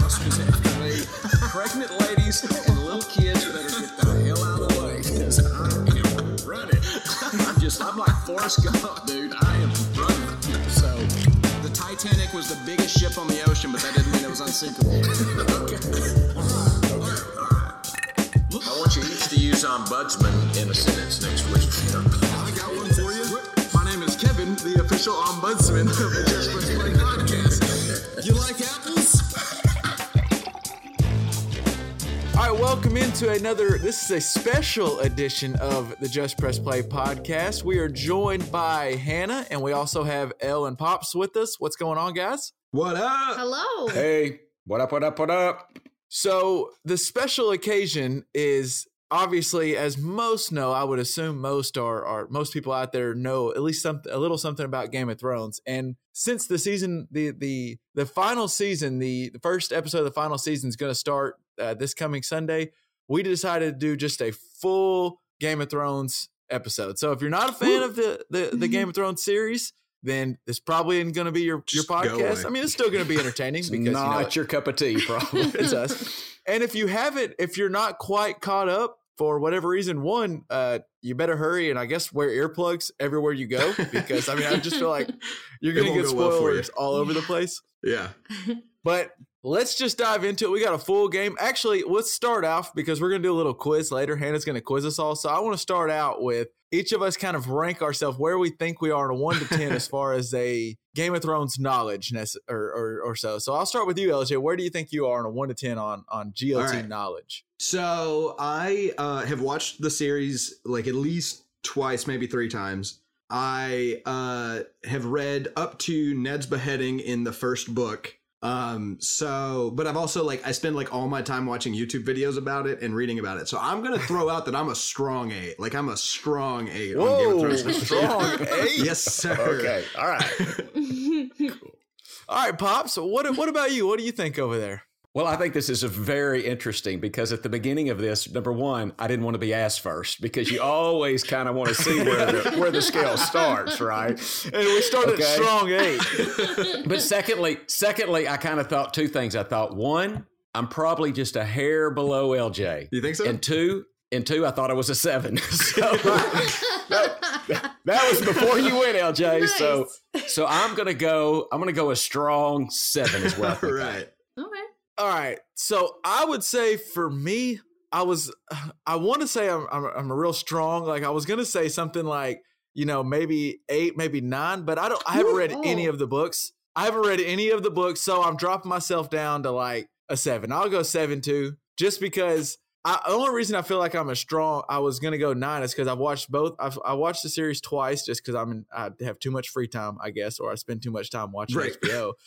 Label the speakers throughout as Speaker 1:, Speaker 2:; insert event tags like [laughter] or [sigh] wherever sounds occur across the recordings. Speaker 1: Oscars escalate pregnant ladies and little kids better get the hell out of the way because I am running. I'm just, I'm like Forrest Gump, dude. I am running. So,
Speaker 2: The Titanic was the biggest ship on the ocean, but that didn't mean it was unsinkable.
Speaker 1: I want you each to use ombudsman in a sentence next week.
Speaker 2: I got one for you. My name is Kevin, the official ombudsman of the Just Press Play podcast. You like apples? All right, welcome into another. This is a special edition of the Just Press Play podcast. We are joined by Hannah, and we also have Elle and Pops with us. What's going on, guys?
Speaker 3: What up?
Speaker 4: Hello.
Speaker 3: Hey, what up, what up, what up?
Speaker 2: So the special occasion is obviously, as most know, I would assume most are, are most people out there know at least something, a little something about Game of Thrones. And since the season, the the the final season, the, the first episode of the final season is going to start uh, this coming Sunday, we decided to do just a full Game of Thrones episode. So if you're not a fan of the the, the Game of Thrones series. Then it's probably going to be your, your
Speaker 3: Mm-hmm. Just go
Speaker 2: podcast.
Speaker 3: away.
Speaker 2: I mean, it's still going to be entertaining
Speaker 3: It's
Speaker 2: because you know,
Speaker 3: not
Speaker 2: it-
Speaker 3: your cup of tea, [laughs] probably.
Speaker 2: [laughs] it's us. And if you haven't, if you're not quite caught up for whatever reason, one, uh, you better hurry and I guess wear earplugs everywhere you go because I mean I just feel like you're
Speaker 3: It
Speaker 2: gonna
Speaker 3: won't
Speaker 2: get
Speaker 3: go well for you.
Speaker 2: spoilers all over the place.
Speaker 3: yeah.
Speaker 2: But let's just dive into it. We got a full game. Actually, let's start off because we're gonna do a little quiz later. Hannah's gonna quiz us all. So I want to start out with each of us kind of rank ourselves where we think we are on a one to ten
Speaker 3: [laughs]
Speaker 2: as far as a Game of Thrones knowledge ness- or, or or so. So I'll start with you, LJ. Where do you think you are on a one to ten on on GLT
Speaker 3: All right.
Speaker 2: knowledge?
Speaker 3: So I uh, have watched the series like at least twice, maybe three times. I uh, have read up to Ned's beheading in the first book. Um, so, but I've also like I spend like all my time watching YouTube videos about it and reading about it. So I'm gonna throw out that I'm a strong eight. Like I'm a strong eight on Game of
Speaker 2: Whoa,
Speaker 3: Thrones. [laughs]
Speaker 2: strong eight.
Speaker 3: yes, sir.
Speaker 5: Okay. All right.
Speaker 4: [laughs]
Speaker 2: All right, pops. What what about you? What do you think over there?
Speaker 5: Well, I think this is a very interesting because at the beginning of this, number one, I didn't want to be asked first because you always kind of want to see where the, where the scale starts, right?
Speaker 2: And we started
Speaker 5: Okay.
Speaker 2: at strong eight.
Speaker 3: [laughs]
Speaker 5: But secondly, secondly, I kind of thought two things. I thought one, I'm probably just a hair below LJ,
Speaker 3: You think so?
Speaker 5: and two, and two, I thought I was a seven. [laughs] So that was before you went, LJ. So so I'm gonna go. I'm gonna go a strong seven as well.
Speaker 3: All right.
Speaker 4: okay.
Speaker 2: All right. So I would say for me, I was, [sighs] I want to say I'm, I'm, I'm a real strong. Like I was gonna say something like, you know, maybe eight, maybe nine, but I don't. I haven't read any
Speaker 4: Oh.
Speaker 2: of the books. I haven't read any of the books, so I'm dropping myself down to like a seven. I'll go seven too, just because. I, the only reason I feel like I'm a strong, I was gonna go nine is because I've watched both. I've I watched the series twice just because I'm in, I have too much free time, I guess, or I spend too much time watching
Speaker 3: Right.
Speaker 2: HBO.
Speaker 3: [laughs]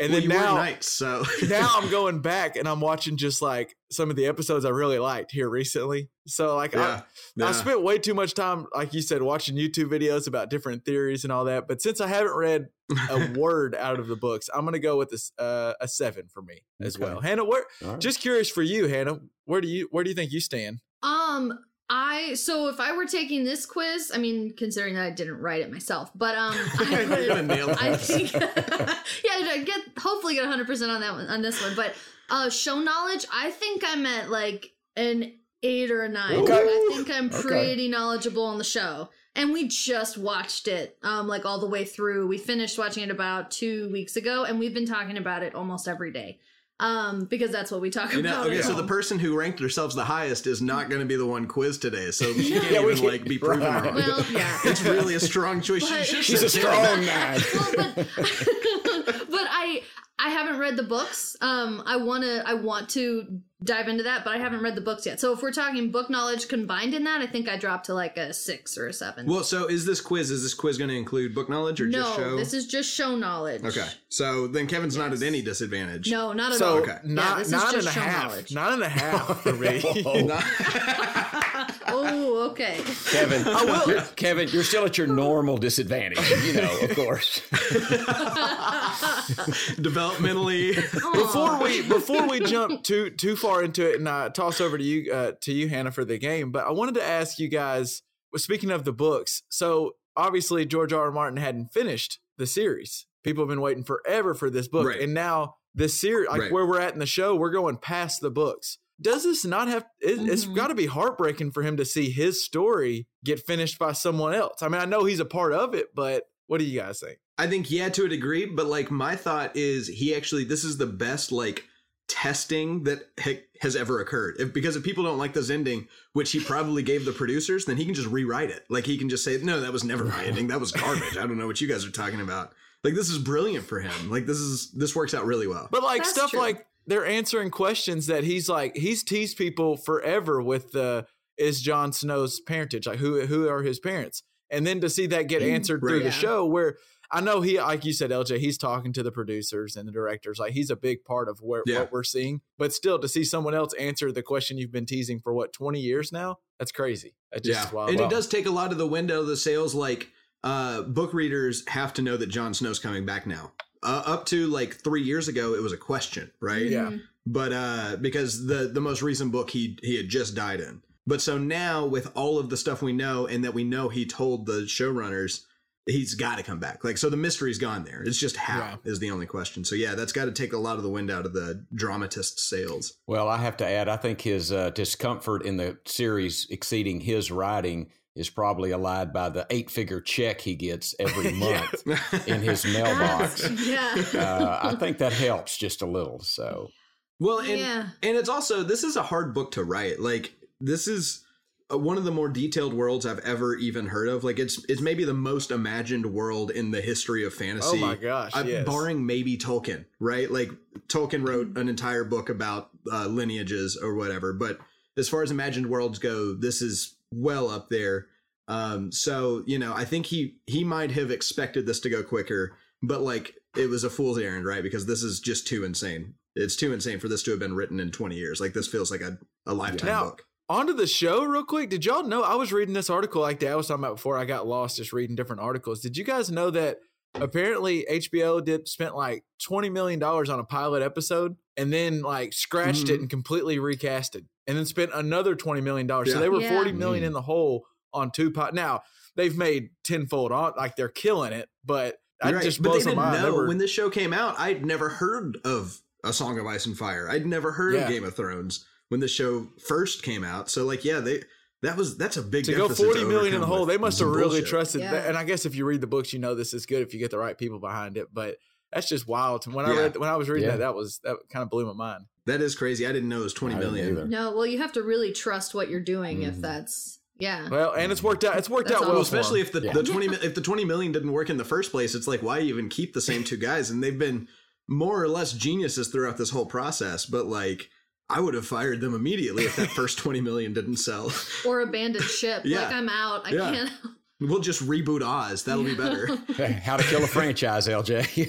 Speaker 2: And
Speaker 3: well,
Speaker 2: then
Speaker 3: you
Speaker 2: now
Speaker 3: were knights,
Speaker 1: [laughs]
Speaker 3: so
Speaker 2: now
Speaker 5: [laughs]
Speaker 2: I'm going back and I'm watching just like some of the episodes I really liked here recently. So like
Speaker 3: yeah,
Speaker 2: I, I
Speaker 3: yeah.
Speaker 2: spent way too much time, like you said, watching YouTube videos about different theories and all that. But since I haven't read a word out of the books, I'm gonna go with this uh, a seven for me as
Speaker 5: Okay.
Speaker 2: well. Hannah, where
Speaker 5: All right.
Speaker 2: just curious for you, Hannah, where do you where do you think you stand?
Speaker 4: Um, I so if I were taking this quiz, I mean, considering that I didn't write it myself, but um, I
Speaker 3: You're
Speaker 4: [laughs]
Speaker 3: gonna
Speaker 5: [laughs]
Speaker 4: would.
Speaker 3: nail [laughs]
Speaker 4: I
Speaker 3: this.
Speaker 4: think, yeah, I get hopefully get 100 percent on that one on this one, but uh, show knowledge. I think I'm at like an eight or a nine.
Speaker 5: Okay.
Speaker 4: I think I'm
Speaker 5: Okay.
Speaker 4: pretty knowledgeable on the show, and we just watched it um like all the way through. We finished watching it about two weeks ago, and we've been talking about it almost every day. um, because that's what we talk
Speaker 1: You know,
Speaker 4: about.
Speaker 1: okay,
Speaker 4: at
Speaker 1: so the
Speaker 4: home.
Speaker 1: person who ranked themselves the highest is not going to be the one quizzed today, so she can't
Speaker 5: [laughs] Yeah, we
Speaker 1: even
Speaker 5: can't-
Speaker 1: like be proven
Speaker 5: right.
Speaker 1: wrong.
Speaker 4: well, yeah.
Speaker 1: [laughs] It's really a strong
Speaker 4: [laughs]
Speaker 1: choice. She
Speaker 4: But-
Speaker 1: should
Speaker 3: [laughs]
Speaker 5: She's a
Speaker 1: sit down.
Speaker 4: [laughs]
Speaker 5: strong man.
Speaker 4: well, but but [laughs] I I haven't read the books. Um, I wanna I want to dive into that, but I haven't read the books yet. So if we're talking book knowledge combined in that, I think I dropped to like a six or a seven.
Speaker 1: Well, so is this quiz? Is this quiz going to include book knowledge or just show?
Speaker 4: no, this is just show knowledge.
Speaker 1: okay, so then Kevin's not at any disadvantage.
Speaker 4: No, not at
Speaker 2: So [laughs]
Speaker 4: all.
Speaker 1: Okay.
Speaker 2: nine nine
Speaker 4: this
Speaker 2: and
Speaker 4: is
Speaker 2: a half, nine
Speaker 4: just
Speaker 2: and a
Speaker 4: show
Speaker 2: half
Speaker 4: knowledge.
Speaker 2: for me. [laughs]
Speaker 4: Oh, okay.
Speaker 5: Kevin, I will. You're, Kevin, you're still at your normal disadvantage, you know, of course.
Speaker 1: [laughs]
Speaker 4: [laughs]
Speaker 1: Developmentally, [laughs]
Speaker 2: before we before we jump too too far into it and I toss over to you uh, to you Hannah for the game, but I wanted to ask you guys. Well, speaking of the books, so obviously George R. R. Martin hadn't finished the series. People have been waiting forever for this book,
Speaker 1: Right.
Speaker 2: and now this series, like
Speaker 1: Right.
Speaker 2: where we're at in the show, we're going past the books. Does this not have? It, It's
Speaker 1: Mm-hmm.
Speaker 4: Mhm.
Speaker 2: got to be heartbreaking for him to see his story get finished by someone else. I mean, I know he's a part of it, but what do you guys think?
Speaker 1: I think yeah to a degree, but like my thought is he actually this is the best like testing that ha- has ever occurred. If, because if people don't like this ending, which he probably gave the producers, then he can just rewrite it. Like he can just say, "No, that was never my ending. That was garbage. I don't know what you guys are talking about." Like this is brilliant for him. Like this is this works out really well.
Speaker 2: But like
Speaker 4: That's
Speaker 2: stuff
Speaker 4: true.
Speaker 2: like they're answering questions that he's like he's teased people forever with the is Jon Snow's parentage like who who are his parents, and then to see that get answered
Speaker 1: Mm,
Speaker 2: through
Speaker 1: Right.
Speaker 4: Yeah.
Speaker 2: the show where. I know he, like you said, LJ. He's talking to the producers and the directors. Like he's a big part of where,
Speaker 1: Yeah.
Speaker 2: what we're seeing. But still, to see someone else answer the question you've been teasing for what twenty years now—that's crazy. That's just wild.
Speaker 1: and
Speaker 5: Wow.
Speaker 1: it does take a lot of the wind out of the sails. Like uh, book readers have to know that Jon Snow's coming back now. Uh, up to like three years ago, it was a question, right?
Speaker 4: Mm.
Speaker 2: Yeah.
Speaker 1: but uh because the the most recent book he he had just died in but so now with all of the stuff we know and that we know he told the showrunners he's got to come back like so the mystery's gone there it's just how
Speaker 2: Yeah.
Speaker 1: is the only question so yeah that's got to take a lot of the wind out of the dramatist's
Speaker 2: [laughs]
Speaker 1: sails
Speaker 5: Well, I have to add, I think his uh, discomfort in the series exceeding his writing is probably allied by the eight figure check he
Speaker 3: [laughs]
Speaker 5: gets every month in his mailbox.
Speaker 4: That's- yeah.
Speaker 5: Uh, I think that helps just a little. So,
Speaker 1: well and
Speaker 4: yeah.
Speaker 1: and it's also this is a hard book to write like this is uh, one of the more detailed worlds i've ever even heard of like it's it's maybe the most imagined world in the history of
Speaker 2: Oh
Speaker 1: fantasy
Speaker 2: my gosh!
Speaker 1: I,
Speaker 2: yes.
Speaker 1: barring maybe Tolkien, right? Like Tolkien wrote an entire book about uh, lineages or whatever. But as far as imagined worlds go, this is well up there. Um, so you know, I think he he might have expected this to go quicker, but like it was a fool's errand, right? Because this is just too insane. It's too insane for this to have been written in twenty years. Like this feels like a a lifetime
Speaker 2: Now-
Speaker 1: book.
Speaker 2: onto the show real quick. Did y'all know I was reading this article like that I was talking about before I got lost just reading different articles. Did you guys know that apparently HBO did spent like 20 million dollars on a pilot episode and then like scratched it
Speaker 1: Mhm.
Speaker 2: and completely recast it and then spent another 20 million dollars. So
Speaker 1: Yeah. Mm-hmm.
Speaker 2: they were
Speaker 4: Yeah.
Speaker 2: 40 million in the hole on two pot. Now, they've made tenfold on like they're killing it, but that
Speaker 1: Right,
Speaker 2: just
Speaker 1: but they
Speaker 2: blows my
Speaker 1: didn't
Speaker 2: mind. They
Speaker 1: know
Speaker 2: were-
Speaker 1: when this show came out. I'd never heard of A Song of Ice and Fire. I'd never heard
Speaker 2: Yeah.
Speaker 1: of Game of Thrones when the show first came out. So like, yeah, they that was that's a big
Speaker 2: to go
Speaker 1: deficit
Speaker 2: 40 million in
Speaker 1: overcome
Speaker 2: the hole
Speaker 1: with
Speaker 2: they must have
Speaker 1: some
Speaker 2: really
Speaker 1: bullshit.
Speaker 2: trusted
Speaker 4: Yeah.
Speaker 2: that and i guess if you read the books you know this is good if you get the right people behind it but that's just wild when i
Speaker 1: Yeah.
Speaker 2: read when i was reading
Speaker 5: Yeah.
Speaker 2: that that was that kind of blew my mind
Speaker 1: That is crazy. I didn't know it was twenty
Speaker 5: I didn't
Speaker 1: million.
Speaker 5: either.
Speaker 4: No, well, you have to really trust what you're doing if
Speaker 5: Mhm.
Speaker 4: that's yeah.
Speaker 2: well and it's worked out it's worked
Speaker 4: That's
Speaker 2: out
Speaker 4: awesome.
Speaker 2: well
Speaker 1: Well, especially if the,
Speaker 5: Yeah.
Speaker 1: the twenty mi- if the twenty million didn't work in the first place, it's like why even keep the same two guys? And they've been more or less geniuses throughout this whole process. But like, I would have fired them immediately if that first twenty million didn't sell. [laughs]
Speaker 4: Or abandoned ship.
Speaker 1: Yeah.
Speaker 4: Like I'm out. I
Speaker 1: Yeah.
Speaker 4: can't.
Speaker 1: We'll just reboot Oz. That'll
Speaker 2: [laughs]
Speaker 1: be better.
Speaker 5: how to kill a franchise, [laughs] LJ.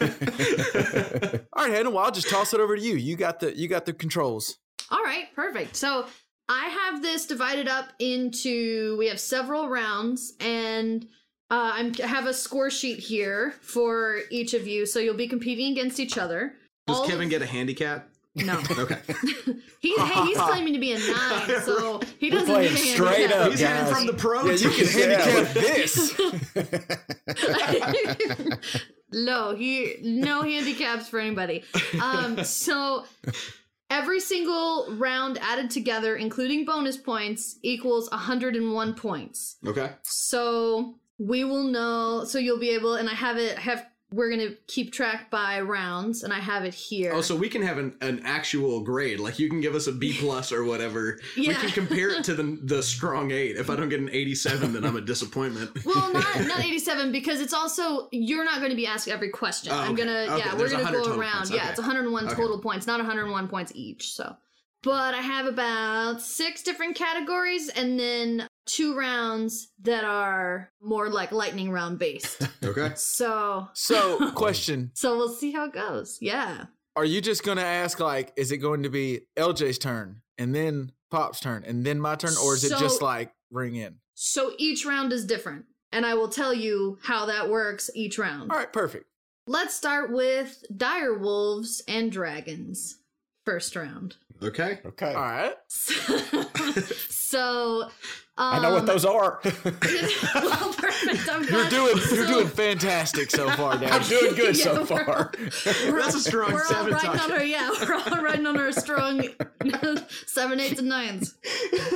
Speaker 1: right.
Speaker 2: all right hannah well i'll just toss it over to you you got the you got the
Speaker 1: [laughs]
Speaker 2: controls
Speaker 4: [laughs] All right, perfect. So I have this divided up into we have several rounds, and uh, I'm I have a score sheet here for each of you. So you'll be competing against each other.
Speaker 1: Does
Speaker 4: All of-
Speaker 1: Kevin get a handicap?
Speaker 4: No,
Speaker 2: [laughs]
Speaker 1: Okay. [laughs]
Speaker 4: he, hey, he's claiming to be a nine, so he doesn't
Speaker 5: playing
Speaker 4: need a
Speaker 5: straight
Speaker 2: Oh,
Speaker 4: handicap.
Speaker 5: up, He's hearing guys. from
Speaker 1: the pro.
Speaker 5: handicap
Speaker 2: this
Speaker 1: [laughs]
Speaker 4: [laughs] no, he no handicaps for anybody. Um, so every single round added together, including bonus points, equals 101 points.
Speaker 1: Okay.
Speaker 4: So we will know. So you'll be able, and I have it. I have we're gonna keep track by rounds, and I have it here.
Speaker 3: Oh, so we can have an, an actual grade. Like you can give us a B plus or whatever. We
Speaker 4: Yeah.
Speaker 3: can compare it to
Speaker 4: [laughs]
Speaker 3: the the strong eight. If I don't get an eighty seven, then I'm a disappointment.
Speaker 4: well, not
Speaker 3: [laughs]
Speaker 4: not eighty seven because it's also you're not going to be asked every question.
Speaker 3: Oh,
Speaker 4: I'm
Speaker 3: okay.
Speaker 4: gonna
Speaker 3: Okay,
Speaker 4: yeah, we're
Speaker 3: there's
Speaker 4: gonna
Speaker 3: 100
Speaker 4: go
Speaker 3: total
Speaker 4: around.
Speaker 3: points.
Speaker 4: Yeah,
Speaker 3: Okay.
Speaker 4: it's 101
Speaker 3: Okay.
Speaker 4: total points, not 101 points each. So, but I have about six different categories, and then two rounds that are more like lightning round based.
Speaker 3: [laughs] okay.
Speaker 4: so,
Speaker 2: So, question:
Speaker 4: so we'll see how it goes. Yeah.
Speaker 2: Are you just going to ask like, is it going to be LJ's turn and then Pop's turn and then my turn, or is it
Speaker 4: So-
Speaker 2: just like ring in?
Speaker 4: So each round is different, and I will tell you how that works each round.
Speaker 2: All right, perfect.
Speaker 4: Let's start with dire wolves and dragons. First round.
Speaker 3: Okay.
Speaker 5: Okay.
Speaker 2: All right.
Speaker 4: so um,
Speaker 5: [laughs] I know what those are.
Speaker 4: [laughs] well, perfect.
Speaker 5: [laughs]
Speaker 4: I'm
Speaker 2: You're
Speaker 4: glad-
Speaker 2: doing
Speaker 4: [laughs]
Speaker 2: you're
Speaker 4: so-
Speaker 2: doing fantastic so far,
Speaker 5: I'm
Speaker 2: Dad.
Speaker 4: [laughs]
Speaker 5: doing good
Speaker 4: Yeah,
Speaker 5: so
Speaker 4: we're-
Speaker 5: far.
Speaker 4: We're,
Speaker 3: That's a strong
Speaker 4: we're all
Speaker 3: seven
Speaker 4: riding
Speaker 3: time.
Speaker 4: on our yeah. [laughs] We're all riding on our strong [laughs] seven, eights, and nines.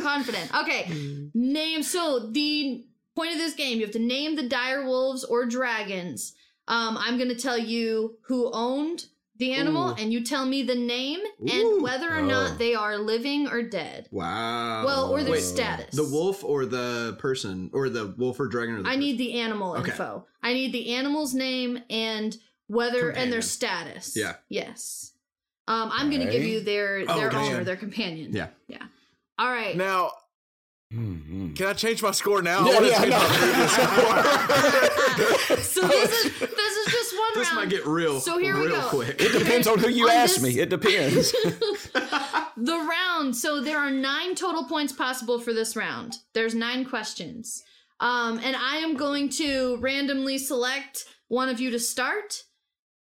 Speaker 4: Confident. Okay. Name. So the point of this game, you have to name the dire wolves or dragons. Um, I'm going to tell you who owned the animal,
Speaker 2: Ooh.
Speaker 4: and you tell me the name
Speaker 3: Ooh.
Speaker 4: and whether or
Speaker 5: Oh.
Speaker 4: not they are living or dead.
Speaker 3: Wow.
Speaker 4: Well, or their
Speaker 5: Wait,
Speaker 4: status.
Speaker 3: the wolf or the person or the wolf or dragon or the
Speaker 4: I need the animal
Speaker 3: Okay.
Speaker 4: info. I need the animal's name and whether and their
Speaker 3: Companion.
Speaker 4: status.
Speaker 3: Yeah.
Speaker 4: Yes. Um, I'm going to give
Speaker 5: Okay.
Speaker 4: you their
Speaker 3: Oh,
Speaker 4: their
Speaker 3: gotcha.
Speaker 4: owner, their companion.
Speaker 3: Yeah.
Speaker 4: Yeah. All right.
Speaker 2: Now,
Speaker 3: Mm-hmm.
Speaker 5: Mhm.
Speaker 2: can I change my score now? I
Speaker 5: Yeah,
Speaker 2: wanna
Speaker 5: yeah, I
Speaker 2: change my
Speaker 5: [laughs] know.
Speaker 3: [laughs]
Speaker 4: Uh, so this is this is just one
Speaker 3: this
Speaker 4: round.
Speaker 3: might get real
Speaker 4: So here we
Speaker 3: real
Speaker 4: go.
Speaker 3: quick.
Speaker 5: It depends on who
Speaker 4: On
Speaker 5: you ask
Speaker 4: this-
Speaker 5: me. It
Speaker 4: [laughs]
Speaker 5: depends.
Speaker 4: the round. So there are nine total points possible for this round. There's nine questions. Um, and I am going to randomly select one of you to start,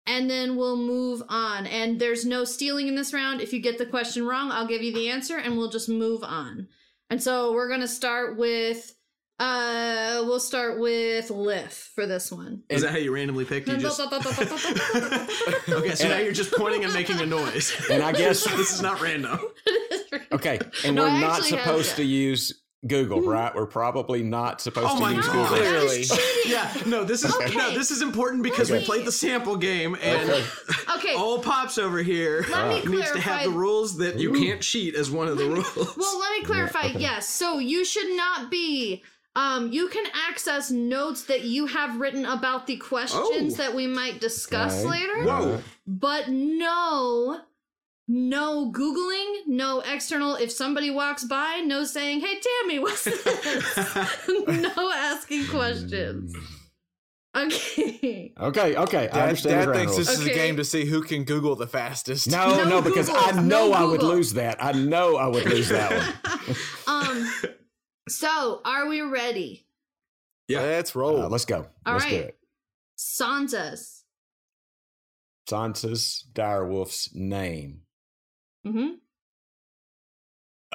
Speaker 4: and then we'll move on. And there's no stealing in this round. If you get the question wrong, I'll give you the answer, and we'll just move on. And so we're gonna start with, uh, we'll start with Liff for this one.
Speaker 3: Is that how you randomly picked? You
Speaker 4: [laughs]
Speaker 3: just okay. So now you're just pointing and making a noise.
Speaker 5: [laughs] and I guess
Speaker 3: [laughs] this is not random.
Speaker 5: okay. And
Speaker 4: No,
Speaker 5: we're
Speaker 4: I
Speaker 5: not
Speaker 4: actually have Mm.
Speaker 5: supposed
Speaker 4: that.
Speaker 5: to use Google, right? We're probably not supposed
Speaker 3: Oh
Speaker 5: to
Speaker 3: my
Speaker 5: use
Speaker 3: God.
Speaker 5: Google.
Speaker 4: That is
Speaker 2: Clearly.
Speaker 4: cheating.
Speaker 3: Yeah, no, this is
Speaker 4: Okay.
Speaker 3: no, this is important because we
Speaker 4: Really?
Speaker 3: played the sample game and
Speaker 5: Okay.
Speaker 4: Okay.
Speaker 3: old pops over here
Speaker 4: Let me
Speaker 3: Uh, needs to have
Speaker 4: clarify-
Speaker 3: the rules that you can't cheat as one of the rules.
Speaker 4: Well, let me clarify. Yes. So you should not be. Um, you can access notes that you have written about the questions
Speaker 3: Oh.
Speaker 4: that we might discuss
Speaker 5: Right.
Speaker 4: later,
Speaker 5: Oh.
Speaker 3: Whoa.
Speaker 4: but no, no Googling, no external. If somebody walks by, no saying, "Hey, Tammy,
Speaker 3: [laughs]
Speaker 4: what's this?" [laughs] no asking
Speaker 3: Mm.
Speaker 4: questions. Okay. [laughs]
Speaker 5: Okay. Okay. I
Speaker 2: Dad,
Speaker 5: understand. the
Speaker 2: Dad
Speaker 5: ground
Speaker 2: thinks
Speaker 5: rules.
Speaker 2: this is a
Speaker 4: Okay.
Speaker 2: game to see who can Google the fastest.
Speaker 5: No,
Speaker 4: No
Speaker 5: no, because
Speaker 4: Google.
Speaker 5: I know
Speaker 4: No
Speaker 5: I would
Speaker 4: Google.
Speaker 5: lose that. I know I would lose that
Speaker 4: [laughs]
Speaker 5: one.
Speaker 4: Um. So, are we ready?
Speaker 3: Yeah.
Speaker 2: Let's
Speaker 5: Uh,
Speaker 2: roll.
Speaker 5: let's go.
Speaker 4: All
Speaker 5: let's do
Speaker 4: right.
Speaker 5: it.
Speaker 4: Sansa's.
Speaker 5: Sansa's direwolf's name.
Speaker 4: Mm-hmm.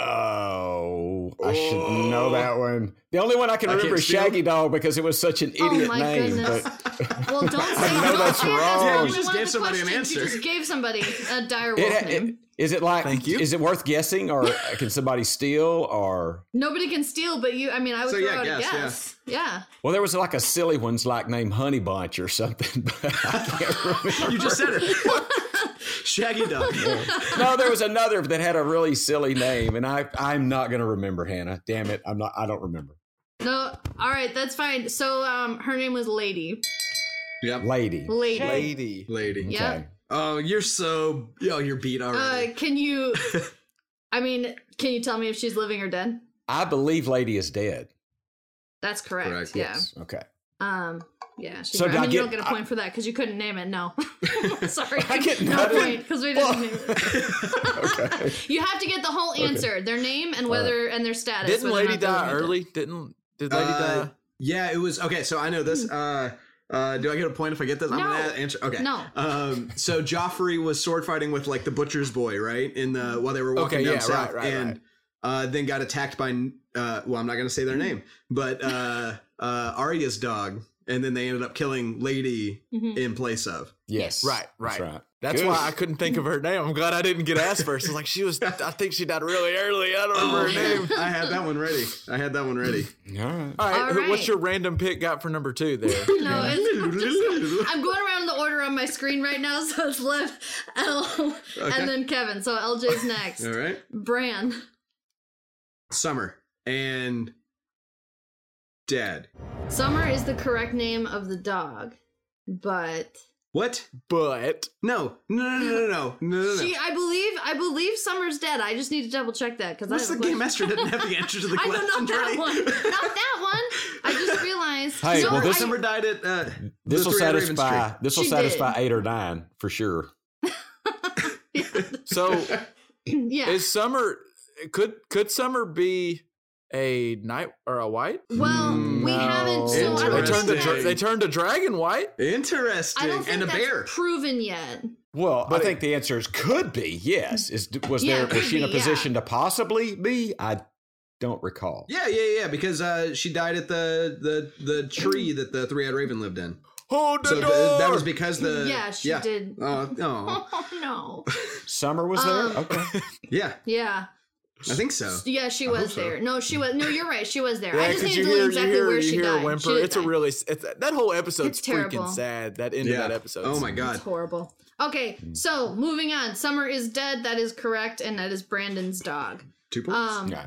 Speaker 5: Oh, I should know that one. The only one I can
Speaker 3: I
Speaker 5: remember
Speaker 3: can't
Speaker 5: is
Speaker 3: steal.
Speaker 5: Shaggy Dog because it was such an
Speaker 4: Oh
Speaker 5: idiot
Speaker 4: my
Speaker 5: name.
Speaker 4: goodness.
Speaker 5: But
Speaker 4: Well, don't say
Speaker 5: [laughs] I know
Speaker 4: don't
Speaker 5: that's
Speaker 4: say
Speaker 5: wrong.
Speaker 4: the
Speaker 5: Yeah, you
Speaker 4: only
Speaker 3: just
Speaker 4: one of
Speaker 3: gave
Speaker 4: the
Speaker 3: somebody an
Speaker 4: questions. You
Speaker 3: answer.
Speaker 4: just gave somebody
Speaker 3: [laughs]
Speaker 4: a dire wolf
Speaker 5: it,
Speaker 4: name.
Speaker 5: it, is it like?
Speaker 2: Thank you.
Speaker 5: Is it worth
Speaker 4: [laughs]
Speaker 5: guessing, or can somebody steal? Or
Speaker 4: Nobody can steal, but you. I mean, I would
Speaker 3: So,
Speaker 4: throw
Speaker 3: yeah,
Speaker 4: out
Speaker 3: guess,
Speaker 4: a
Speaker 3: yeah.
Speaker 4: guess. Yeah.
Speaker 5: well, there was like a silly one's like named Honey Bunch or something, [laughs] but I can't remember.
Speaker 4: [laughs]
Speaker 3: You just said
Speaker 2: [laughs]
Speaker 3: it. Shaggy dog.
Speaker 5: no, there was another that had a really silly name, and I I'm not gonna remember Hannah. Damn it, I'm not. I don't remember.
Speaker 4: No. All right, that's fine. So, um, her name was Lady.
Speaker 3: Yep.
Speaker 5: Lady.
Speaker 4: Lady.
Speaker 2: Lady.
Speaker 3: Lady.
Speaker 4: Yeah.
Speaker 5: Okay.
Speaker 3: Oh, you're so yo, you're beat
Speaker 4: Uh,
Speaker 3: already. [laughs]
Speaker 4: can you? I mean, can you tell me if she's living or dead?
Speaker 5: I believe Lady is dead.
Speaker 4: That's correct.
Speaker 3: Correct,
Speaker 4: yeah.
Speaker 5: Okay.
Speaker 4: Um. Yeah. She's
Speaker 5: So
Speaker 4: right.
Speaker 5: did
Speaker 4: I
Speaker 5: I
Speaker 4: mean, you don't
Speaker 5: get-
Speaker 4: get a point for that because you couldn't name it. No. [laughs] Sorry.
Speaker 5: [laughs] I get
Speaker 4: no
Speaker 5: nothing.
Speaker 4: point because we didn't.
Speaker 5: [laughs]
Speaker 4: Name it. You have to get the whole answer, their name and whether and their status.
Speaker 2: Didn't
Speaker 4: whether or
Speaker 2: Lady
Speaker 4: not they're
Speaker 2: die
Speaker 4: living or dead.
Speaker 2: early? Didn't did Lady
Speaker 3: Uh,
Speaker 2: die?
Speaker 3: yeah, it was okay, so I know this. Uh uh, do I get a point if I get this? I'm
Speaker 4: No.
Speaker 3: gonna answer. Okay.
Speaker 4: No.
Speaker 3: Um, so Joffrey was sword fighting with like the butcher's boy, right? In the while they were walking
Speaker 2: Okay,
Speaker 3: down
Speaker 2: yeah, right,
Speaker 3: south,
Speaker 2: right,
Speaker 3: and
Speaker 2: right.
Speaker 3: Uh, then got attacked by. Uh, well, I'm not gonna say their name, but uh, uh, Arya's dog and then they ended up killing Lady
Speaker 4: Mhm.
Speaker 3: in place of.
Speaker 5: Yes.
Speaker 2: Right, right.
Speaker 5: That's right.
Speaker 2: That's
Speaker 5: Good.
Speaker 2: why I couldn't think of her name. I'm glad I didn't get asked first. It's like she was. I think she died really early. I don't
Speaker 4: Oh.
Speaker 2: remember her name.
Speaker 3: I had that one ready. I had that one ready.
Speaker 5: All right.
Speaker 2: All right,
Speaker 4: Oh. All
Speaker 2: who-
Speaker 4: right.
Speaker 2: what's your random pick got for number two there? [laughs]
Speaker 4: No, [laughs]
Speaker 3: [laughs]
Speaker 4: it's, I'm going around the order on my screen right now, so it's Lev, L,
Speaker 3: Okay.
Speaker 4: and then Kevin. So LJ's next.
Speaker 3: All right.
Speaker 4: Bran.
Speaker 3: Summer and Dad.
Speaker 4: Summer is the correct name of the dog, but
Speaker 3: What?
Speaker 2: But
Speaker 3: No. No, no, no, no, no, no, no. no.
Speaker 4: she, I believe, I believe Summer's dead. I just need to double check that because
Speaker 3: What's the
Speaker 4: I have a
Speaker 3: game
Speaker 4: question.
Speaker 3: master didn't
Speaker 4: [laughs]
Speaker 3: have the answer to the
Speaker 4: I
Speaker 3: question.
Speaker 4: know not that
Speaker 3: right?
Speaker 4: one, not
Speaker 3: [laughs]
Speaker 4: that one. I just realized.
Speaker 5: Hey,
Speaker 4: No,
Speaker 5: well, this-
Speaker 4: I-
Speaker 3: Summer died at uh,
Speaker 5: This
Speaker 3: the
Speaker 5: will
Speaker 3: Three Ravens
Speaker 5: satisfy.
Speaker 3: tree.
Speaker 5: This will
Speaker 4: She
Speaker 5: satisfy
Speaker 4: did.
Speaker 5: eight or nine for sure.
Speaker 4: [laughs]
Speaker 2: so
Speaker 4: [clears throat] yeah.
Speaker 2: is summer? Could could summer be a night or a white?
Speaker 4: well, we
Speaker 3: No.
Speaker 4: haven't. So I
Speaker 2: They
Speaker 4: don't
Speaker 2: turned the
Speaker 4: think that's,
Speaker 2: dra-
Speaker 3: Interesting.
Speaker 2: they turned a dragon white.
Speaker 3: Interesting.
Speaker 4: I don't think
Speaker 3: and a
Speaker 4: that's
Speaker 3: bear.
Speaker 4: proven yet.
Speaker 5: Well,
Speaker 2: But
Speaker 5: I
Speaker 2: it-
Speaker 5: think the answer is could be yes. Is was
Speaker 4: Yeah,
Speaker 5: there was
Speaker 4: could
Speaker 5: she in a
Speaker 4: be, yeah.
Speaker 5: position to possibly be? I don't recall.
Speaker 3: Yeah, yeah, yeah. Because uh, she died at the the the tree that the three eyed raven lived in.
Speaker 2: Hold the
Speaker 3: So
Speaker 2: door.
Speaker 3: th- that was because the
Speaker 4: yeah, she did.
Speaker 3: Oh, oh,
Speaker 4: [laughs] Oh no.
Speaker 5: Summer was
Speaker 4: Um,
Speaker 5: there. Okay.
Speaker 3: yeah.
Speaker 4: Yeah.
Speaker 3: I think
Speaker 4: [laughs]
Speaker 3: so.
Speaker 4: Yeah, she was there. No, she was. No, you're right. She was there.
Speaker 2: yeah,
Speaker 4: I just
Speaker 2: because
Speaker 4: need
Speaker 2: you
Speaker 4: to know
Speaker 2: hear
Speaker 4: exactly
Speaker 2: you hear
Speaker 4: where
Speaker 2: you
Speaker 4: she
Speaker 2: hear
Speaker 4: died.
Speaker 2: a
Speaker 4: She
Speaker 2: whimper.
Speaker 4: did
Speaker 2: It's a
Speaker 4: die.
Speaker 2: really s- it's, that whole episode's
Speaker 4: It's terrible.
Speaker 2: freaking sad. That end
Speaker 3: yeah.
Speaker 2: of that episode.
Speaker 3: Oh my
Speaker 4: It's
Speaker 3: god.
Speaker 4: horrible. Okay, so moving on. Summer is dead. That is correct, and that is Brandon's dog.
Speaker 3: Two points.
Speaker 4: Um,
Speaker 5: Yeah.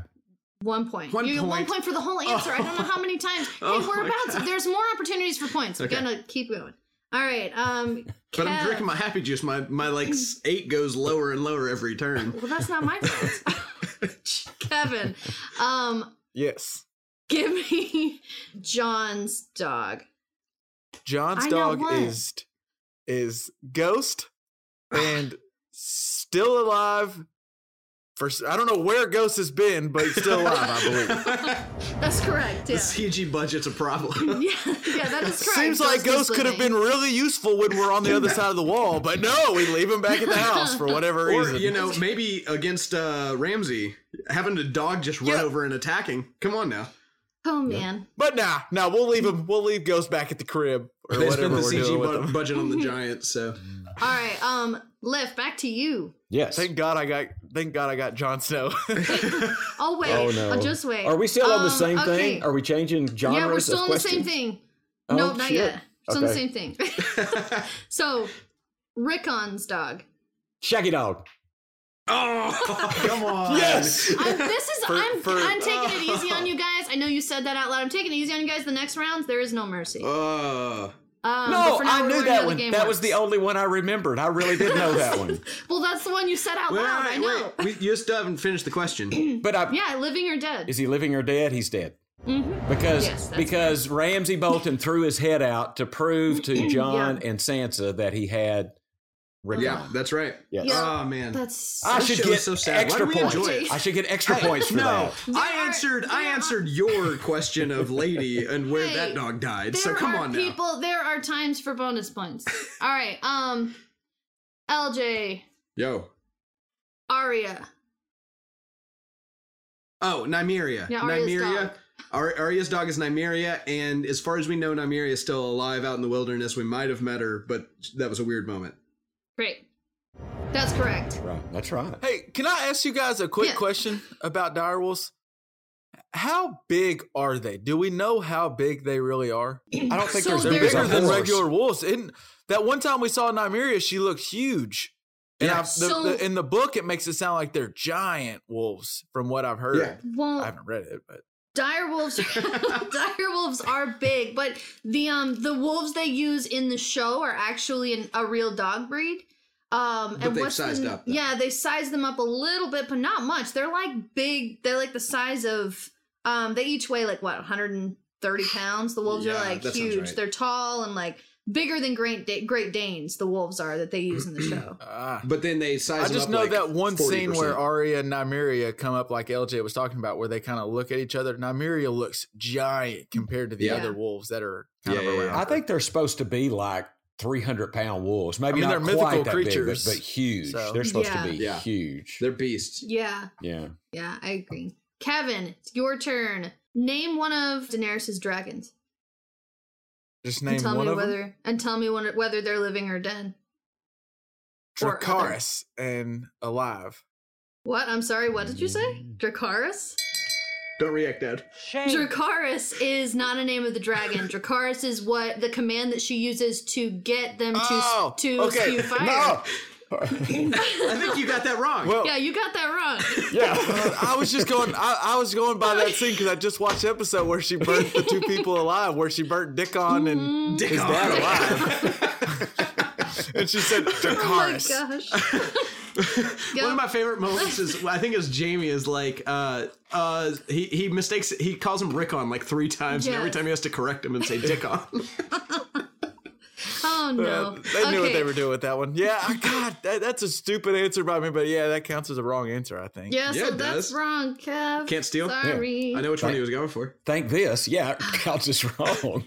Speaker 4: one point.
Speaker 3: One
Speaker 4: you get one
Speaker 3: point.
Speaker 4: point for the whole answer. I don't know how many times. Hey,
Speaker 3: Oh
Speaker 4: we're
Speaker 3: my
Speaker 4: about. to- There's more opportunities for points.
Speaker 3: Okay.
Speaker 4: We're gonna keep going. All right. Um,
Speaker 3: but I'm
Speaker 4: Kev-
Speaker 3: drinking my happy juice. My my like s- eight goes lower and lower every [laughs] turn.
Speaker 4: Well, that's not my fault.
Speaker 2: [laughs]
Speaker 4: Kevin, um,
Speaker 2: Yes,
Speaker 4: give me John's dog.
Speaker 2: John's
Speaker 4: I know
Speaker 2: dog
Speaker 4: one.
Speaker 2: is is ghost and still alive. For s- I don't know where Ghost has been, but he's still alive. I believe.
Speaker 4: That's
Speaker 3: [laughs]
Speaker 4: correct.
Speaker 3: The
Speaker 4: Yeah.
Speaker 3: CG budget's a problem.
Speaker 4: [laughs] Yeah, yeah,
Speaker 2: [laughs]
Speaker 4: that is correct.
Speaker 2: Seems like
Speaker 4: is
Speaker 2: Ghost could have
Speaker 4: living.
Speaker 2: been really useful when we're on the other side of the wall, but no, we leave him back at the house for whatever
Speaker 3: [laughs] Or
Speaker 2: reason.
Speaker 3: you know maybe against uh, Ramsey having a dog just run
Speaker 2: Yeah.
Speaker 3: over and attacking. Come on now.
Speaker 4: Oh man,
Speaker 2: but nah, nah, we'll leave him. We'll leave Ghost back at the crib or
Speaker 3: They spent
Speaker 2: whatever
Speaker 3: the
Speaker 2: we're doing
Speaker 3: CG
Speaker 2: with
Speaker 3: bu-
Speaker 2: him.
Speaker 3: budget
Speaker 4: [laughs]
Speaker 3: on the Giants, [laughs] so
Speaker 4: all right. Um, Liv, back to you.
Speaker 5: Yes.
Speaker 2: Thank God I got. Thank God I got Jon Snow. [laughs]
Speaker 4: Oh wait,
Speaker 5: Oh no.
Speaker 4: oh, just wait.
Speaker 5: Are we still on the
Speaker 4: Um,
Speaker 5: same
Speaker 4: okay.
Speaker 5: thing? Are we changing genres?
Speaker 4: yeah, we're still
Speaker 5: of
Speaker 4: on the same
Speaker 5: questions?
Speaker 4: thing.
Speaker 5: Oh,
Speaker 4: no, not
Speaker 5: shit.
Speaker 4: yet. It's on the
Speaker 5: Okay.
Speaker 4: same thing. [laughs] so, Rickon's dog.
Speaker 5: Shaggy dog.
Speaker 3: oh [laughs] come on.
Speaker 4: [laughs]
Speaker 5: Yes.
Speaker 2: [laughs]
Speaker 4: I'm, this is
Speaker 2: For-
Speaker 4: I'm
Speaker 2: for-
Speaker 4: I'm taking
Speaker 2: [laughs]
Speaker 4: it easy on you guys. I know you said that out loud. I'm taking it easy on you guys. The next rounds, there is no mercy. Um,
Speaker 3: Uh,
Speaker 4: but
Speaker 5: no,
Speaker 4: for now,
Speaker 5: I
Speaker 4: we're
Speaker 5: knew
Speaker 4: learning how
Speaker 5: that
Speaker 4: the
Speaker 5: one.
Speaker 4: game
Speaker 5: That was the
Speaker 4: works.
Speaker 5: only one I remembered. I really did know that one.
Speaker 4: Well, that's the one you said out
Speaker 3: wait,
Speaker 4: loud. I
Speaker 3: wait,
Speaker 4: know.
Speaker 3: wait. We, you still haven't finished the
Speaker 4: [clears throat]
Speaker 3: question.
Speaker 5: But I,
Speaker 4: Yeah, living or dead. Mm-hmm.
Speaker 5: is he living or dead? He's dead. Because
Speaker 4: Yes, that's
Speaker 5: because Ramsey Bolton threw his head out to prove to John and Sansa that he had Rickon.
Speaker 3: yeah, that's right.
Speaker 5: Yes.
Speaker 4: Yeah.
Speaker 3: Oh man.
Speaker 4: That's
Speaker 5: I
Speaker 3: This
Speaker 5: should
Speaker 3: show
Speaker 5: get
Speaker 3: is so sad. Why
Speaker 5: extra
Speaker 3: do we
Speaker 5: points.
Speaker 3: enjoy
Speaker 4: it?
Speaker 5: I should get extra points for
Speaker 3: No,
Speaker 5: that.
Speaker 4: There
Speaker 3: I
Speaker 4: are-
Speaker 3: answered. I
Speaker 4: there are-
Speaker 3: answered your question of Lady and where
Speaker 4: Hey,
Speaker 3: that dog died.
Speaker 4: There
Speaker 3: So come
Speaker 4: are
Speaker 3: on now.
Speaker 4: people. There are times for
Speaker 3: [laughs]
Speaker 4: bonus points. All right. Um, LJ,
Speaker 3: Yo.
Speaker 4: Aria.
Speaker 3: Oh, Nymeria.
Speaker 4: Yeah, Arya's
Speaker 3: Nymeria.
Speaker 4: dog.
Speaker 3: Ar- Arya's dog is Nymeria, and as far as we know, Nymeria is still alive out in the wilderness. We might have met her, but that was a weird moment.
Speaker 4: Great. That's correct.
Speaker 5: Right. That's right.
Speaker 2: hey, can I ask you guys a quick
Speaker 4: Yeah.
Speaker 2: question about direwolves? How big are they? Do we know how big they really are?
Speaker 5: I don't think
Speaker 4: So
Speaker 5: there's
Speaker 4: they're
Speaker 2: They're
Speaker 5: there's a
Speaker 2: bigger than
Speaker 5: horse.
Speaker 2: regular wolves. And that one time we saw Nymeria, she looked huge. And
Speaker 3: Yeah.
Speaker 2: I've, the,
Speaker 4: So-
Speaker 2: the- in the book, it makes it sound like they're giant wolves, from what I've heard.
Speaker 3: Yeah.
Speaker 2: I
Speaker 4: Well,
Speaker 2: haven't read it, but
Speaker 4: dire [laughs] wolves. dire wolves are big, but the um the wolves they use in the show are actually an, a real dog breed.
Speaker 3: But
Speaker 4: Um, and
Speaker 3: they've
Speaker 4: what's the-
Speaker 3: sized up, though.
Speaker 4: Yeah, they sized them up a little bit, but not much. They're like big. They're like the size of. Um, they each weigh like what 130 pounds. The wolves
Speaker 3: Yeah,
Speaker 4: are like
Speaker 3: that sounds
Speaker 4: huge.
Speaker 3: right.
Speaker 4: They're tall and like bigger than Great da- Great Danes. The wolves are that they use in the
Speaker 3: [clears throat]
Speaker 4: show.
Speaker 2: ah.
Speaker 3: But then they sized.
Speaker 2: I just
Speaker 3: up
Speaker 2: know
Speaker 3: like
Speaker 2: that one scene
Speaker 3: 40%.
Speaker 2: where Arya and Nymeria come up, like LJ was talking about, where they kind of look at each other. Nymeria looks giant compared to the
Speaker 4: Yeah.
Speaker 2: other wolves that are kind
Speaker 3: Yeah,
Speaker 2: of
Speaker 3: yeah,
Speaker 2: around.
Speaker 3: yeah.
Speaker 5: I think they're supposed to be like 300 pound wolves. Maybe
Speaker 2: I mean,
Speaker 5: not
Speaker 2: they're
Speaker 5: quite
Speaker 2: mythical
Speaker 5: that
Speaker 2: creatures,
Speaker 5: big, but, but huge.
Speaker 2: so-
Speaker 5: They're supposed
Speaker 4: Yeah.
Speaker 5: to be
Speaker 3: Yeah.
Speaker 5: huge.
Speaker 3: they're beasts.
Speaker 4: Yeah,
Speaker 2: [laughs]
Speaker 5: yeah.
Speaker 4: yeah, I agree. Kevin, it's your turn. Name one of Daenerys' dragons.
Speaker 2: Just
Speaker 4: and
Speaker 2: name
Speaker 4: tell
Speaker 2: one
Speaker 4: me
Speaker 2: of
Speaker 4: whether
Speaker 2: them.
Speaker 4: and tell me when, whether they're living or dead. or other.
Speaker 2: Dracaris and alive.
Speaker 4: What? I'm sorry. What did you say?
Speaker 2: Mm.
Speaker 4: Dracaris?
Speaker 3: Don't
Speaker 2: [laughs]
Speaker 3: react, Dad.
Speaker 6: Shame.
Speaker 4: Dracaris is not a name of the dragon. Dracaris is what the command that she uses to get them to
Speaker 2: Oh,
Speaker 4: to
Speaker 2: okay.
Speaker 4: spew fire.
Speaker 2: No.
Speaker 3: I think you got that wrong.
Speaker 2: Well,
Speaker 4: Yeah, you got that wrong. [laughs]
Speaker 2: Uh, I was just going. I, I was going by that scene because I just watched the episode where she burnt the two people alive, where she burnt Dickon and
Speaker 3: Dick
Speaker 2: his
Speaker 4: Mm-hmm.
Speaker 3: on.
Speaker 2: dad
Speaker 4: [laughs]
Speaker 2: alive, [laughs] and she said Dracaris.
Speaker 4: Oh my
Speaker 2: [laughs]
Speaker 4: gosh.
Speaker 3: One of my favorite moments is I think it was Jamie is like uh uh he he mistakes he calls him Rickon like three times and every
Speaker 4: Yes.
Speaker 3: time he has to correct him and say Dickon.
Speaker 4: Oh no.
Speaker 2: Uh, They knew what they were doing with that one. Yeah,
Speaker 4: [laughs]
Speaker 2: I- God, that, that's a stupid answer by me, but yeah, that counts as a wrong answer, I think.
Speaker 3: Yeah,
Speaker 4: Yeah, so
Speaker 3: it
Speaker 4: that's
Speaker 3: does.
Speaker 4: wrong,
Speaker 3: [laughs]
Speaker 4: Kev.
Speaker 3: Can't steal.
Speaker 4: Sorry.
Speaker 3: I know which one he was going for.
Speaker 5: Thank this. Yeah, [laughs] it counts as
Speaker 2: [laughs]
Speaker 5: wrong.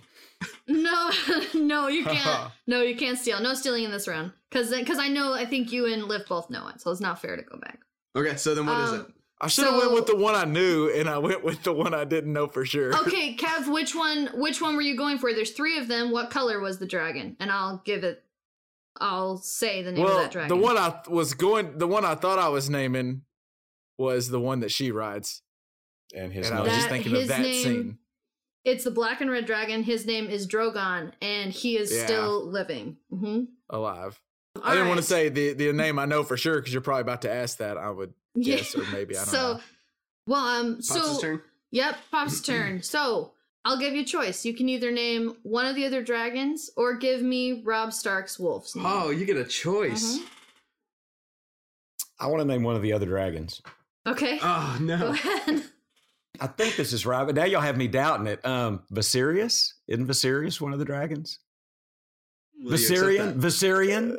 Speaker 4: No, [laughs] no, you can't. no, you can't steal. No stealing in this round, because because I know. I think you and Liv both know it, so it's not fair to go back.
Speaker 3: Okay, so then what is
Speaker 4: Um,
Speaker 3: it?
Speaker 2: I should have went
Speaker 4: So-
Speaker 2: with the one I knew, and I went with the one I didn't know for
Speaker 3: [laughs]
Speaker 2: sure.
Speaker 4: Okay, Kev, which one? Which one were you going for? There's three of them. What color was the dragon? And I'll give it. I'll say the name of
Speaker 2: well,
Speaker 4: that dragon.
Speaker 2: the one I th- was going, the one I thought I was naming, was the one that she rides,
Speaker 5: And his
Speaker 2: and I
Speaker 5: name.
Speaker 2: was just
Speaker 4: That-
Speaker 2: thinking of
Speaker 4: his
Speaker 2: that
Speaker 4: name-
Speaker 2: scene.
Speaker 4: it's the black and red dragon. His name is Drogon, and he is
Speaker 2: Yeah.
Speaker 4: still living. hmm
Speaker 2: alive. I didn't want to
Speaker 4: [laughs]
Speaker 2: say the, the name I know for sure because you're probably about to ask that. I would guess, or maybe I don't
Speaker 4: so,
Speaker 2: know. [sighs]
Speaker 4: well, um,
Speaker 3: Pops'
Speaker 4: so
Speaker 3: turn.
Speaker 4: Yep, Pop's
Speaker 3: [clears throat]
Speaker 4: turn. So I'll give you a choice. You can either name one of the other dragons or give me Rob Stark's wolf's name.
Speaker 3: Oh, you get a choice.
Speaker 5: I want to name one of the other dragons.
Speaker 4: Mm-hmm. Okay.
Speaker 3: Oh
Speaker 4: [laughs] Uh-huh. Go
Speaker 3: no.
Speaker 4: ahead.
Speaker 5: I think this is right, but now y'all have me doubting it. Um, Viserys isn't Viserys one of the dragons?
Speaker 3: Will you accept
Speaker 5: Viserion,
Speaker 3: that?
Speaker 5: Viserion.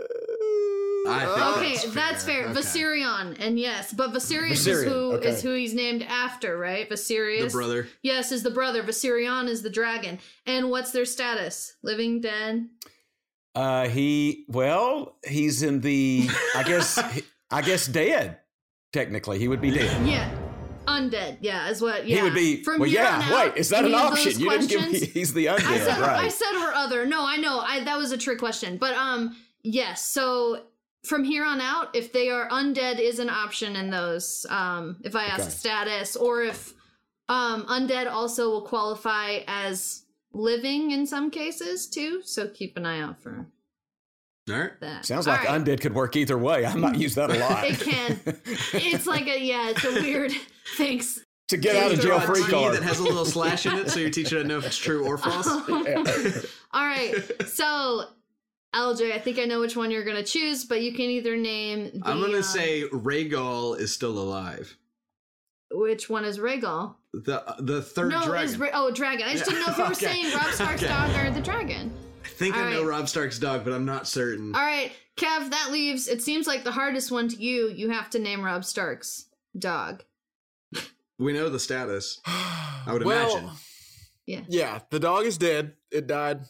Speaker 3: I
Speaker 4: Okay,
Speaker 3: think
Speaker 4: that's, fair.
Speaker 3: Okay.
Speaker 4: Viserion, and yes, but Viserys is
Speaker 5: Viserion,
Speaker 4: who is
Speaker 5: okay.
Speaker 4: who he's named after, right? Viserys.
Speaker 3: The brother.
Speaker 4: Yes, is the brother. Viserion is the dragon. And what's their status? Living, dead?
Speaker 5: Uh, he well, he's in the.
Speaker 3: [laughs]
Speaker 5: I guess. I guess dead. Technically, he would be dead.
Speaker 4: Yeah. Undead, yeah, is what. Yeah.
Speaker 5: He would be.
Speaker 4: From
Speaker 5: well,
Speaker 4: here
Speaker 5: yeah.
Speaker 4: on out,
Speaker 5: wait, is that
Speaker 4: any
Speaker 5: an
Speaker 4: of those
Speaker 5: option? You didn't give me.
Speaker 4: questions-
Speaker 5: He's the
Speaker 4: I
Speaker 5: undead,
Speaker 4: said, I
Speaker 5: right?
Speaker 4: said or other. No, I know. I that was a trick question. But um, yes. So from here on out, if they are undead, is an option in those. Um, if I ask
Speaker 5: Okay.
Speaker 4: status, or if um undead also will qualify as living in some cases too. So keep an eye out for
Speaker 3: All right.
Speaker 4: that.
Speaker 5: Sounds
Speaker 4: All
Speaker 5: like
Speaker 4: right.
Speaker 5: undead could work either way. I might use that a lot.
Speaker 4: It can.
Speaker 5: [laughs]
Speaker 4: It's like a yeah. It's a weird. [laughs] Thanks.
Speaker 5: to get out of
Speaker 4: Either
Speaker 5: jail
Speaker 4: one.
Speaker 5: free
Speaker 3: T
Speaker 5: card.
Speaker 3: that has a
Speaker 4: [laughs]
Speaker 3: little slash in it, so your teacher doesn't know if it's true or false.
Speaker 4: All right. So. LJ, I think I know which one you're gonna choose, but you can either name. The,
Speaker 3: I'm gonna
Speaker 4: um,
Speaker 3: say Rhaegal is still alive.
Speaker 4: which one is Rhaegal.
Speaker 3: The the third
Speaker 4: no,
Speaker 3: dragon.
Speaker 4: is Ra- oh dragon. I just
Speaker 3: Yeah.
Speaker 4: didn't know if you were
Speaker 3: [laughs] Okay.
Speaker 4: saying Rob Stark's
Speaker 3: Okay.
Speaker 4: dog or the dragon.
Speaker 3: I think I
Speaker 4: All
Speaker 3: know
Speaker 4: right.
Speaker 3: Rob Stark's dog, but I'm not certain.
Speaker 4: All right, Kev, that leaves. It seems like the hardest one to you. You have to name Rob Stark's dog.
Speaker 3: We know the status. I would
Speaker 2: Well,
Speaker 3: imagine.
Speaker 2: Yeah, the dog is dead. It died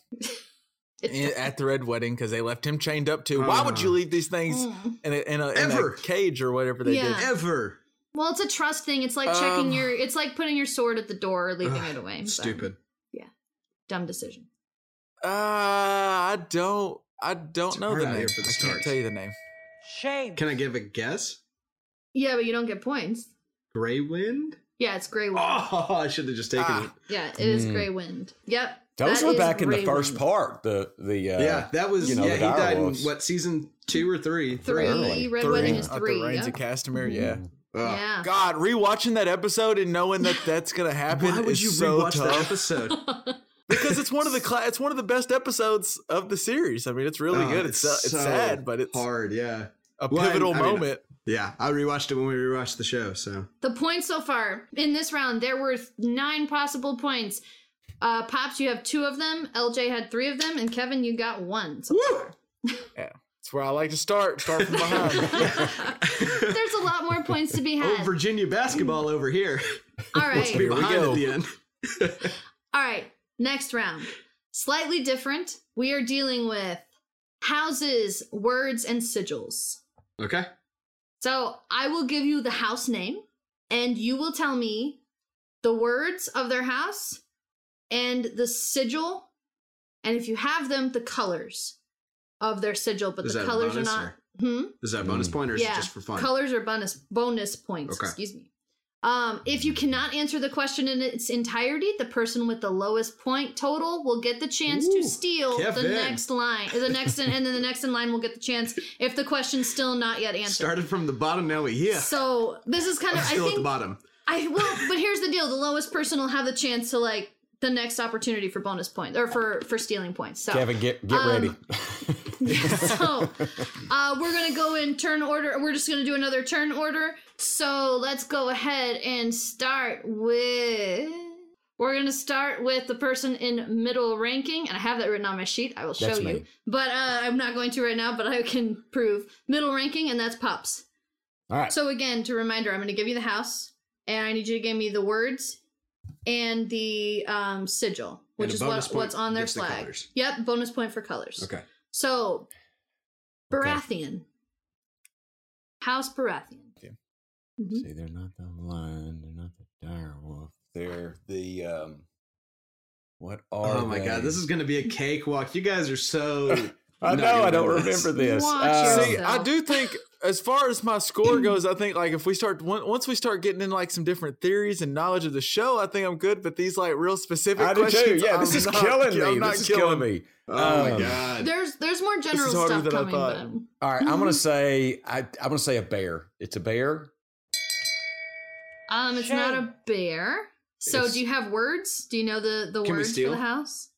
Speaker 4: It
Speaker 2: in- at the red wedding because they left him chained up
Speaker 3: Oh,
Speaker 2: too. Why would you leave these things in a, in a, in a
Speaker 3: Ever.
Speaker 2: cage or whatever they
Speaker 4: Mm. Yeah.
Speaker 2: did?
Speaker 3: Ever
Speaker 4: Well, it's a trust thing. It's like checking
Speaker 2: Um,
Speaker 4: your. It's like putting your sword at the door or leaving it away. So,
Speaker 3: stupid.
Speaker 4: dumb decision.
Speaker 2: Uh, I don't. I don't
Speaker 3: It's
Speaker 2: know the
Speaker 3: hard out
Speaker 2: name.
Speaker 3: here for the
Speaker 2: I can't
Speaker 3: stars.
Speaker 2: tell you the name.
Speaker 6: Shame.
Speaker 3: Can I give a guess?
Speaker 4: Yeah, but you don't get points.
Speaker 3: Grey Wind?
Speaker 4: Yeah, it's Grey Wind.
Speaker 3: Oh, [laughs] I should have just taken
Speaker 2: Ah.
Speaker 3: it.
Speaker 4: Yeah, it is
Speaker 5: Mm.
Speaker 4: Grey Wind. Yep.
Speaker 5: Those
Speaker 4: that
Speaker 5: were
Speaker 4: is
Speaker 5: back in the
Speaker 4: Grey
Speaker 5: first
Speaker 4: Wind.
Speaker 5: part. The the uh,
Speaker 3: yeah, that was
Speaker 5: you know,
Speaker 3: yeah.
Speaker 5: the
Speaker 3: He died in
Speaker 5: direwolves.
Speaker 3: what season two or three?
Speaker 4: Three.
Speaker 5: Early.
Speaker 4: Red
Speaker 2: Three,
Speaker 4: Wedding is
Speaker 2: at the
Speaker 4: three.
Speaker 2: Reigns
Speaker 4: Yeah.
Speaker 2: of uh, Castamere. Yeah.
Speaker 3: Ugh.
Speaker 4: yeah.
Speaker 2: God, rewatching that episode and knowing that that's gonna happen
Speaker 3: Why would
Speaker 2: is
Speaker 3: you
Speaker 2: so
Speaker 3: rewatch
Speaker 2: tough
Speaker 3: that
Speaker 4: [laughs]
Speaker 3: episode?
Speaker 2: because it's one of the cla- it's one of the best episodes of the series. I mean, it's really
Speaker 3: Oh,
Speaker 2: good. It's uh, it's,
Speaker 3: so
Speaker 2: sad, but it's
Speaker 3: hard. Yeah,
Speaker 2: a
Speaker 3: Well, I-
Speaker 2: pivotal
Speaker 3: I mean,
Speaker 2: moment.
Speaker 3: yeah. I rewatched it when we rewatched the show. So
Speaker 4: The points so far in this round, there were th- nine possible points. Uh, Pops, you have two of them. LJ had three of them, and Kevin, you got one. So far.
Speaker 2: It's where I like to start. Start from
Speaker 3: [laughs]
Speaker 2: behind.
Speaker 4: [laughs] There's a lot more points to be
Speaker 3: oh,
Speaker 4: had.
Speaker 3: Virginia basketball over here.
Speaker 4: All right,
Speaker 3: Be
Speaker 2: we
Speaker 3: behind
Speaker 2: go.
Speaker 3: at the end.
Speaker 4: all right. Next round, slightly different. We are dealing with houses, words, and sigils.
Speaker 3: Okay.
Speaker 4: So I will give you the house name, and you will tell me the words of their house and the sigil and if you have them, the colors of their sigil, but
Speaker 3: Is
Speaker 4: the
Speaker 3: that a
Speaker 4: colors are
Speaker 3: bonus
Speaker 4: not.
Speaker 3: or-
Speaker 4: Hmm?
Speaker 3: Is that a bonus point or is
Speaker 4: Yeah.
Speaker 3: it just for fun?
Speaker 4: Colors are bonus bonus points.
Speaker 3: Okay.
Speaker 4: Excuse me. Um, if you cannot answer the question in its entirety, the person with the lowest point total will get the chance
Speaker 3: Ooh,
Speaker 4: to steal the
Speaker 3: Kevin.
Speaker 4: next line. The next in, and then the next in line will get the chance if the question's still not yet answered.
Speaker 3: Started from the bottom, now we're here.
Speaker 4: So this is kind
Speaker 3: I'm
Speaker 4: of I
Speaker 3: still at the
Speaker 4: think
Speaker 3: bottom.
Speaker 4: I well, but here's the deal: the lowest person will have the chance to like the next opportunity for bonus points or for for stealing points. So
Speaker 5: Kevin, get get
Speaker 4: Um,
Speaker 5: ready.
Speaker 4: [laughs] so uh, we're gonna go in turn order. We're just gonna do another turn order. So let's go ahead and start with. We're gonna start with the person in middle ranking, and I have that written on my sheet. I will show
Speaker 5: That's
Speaker 4: you,
Speaker 5: me.
Speaker 4: but uh, I'm not going to right now. But I can prove middle ranking, and that's pops.
Speaker 5: All right.
Speaker 4: So again, to reminder, I'm going to give you the house, and I need you to give me the words and the um, sigil, which
Speaker 3: a
Speaker 4: is
Speaker 3: bonus
Speaker 4: what,
Speaker 3: point
Speaker 4: what's on their
Speaker 3: gets the
Speaker 4: flag.
Speaker 3: colours.
Speaker 4: yep, bonus point for colors.
Speaker 3: Okay.
Speaker 4: So,
Speaker 5: Okay.
Speaker 4: Baratheon, House Baratheon. Mhm.
Speaker 5: See, they're not the lion, they're not the dire wolf. They're the um what are
Speaker 3: Oh my god, this is gonna be a cakewalk. You guys are
Speaker 5: [laughs]
Speaker 3: so
Speaker 5: I
Speaker 3: not
Speaker 5: know
Speaker 3: gonna
Speaker 5: I don't
Speaker 3: remember this.
Speaker 5: remember this.
Speaker 4: Watch
Speaker 5: Uh,
Speaker 4: yourself.
Speaker 2: See, I do think as far as my
Speaker 5: [clears throat]
Speaker 2: score goes, I think like if we start on- once we start getting in like some different theories and knowledge of the show, I think I'm good. But these like real specific
Speaker 5: I do
Speaker 2: questions,
Speaker 5: too. Yeah,
Speaker 2: I'm
Speaker 5: this is
Speaker 2: not-
Speaker 5: killing
Speaker 2: I'm
Speaker 5: me.
Speaker 2: not
Speaker 5: This is killing
Speaker 2: killing
Speaker 5: me.
Speaker 3: Oh my
Speaker 5: Um,
Speaker 3: god.
Speaker 4: There's there's more general
Speaker 2: harder
Speaker 4: stuff
Speaker 2: than I
Speaker 4: coming.
Speaker 2: thought.
Speaker 4: but-
Speaker 5: All right, I'm gonna say I, I'm gonna say a bear. It's a bear.
Speaker 4: Um, it's not a bear. So,
Speaker 5: It's-
Speaker 4: do you have words? Do you know the the
Speaker 3: Can we
Speaker 4: words for
Speaker 3: steal?
Speaker 4: the house?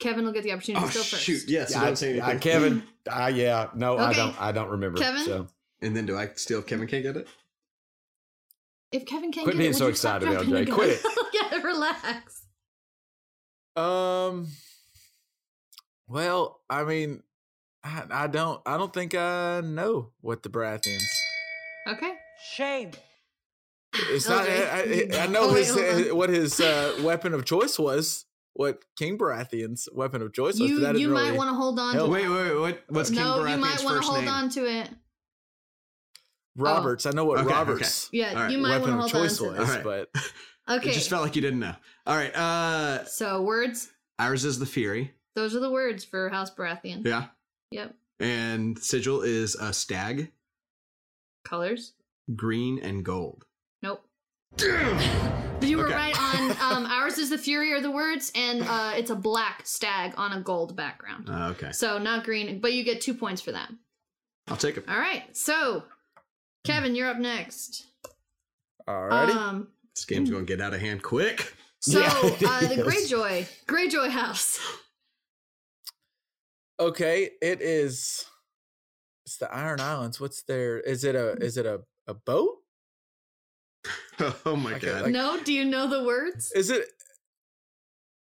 Speaker 4: Kevin will get the opportunity
Speaker 3: Oh
Speaker 4: to steal first.
Speaker 3: shoot, yes,
Speaker 5: Yeah,
Speaker 3: I don't say [laughs]
Speaker 5: I,
Speaker 3: anything.
Speaker 5: Kevin. I, yeah, no, I
Speaker 4: Okay.
Speaker 5: don't. I don't remember.
Speaker 4: Kevin?
Speaker 5: so.
Speaker 3: And then do I steal if Kevin can't get it?
Speaker 4: If Kevin can't
Speaker 5: Quit
Speaker 4: get
Speaker 5: being
Speaker 4: it,
Speaker 5: so
Speaker 4: would you stop
Speaker 5: excited,
Speaker 4: dropping
Speaker 5: LJ.
Speaker 4: the gun?
Speaker 5: Quit it.
Speaker 4: [laughs] yeah, relax.
Speaker 2: Um. Well, I mean, I, I don't. I don't think I know what the Baratheons.
Speaker 4: Okay.
Speaker 6: Shame.
Speaker 2: It's not. I,
Speaker 4: Okay.
Speaker 2: I, I know
Speaker 4: Oh, [laughs] wait,
Speaker 2: his,
Speaker 4: hold on.
Speaker 2: what his uh, weapon of choice was. What King Baratheon's weapon of choice was. but
Speaker 4: You
Speaker 2: I didn't
Speaker 4: you might
Speaker 2: really-
Speaker 4: want to hold on.
Speaker 3: Wait, wait,
Speaker 4: to
Speaker 3: wait, what what's King
Speaker 4: No, you
Speaker 3: Baratheon's
Speaker 4: might want
Speaker 3: first
Speaker 4: to hold
Speaker 3: name?
Speaker 4: on to it. oh.
Speaker 2: Roberts. I know what
Speaker 3: Okay, okay.
Speaker 2: Roberts.
Speaker 4: Yeah,
Speaker 3: All right,
Speaker 4: you might want
Speaker 2: Weapon
Speaker 4: to
Speaker 2: of
Speaker 4: hold on
Speaker 2: choice
Speaker 4: to
Speaker 2: was,
Speaker 4: this.
Speaker 3: All right.
Speaker 2: but
Speaker 4: Okay.
Speaker 3: It just felt like you didn't know. All right, uh
Speaker 4: so words.
Speaker 3: ours is the Fury.
Speaker 4: Those are the words for House Baratheon.
Speaker 3: Yeah.
Speaker 4: Yep.
Speaker 3: And sigil is a stag,
Speaker 4: Colors.
Speaker 3: green and gold. Uh,
Speaker 4: Nope. You were
Speaker 3: Okay.
Speaker 4: right
Speaker 3: [laughs]
Speaker 4: on. Um, ours is the fury or the words, and uh, it's a black stag on a gold background.
Speaker 3: Uh, okay.
Speaker 4: So not green, but you get two points for that.
Speaker 3: I'll take it.
Speaker 4: All right. So, Kevin, you're up next.
Speaker 2: alrighty.
Speaker 4: Um,
Speaker 3: This game's gonna get out of hand quick. [laughs]
Speaker 4: so
Speaker 5: Yeah.
Speaker 4: uh, the
Speaker 5: Yes.
Speaker 4: Greyjoy, Greyjoy House.
Speaker 2: Okay, it is. It's the Iron Islands. What's their? Is it a? Is it a? A boat?
Speaker 3: oh my
Speaker 2: Okay,
Speaker 3: god.
Speaker 2: like-
Speaker 4: no, do you know the words?
Speaker 2: Is it?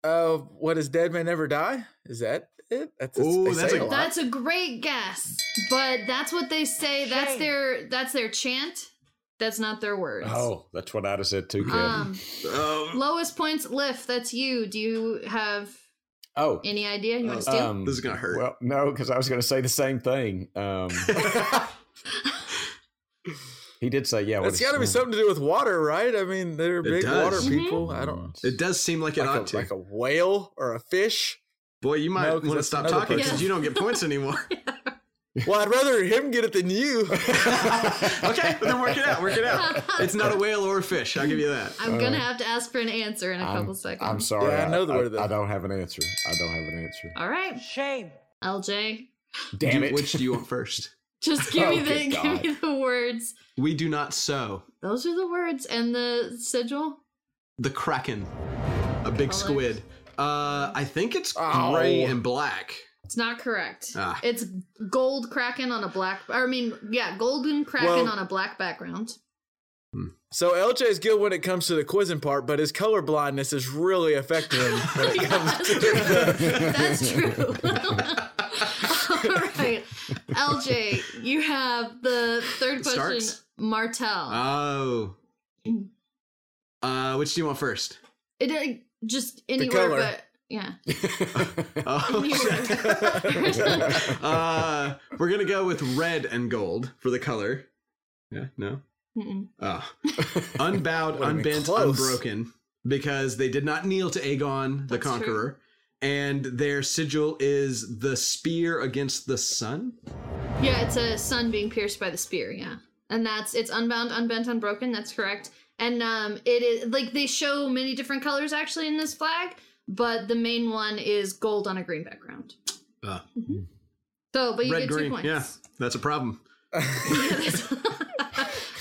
Speaker 2: Uh, what is dead man never die? Is that it? That's it's-
Speaker 3: Ooh,
Speaker 2: they
Speaker 3: that's
Speaker 2: say
Speaker 3: a-
Speaker 2: lot.
Speaker 4: That's a great guess, but that's what they say. That's
Speaker 6: Shame.
Speaker 4: their that's their chant. That's not their words.
Speaker 5: Oh, that's what I'd have said too, Kevin.
Speaker 4: Um,
Speaker 3: Oh,
Speaker 4: lowest points, Liff. That's you. Do you have
Speaker 5: oh,
Speaker 4: any idea? You want to steal?
Speaker 5: um,
Speaker 3: This is gonna hurt.
Speaker 5: Well, no, because I was gonna say the same thing. Um,
Speaker 2: [laughs]
Speaker 3: [laughs]
Speaker 5: he did say, yeah. what
Speaker 2: it's
Speaker 5: is-
Speaker 2: got to be something to do with water, right? I mean, they're big water
Speaker 4: Mm-hmm.
Speaker 3: does. Mm-hmm.
Speaker 2: people. I don't.
Speaker 3: it does seem like it ought
Speaker 2: Like a,
Speaker 3: to.
Speaker 2: like a whale or a
Speaker 3: [laughs]
Speaker 2: fish.
Speaker 3: Boy, you might
Speaker 2: No, 'cause
Speaker 3: want to
Speaker 2: that's
Speaker 3: stop
Speaker 2: another
Speaker 3: talking because
Speaker 4: person.
Speaker 3: you don't
Speaker 2: [laughs]
Speaker 3: get points anymore.
Speaker 2: Well, I'd rather him get it than you.
Speaker 3: [laughs] okay, then work it out. Work it out.
Speaker 5: Um,
Speaker 2: [laughs]
Speaker 3: It's not a whale or a fish. I'll give you that.
Speaker 4: [laughs] I'm gonna have to ask for an answer in a couple seconds.
Speaker 5: [laughs] I'm sorry.
Speaker 2: Yeah, I know the
Speaker 5: I,
Speaker 2: word of that.
Speaker 5: I don't have an answer. I don't have an answer.
Speaker 4: All right,
Speaker 6: Shame.
Speaker 4: LJ,
Speaker 5: Damn
Speaker 3: Do-
Speaker 5: it!
Speaker 3: Which do you want first?
Speaker 4: just give me
Speaker 5: [laughs] Oh,
Speaker 4: the [laughs] give
Speaker 5: good
Speaker 4: me the words.
Speaker 3: We do not sow.
Speaker 4: Those are the words and the sigil.
Speaker 3: The kraken, a big
Speaker 4: Colors.
Speaker 3: squid. Uh, I think it's
Speaker 2: Oh.
Speaker 5: Ow.
Speaker 3: gray and black.
Speaker 4: It's not correct.
Speaker 3: Ah.
Speaker 4: It's gold kraken on a black. Or I mean, yeah, golden kraken
Speaker 2: Well-
Speaker 4: on a black background.
Speaker 2: So LJ's good when it comes to the quizzing part, but his color blindness is really affecting him. when
Speaker 4: [laughs]
Speaker 2: it comes
Speaker 4: That's true. That's true. [laughs] All right, LJ, you have the third question.
Speaker 3: Starks?
Speaker 4: Martel.
Speaker 3: Oh. Uh, which do you
Speaker 2: [laughs]
Speaker 3: want first?
Speaker 4: it uh, just anywhere,
Speaker 2: color.
Speaker 4: but yeah.
Speaker 3: [laughs] Oh, uh, we're gonna go with red and gold for the color. Yeah, no.
Speaker 4: [laughs] Mm-mm.
Speaker 3: Oh. Unbowed,
Speaker 2: Would've been
Speaker 3: unbent,
Speaker 2: close.
Speaker 3: unbroken, because they did not kneel to Aegon the
Speaker 4: That's true.
Speaker 3: Conqueror, and their sigil is the spear against the sun.
Speaker 4: Yeah, it's a sun being pierced by the spear. Yeah, and that's it's unbound, unbent, unbroken. That's correct. And um, it is like they show many different colors actually in this flag, but the main one is gold on a green background.
Speaker 3: Ah.
Speaker 4: Mhm. So, but you
Speaker 3: Red
Speaker 4: get two
Speaker 3: green,
Speaker 4: points.
Speaker 3: yeah, that's a problem.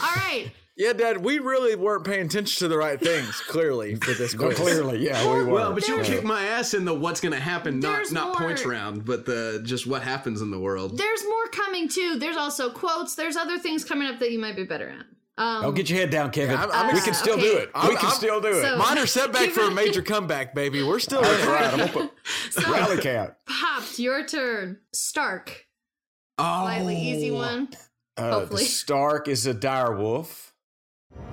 Speaker 4: All right.
Speaker 2: Yeah, Dad, we really weren't paying attention to the right things, clearly, for this
Speaker 5: [laughs] Well,
Speaker 2: quiz.
Speaker 5: clearly, yeah, we were.
Speaker 3: Well, but you
Speaker 5: Yeah.
Speaker 3: kick my ass in the what's going to happen, not
Speaker 4: There's
Speaker 3: not
Speaker 4: more.
Speaker 3: points round, but the just what happens in the world.
Speaker 4: There's more coming too. There's also quotes. There's other things coming up that you might be better at. Um,
Speaker 5: Oh, get your head down, Kevin.
Speaker 2: I'm- I'm-
Speaker 5: we can still
Speaker 4: okay.
Speaker 5: do it. we
Speaker 2: I'm-
Speaker 5: can
Speaker 2: I'm-
Speaker 5: still [laughs] do it.
Speaker 4: So-
Speaker 2: Minor setback for a major comeback, baby. We're still
Speaker 5: That's
Speaker 2: in.
Speaker 5: right. I'm gonna put
Speaker 4: so,
Speaker 5: [laughs] rally count.
Speaker 4: Popped, your turn. Stark.
Speaker 3: Oh,
Speaker 4: Slightly easy one.
Speaker 5: [laughs] Uh, the
Speaker 4: Hopefully.
Speaker 5: Stark is a dire wolf,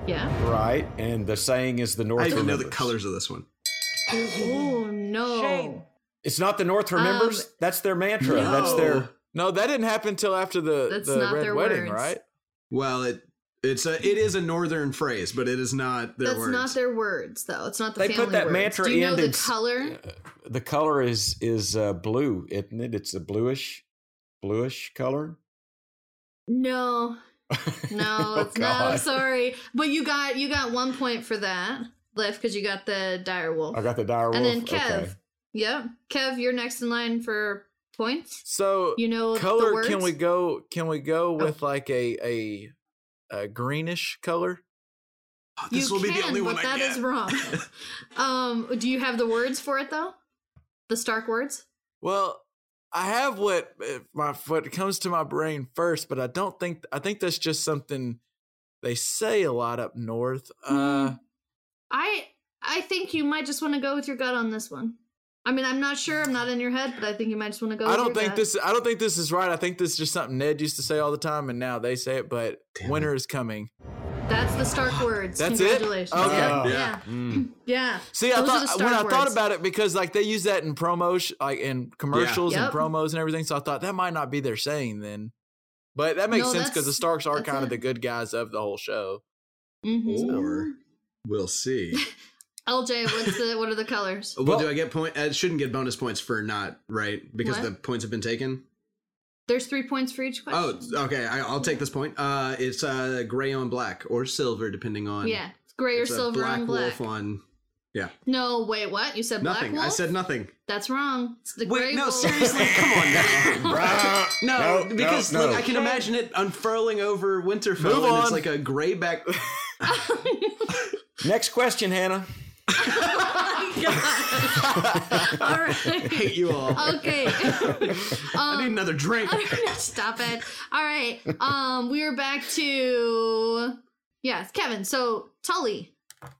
Speaker 4: Yeah.
Speaker 5: right? And the saying is the North.
Speaker 3: I even know
Speaker 5: remembers.
Speaker 3: the colors of this one.
Speaker 4: Oh no.
Speaker 6: Shame.
Speaker 5: It's not the North remembers.
Speaker 4: Um,
Speaker 5: That's their mantra. That's their.
Speaker 2: No, that didn't happen until after the,
Speaker 4: That's
Speaker 2: the
Speaker 4: not
Speaker 2: Red
Speaker 4: their
Speaker 2: Wedding,
Speaker 4: words.
Speaker 2: right?
Speaker 3: Well, it it's a it is a northern phrase, but it is not their
Speaker 4: That's
Speaker 3: words.
Speaker 4: not their words though. It's not the
Speaker 5: They
Speaker 4: family
Speaker 5: put that
Speaker 4: words.
Speaker 5: mantra
Speaker 4: Do you know
Speaker 5: in
Speaker 4: the
Speaker 5: and s-
Speaker 4: color?
Speaker 5: Uh, The color is is uh, blue, isn't it? It's a bluish, bluish color.
Speaker 4: No. No,
Speaker 5: [laughs] Oh,
Speaker 4: it's not. I'm
Speaker 5: God.
Speaker 4: sorry. But you got you got one point for that, Lift, because you got the dire wolf.
Speaker 5: I got the dire wolf.
Speaker 4: and then Kev.
Speaker 5: Okay.
Speaker 4: Yep. Kev, you're next in line for points.
Speaker 2: So
Speaker 4: You know the
Speaker 2: color
Speaker 4: words? Oh.
Speaker 2: can we go can we go with like a a, a greenish color?
Speaker 3: Oh,
Speaker 4: You
Speaker 3: this will
Speaker 4: can,
Speaker 3: be the only
Speaker 4: but
Speaker 3: one I
Speaker 4: that
Speaker 3: get. [laughs]
Speaker 4: is wrong. um, do you have the words for it though? The Stark words?
Speaker 2: Well, I have what uh, my what comes to my brain first, but I don't think I think that's just something they say a lot up north. Uh
Speaker 4: Mm, I I think you might just want to go with your gut on this one. I mean, I'm not sure. I'm not in your head, but I think you might just want to go.
Speaker 2: I
Speaker 4: with
Speaker 2: don't
Speaker 4: your
Speaker 2: think
Speaker 4: gut.
Speaker 2: this I don't think this is right. I think this is just something Ned used to say all the time and now they say it, but winter is coming.
Speaker 4: That's the Stark words.
Speaker 2: That's it?
Speaker 4: Congratulations.
Speaker 2: Okay.
Speaker 4: Yeah.
Speaker 5: Oh.
Speaker 4: Yeah.
Speaker 3: Hmm.
Speaker 5: Mm.
Speaker 4: [clears throat] Yeah.
Speaker 2: See, I
Speaker 4: Those are the
Speaker 2: thought when I
Speaker 4: Stark
Speaker 2: thought
Speaker 4: words.
Speaker 2: about it because like they use that in promos, like in commercials
Speaker 4: Yep.
Speaker 2: and promos and everything. So I thought that might not be their saying then, but that makes
Speaker 4: No,
Speaker 2: sense because the
Speaker 4: that's-
Speaker 2: Starks are
Speaker 4: that's
Speaker 2: kind of
Speaker 4: it.
Speaker 2: the good guys of the whole show.
Speaker 4: Mhm.
Speaker 3: Or we'll see.
Speaker 4: LJ, what's the what are the colors?
Speaker 3: Well,
Speaker 5: Well-
Speaker 3: do I get point? I shouldn't get bonus points for not right because
Speaker 4: What?
Speaker 3: the points have been taken.
Speaker 4: There's three points for each
Speaker 3: Oh,
Speaker 4: question.
Speaker 3: okay. I, I'll take this point. Uh, it's uh gray on black or silver, depending on
Speaker 4: yeah, it's gray or
Speaker 3: It's a
Speaker 4: silver
Speaker 3: black
Speaker 4: on black.
Speaker 3: wolf on
Speaker 4: No, wait, what? You said
Speaker 3: nothing.
Speaker 4: black wolf?
Speaker 3: I said nothing.
Speaker 4: that's wrong. It's the gray
Speaker 3: Wait, no,
Speaker 4: wolf.
Speaker 3: seriously, come on.
Speaker 5: [laughs]
Speaker 3: Now.
Speaker 5: Ah,
Speaker 3: No,
Speaker 5: no,
Speaker 3: because
Speaker 5: no.
Speaker 3: like I can imagine it unfurling over Winterfell,
Speaker 2: Move
Speaker 3: and it's
Speaker 2: on.
Speaker 3: like a gray back.
Speaker 5: Next question, Hannah.
Speaker 4: [laughs] All
Speaker 3: [laughs]
Speaker 4: right.
Speaker 3: Hate you all.
Speaker 4: [laughs] Okay. Um,
Speaker 3: I
Speaker 4: [laughs]
Speaker 3: need another drink.
Speaker 4: Uh, Stop it. All right. Um, we are back to yes, Kevin. So Tully. [laughs]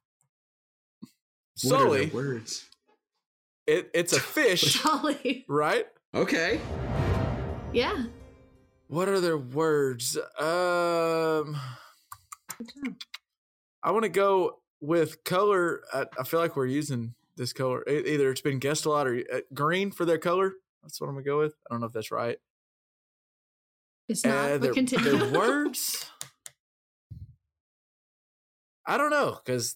Speaker 3: What are the
Speaker 2: Sully,
Speaker 3: words?
Speaker 2: it, it's a fish,
Speaker 4: Tully.
Speaker 2: right?
Speaker 3: Okay.
Speaker 4: Yeah.
Speaker 2: What are their words? Um, I want to go with color. I, I feel like we're using this color. E- Either it's been guessed a lot or uh, green for their color. That's what I'm gonna go with. I don't know if that's right.
Speaker 4: It's not.
Speaker 2: Uh,
Speaker 4: but continue.
Speaker 2: their
Speaker 4: [laughs]
Speaker 2: words. I don't know because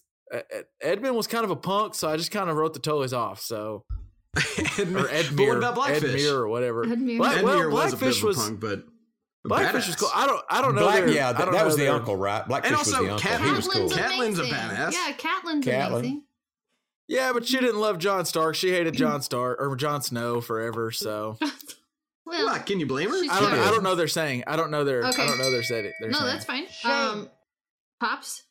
Speaker 2: Edmund was kind of a punk, so I just kind of wrote the toys off. So or
Speaker 3: [laughs] But
Speaker 2: Edmure,
Speaker 3: what about Blackfish?
Speaker 2: Edmure or whatever.
Speaker 4: [laughs] Edmure.
Speaker 2: Black, well,
Speaker 3: Edmure was a bit
Speaker 2: Blackfish
Speaker 3: of a
Speaker 2: was
Speaker 3: punk, but a
Speaker 2: Blackfish was
Speaker 3: badass.
Speaker 2: cool. I don't I don't know.
Speaker 5: Black,
Speaker 2: their-
Speaker 5: yeah,
Speaker 2: I
Speaker 5: that,
Speaker 2: don't
Speaker 5: that
Speaker 2: know
Speaker 5: was the
Speaker 2: their-
Speaker 5: uncle, right? Blackfish
Speaker 3: And
Speaker 5: was
Speaker 3: also
Speaker 5: the uncle.
Speaker 3: Cat-
Speaker 5: he was cool.
Speaker 4: Catelyn's
Speaker 3: Catelyn's a
Speaker 4: amazing.
Speaker 3: badass.
Speaker 4: Yeah, Catelyn's
Speaker 5: Catelyn.
Speaker 4: amazing.
Speaker 2: Yeah, but she didn't love John Stark. She hated John Stark or John Snow forever. So
Speaker 4: Well,
Speaker 3: Look, can you blame her?
Speaker 4: She's
Speaker 2: I don't
Speaker 4: Sure.
Speaker 2: I don't know. They're saying I don't know. They're
Speaker 4: Okay.
Speaker 2: I don't know. They're said it. They're
Speaker 4: no,
Speaker 2: saying.
Speaker 4: that's fine.
Speaker 6: Shame.
Speaker 4: Um, pops.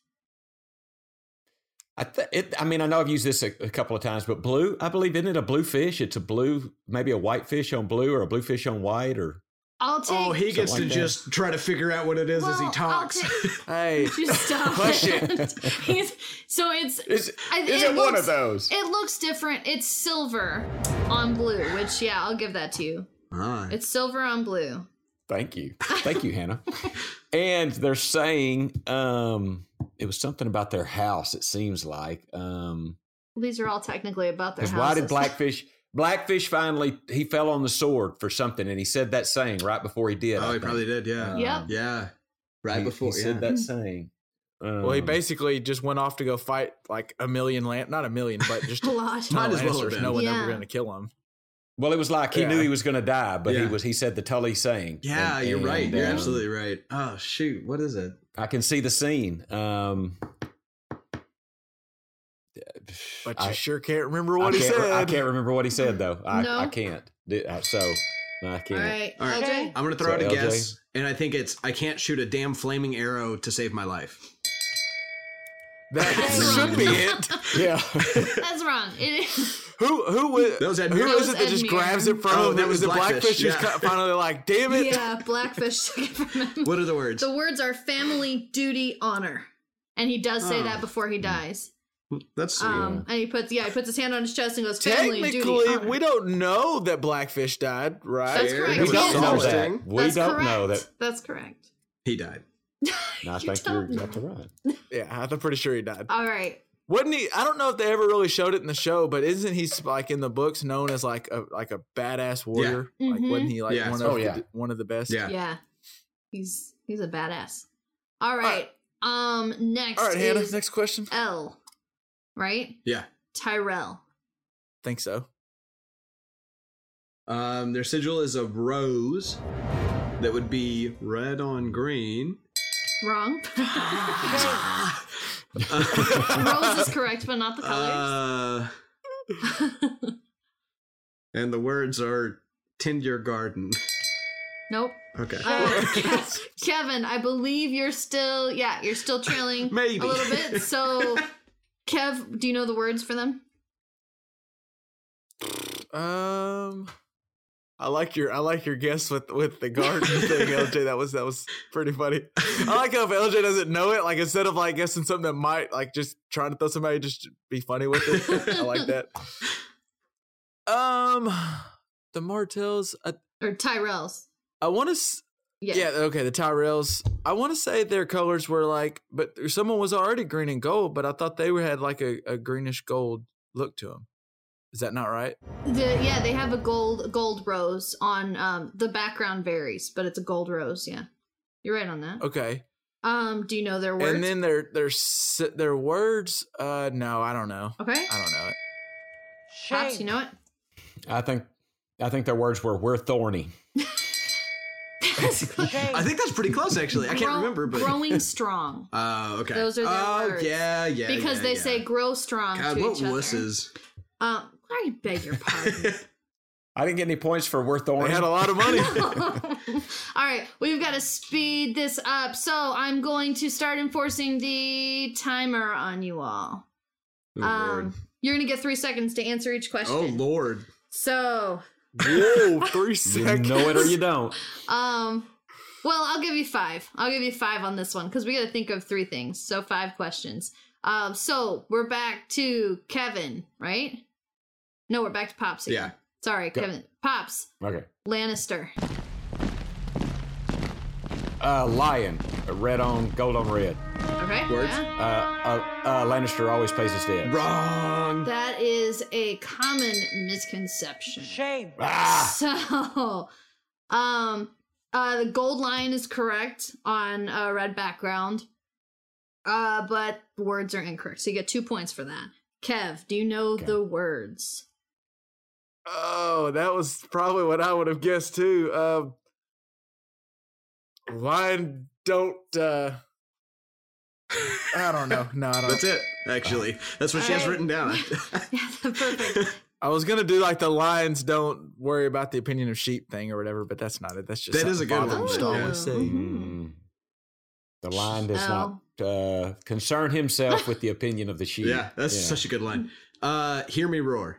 Speaker 5: I, th- it, I mean, I know I've used this a, a couple of times, but blue, I believe, isn't it a blue fish? It's a blue, maybe a white fish on blue or a blue fish on white or.
Speaker 4: I'll take.
Speaker 3: Oh, he gets
Speaker 5: Something
Speaker 3: to
Speaker 5: like that.
Speaker 3: just try to figure out what it is as
Speaker 4: well,
Speaker 3: he
Speaker 4: I'll
Speaker 3: talks.
Speaker 4: take- [laughs]
Speaker 2: Hey,
Speaker 4: Just stop
Speaker 2: Push
Speaker 4: it. [laughs] He's- so it's.
Speaker 5: Is,
Speaker 4: I-
Speaker 5: is it one
Speaker 4: looks-
Speaker 5: of those?
Speaker 4: It looks different. It's silver on blue, which yeah, I'll give that to you.
Speaker 3: Ah.
Speaker 4: It's silver on blue.
Speaker 5: Thank you. Thank you,
Speaker 3: [laughs]
Speaker 5: Hannah. And they're saying um, it was something about their house, it seems like. Um,
Speaker 4: These are all technically about their
Speaker 5: Because
Speaker 4: houses.
Speaker 5: why did Blackfish? Blackfish finally he fell on the sword for something, and he said that saying right before he did.
Speaker 3: oh,
Speaker 5: I
Speaker 3: he
Speaker 5: think.
Speaker 3: probably did. Yeah.
Speaker 5: Um,
Speaker 4: Yep.
Speaker 3: yeah. Right
Speaker 5: he-
Speaker 3: before.
Speaker 5: he said
Speaker 3: yeah.
Speaker 5: that saying.
Speaker 2: well, he
Speaker 5: Um,
Speaker 2: basically just went off to go fight like a million land, not a million, but just
Speaker 4: [laughs] a
Speaker 2: Not
Speaker 3: [laughs]
Speaker 4: lot?
Speaker 3: Might as well have
Speaker 2: Lannisters
Speaker 3: been.
Speaker 2: knowing that
Speaker 4: Yeah.
Speaker 2: we're going to kill him.
Speaker 5: Well, it was like he
Speaker 3: Yeah.
Speaker 5: knew he was going to die, but he
Speaker 3: Yeah.
Speaker 5: was. He said the Tully saying.
Speaker 3: Yeah,
Speaker 5: And-
Speaker 3: you're right.
Speaker 5: and,
Speaker 3: You're
Speaker 5: um,
Speaker 3: absolutely right. Oh shoot, what is it?
Speaker 5: I can see the scene. Um,
Speaker 2: But you
Speaker 5: I-
Speaker 2: sure can't remember what
Speaker 5: I
Speaker 2: he
Speaker 5: can't re-
Speaker 2: said.
Speaker 5: I can't remember what he said though. I,
Speaker 4: No.
Speaker 5: I can't. Do- I- So no, I
Speaker 4: All
Speaker 5: can't.
Speaker 4: right,
Speaker 3: All right.
Speaker 4: LJ.
Speaker 3: I'm gonna throw
Speaker 5: So,
Speaker 3: out a
Speaker 5: LJ?
Speaker 3: guess, and I think it's I can't shoot a damn flaming arrow to save my life.
Speaker 2: That [laughs] should be it.
Speaker 5: [laughs] Yeah.
Speaker 4: That's wrong. It is.
Speaker 2: Who who was
Speaker 3: That was Ed
Speaker 2: who
Speaker 4: [laughs]
Speaker 3: Muir.
Speaker 2: is it that just
Speaker 4: Edmure.
Speaker 2: grabs it from
Speaker 3: Oh,
Speaker 2: him?
Speaker 3: that was
Speaker 2: Is it
Speaker 3: Blackfish,
Speaker 2: Blackfish who's
Speaker 3: yeah.
Speaker 2: cut- finally like, [laughs] damn it?
Speaker 4: Yeah, Blackfish took it from him.
Speaker 3: What are the words?
Speaker 4: The words are family, duty, honor. And he does say
Speaker 3: Oh.
Speaker 4: that before he dies.
Speaker 3: That's
Speaker 4: Um, and he puts yeah, he puts his hand on his chest and goes, family, duty,
Speaker 2: Technically,
Speaker 4: honor.
Speaker 2: we don't know that Blackfish died, right?
Speaker 4: That's correct.
Speaker 5: We
Speaker 4: Yeah.
Speaker 5: don't know
Speaker 3: Interesting.
Speaker 5: that. We
Speaker 4: That's
Speaker 5: don't
Speaker 4: correct.
Speaker 5: know that.
Speaker 4: That's correct.
Speaker 3: he died.
Speaker 5: I
Speaker 4: You
Speaker 5: think
Speaker 4: don't
Speaker 5: you're
Speaker 4: know.
Speaker 5: exactly right.
Speaker 2: Yeah, I'm pretty sure he died.
Speaker 4: All right.
Speaker 2: Wasn't he? I don't know if they ever really showed it in the show, but isn't he like in the books known as like a like a badass warrior? Like
Speaker 4: Mhm.
Speaker 2: wasn't he like
Speaker 3: Yeah.
Speaker 2: one of
Speaker 5: Oh, yeah.
Speaker 2: the, one of the best?
Speaker 3: Yeah.
Speaker 4: Yeah. He's he's a badass. All right.
Speaker 2: right.
Speaker 4: Um next
Speaker 2: All right, Hannah.
Speaker 4: is
Speaker 2: Next question.
Speaker 4: L. Right?
Speaker 3: Yeah.
Speaker 4: Tyrell.
Speaker 2: think so.
Speaker 3: Um, their sigil is a rose that would be red on green.
Speaker 4: Wrong. [laughs]
Speaker 3: [laughs]
Speaker 4: Rose is correct, but not the colors.
Speaker 3: Uh, and the words are tend your garden.
Speaker 4: nope.
Speaker 3: Okay.
Speaker 4: Uh, Ke- Kevin, I believe you're still yeah, you're still trailing
Speaker 3: [laughs] Maybe.
Speaker 4: a little bit. So Kev, do you know the words for them?
Speaker 2: Um, I like your I like your guess with with the garden thing, LJ. That was that was pretty funny. I like how if LJ doesn't know it, like instead of like guessing something that might like just trying to throw somebody, just be funny with it. I like that. Um, the Martells. I
Speaker 4: Or Tyrells.
Speaker 2: I want to. S-
Speaker 4: Yeah.
Speaker 2: Yeah, okay, the Tyrells. I want to say their colors were like, but someone was already green and gold, but I thought they were- had like a, a greenish gold look to them. Is that not right?
Speaker 4: The, yeah, they have a gold gold rose on um the background varies, but it's a gold rose, yeah. You're right on that.
Speaker 2: Okay.
Speaker 4: Um, do you know their words?
Speaker 2: And then their their s- their words. Uh, no, I don't know.
Speaker 4: okay.
Speaker 3: Uh,
Speaker 2: I don't know it.
Speaker 4: Pops, you know it?
Speaker 5: I think. I think their words were "we're thorny."
Speaker 3: [laughs]
Speaker 4: [laughs]
Speaker 3: I think that's pretty close, actually. I can't
Speaker 4: Grow-
Speaker 3: remember, but. [laughs]
Speaker 4: growing strong.
Speaker 3: Oh, okay.
Speaker 4: Those are their
Speaker 3: oh,
Speaker 4: words.
Speaker 3: yeah, yeah.
Speaker 4: because
Speaker 3: yeah,
Speaker 4: they
Speaker 3: yeah.
Speaker 4: say grow strong
Speaker 3: God,
Speaker 4: to
Speaker 3: what
Speaker 4: each other.
Speaker 3: wusses. Oh,
Speaker 4: Um, I beg your
Speaker 3: [laughs]
Speaker 4: pardon. [laughs]
Speaker 5: I didn't get any points for "we're
Speaker 2: They
Speaker 5: thorny."
Speaker 2: had a lot of money.
Speaker 3: [laughs]
Speaker 4: All right, we've got to speed this up. So I'm going to start enforcing the timer on you all.
Speaker 3: Oh,
Speaker 4: um,
Speaker 3: Lord.
Speaker 4: you're gonna get three seconds to answer each question.
Speaker 3: Oh, Lord.
Speaker 4: So,
Speaker 2: Whoa, three
Speaker 5: you
Speaker 2: seconds.
Speaker 5: know it or you don't.
Speaker 4: um, well, I'll give you five. I'll give you five on this one because we got to think of three things. So five questions. Um, so we're back to Kevin, right? No, we're back to Pops. Again.
Speaker 3: Yeah.
Speaker 4: Sorry, Kevin. Pops
Speaker 5: Okay.
Speaker 4: Lannister.
Speaker 5: Uh, lion, red on, gold on red.
Speaker 4: Okay.
Speaker 3: Words?
Speaker 5: Uh, uh, uh, Lannister always pays his debt.
Speaker 3: Wrong.
Speaker 4: That is a common misconception.
Speaker 6: Shame.
Speaker 5: Ah,
Speaker 4: So, um, uh, the gold line is correct on a red background, uh, but words are incorrect. So you get two points for that. Kev, do you know the words? [laughs]
Speaker 2: Oh, that was probably what I would have guessed too. Um, why don't? Uh, I don't know. No, I don't.
Speaker 3: That's it, actually. That's what she has
Speaker 4: Alright.
Speaker 3: written
Speaker 4: [laughs]
Speaker 3: down.
Speaker 4: yeah, perfect.
Speaker 2: I was gonna do like the lions don't worry about the opinion of sheep thing or whatever, but that's not it. That's just
Speaker 3: That is a
Speaker 2: something
Speaker 3: good
Speaker 2: Bob
Speaker 3: one,
Speaker 2: used to
Speaker 3: though.
Speaker 2: always
Speaker 4: Yeah.
Speaker 2: say.
Speaker 5: Mm. The lion does
Speaker 4: Oh.
Speaker 5: not uh, concern
Speaker 4: [laughs]
Speaker 5: himself with the opinion of the sheep.
Speaker 3: yeah, that's such a good line. Uh, hear me roar.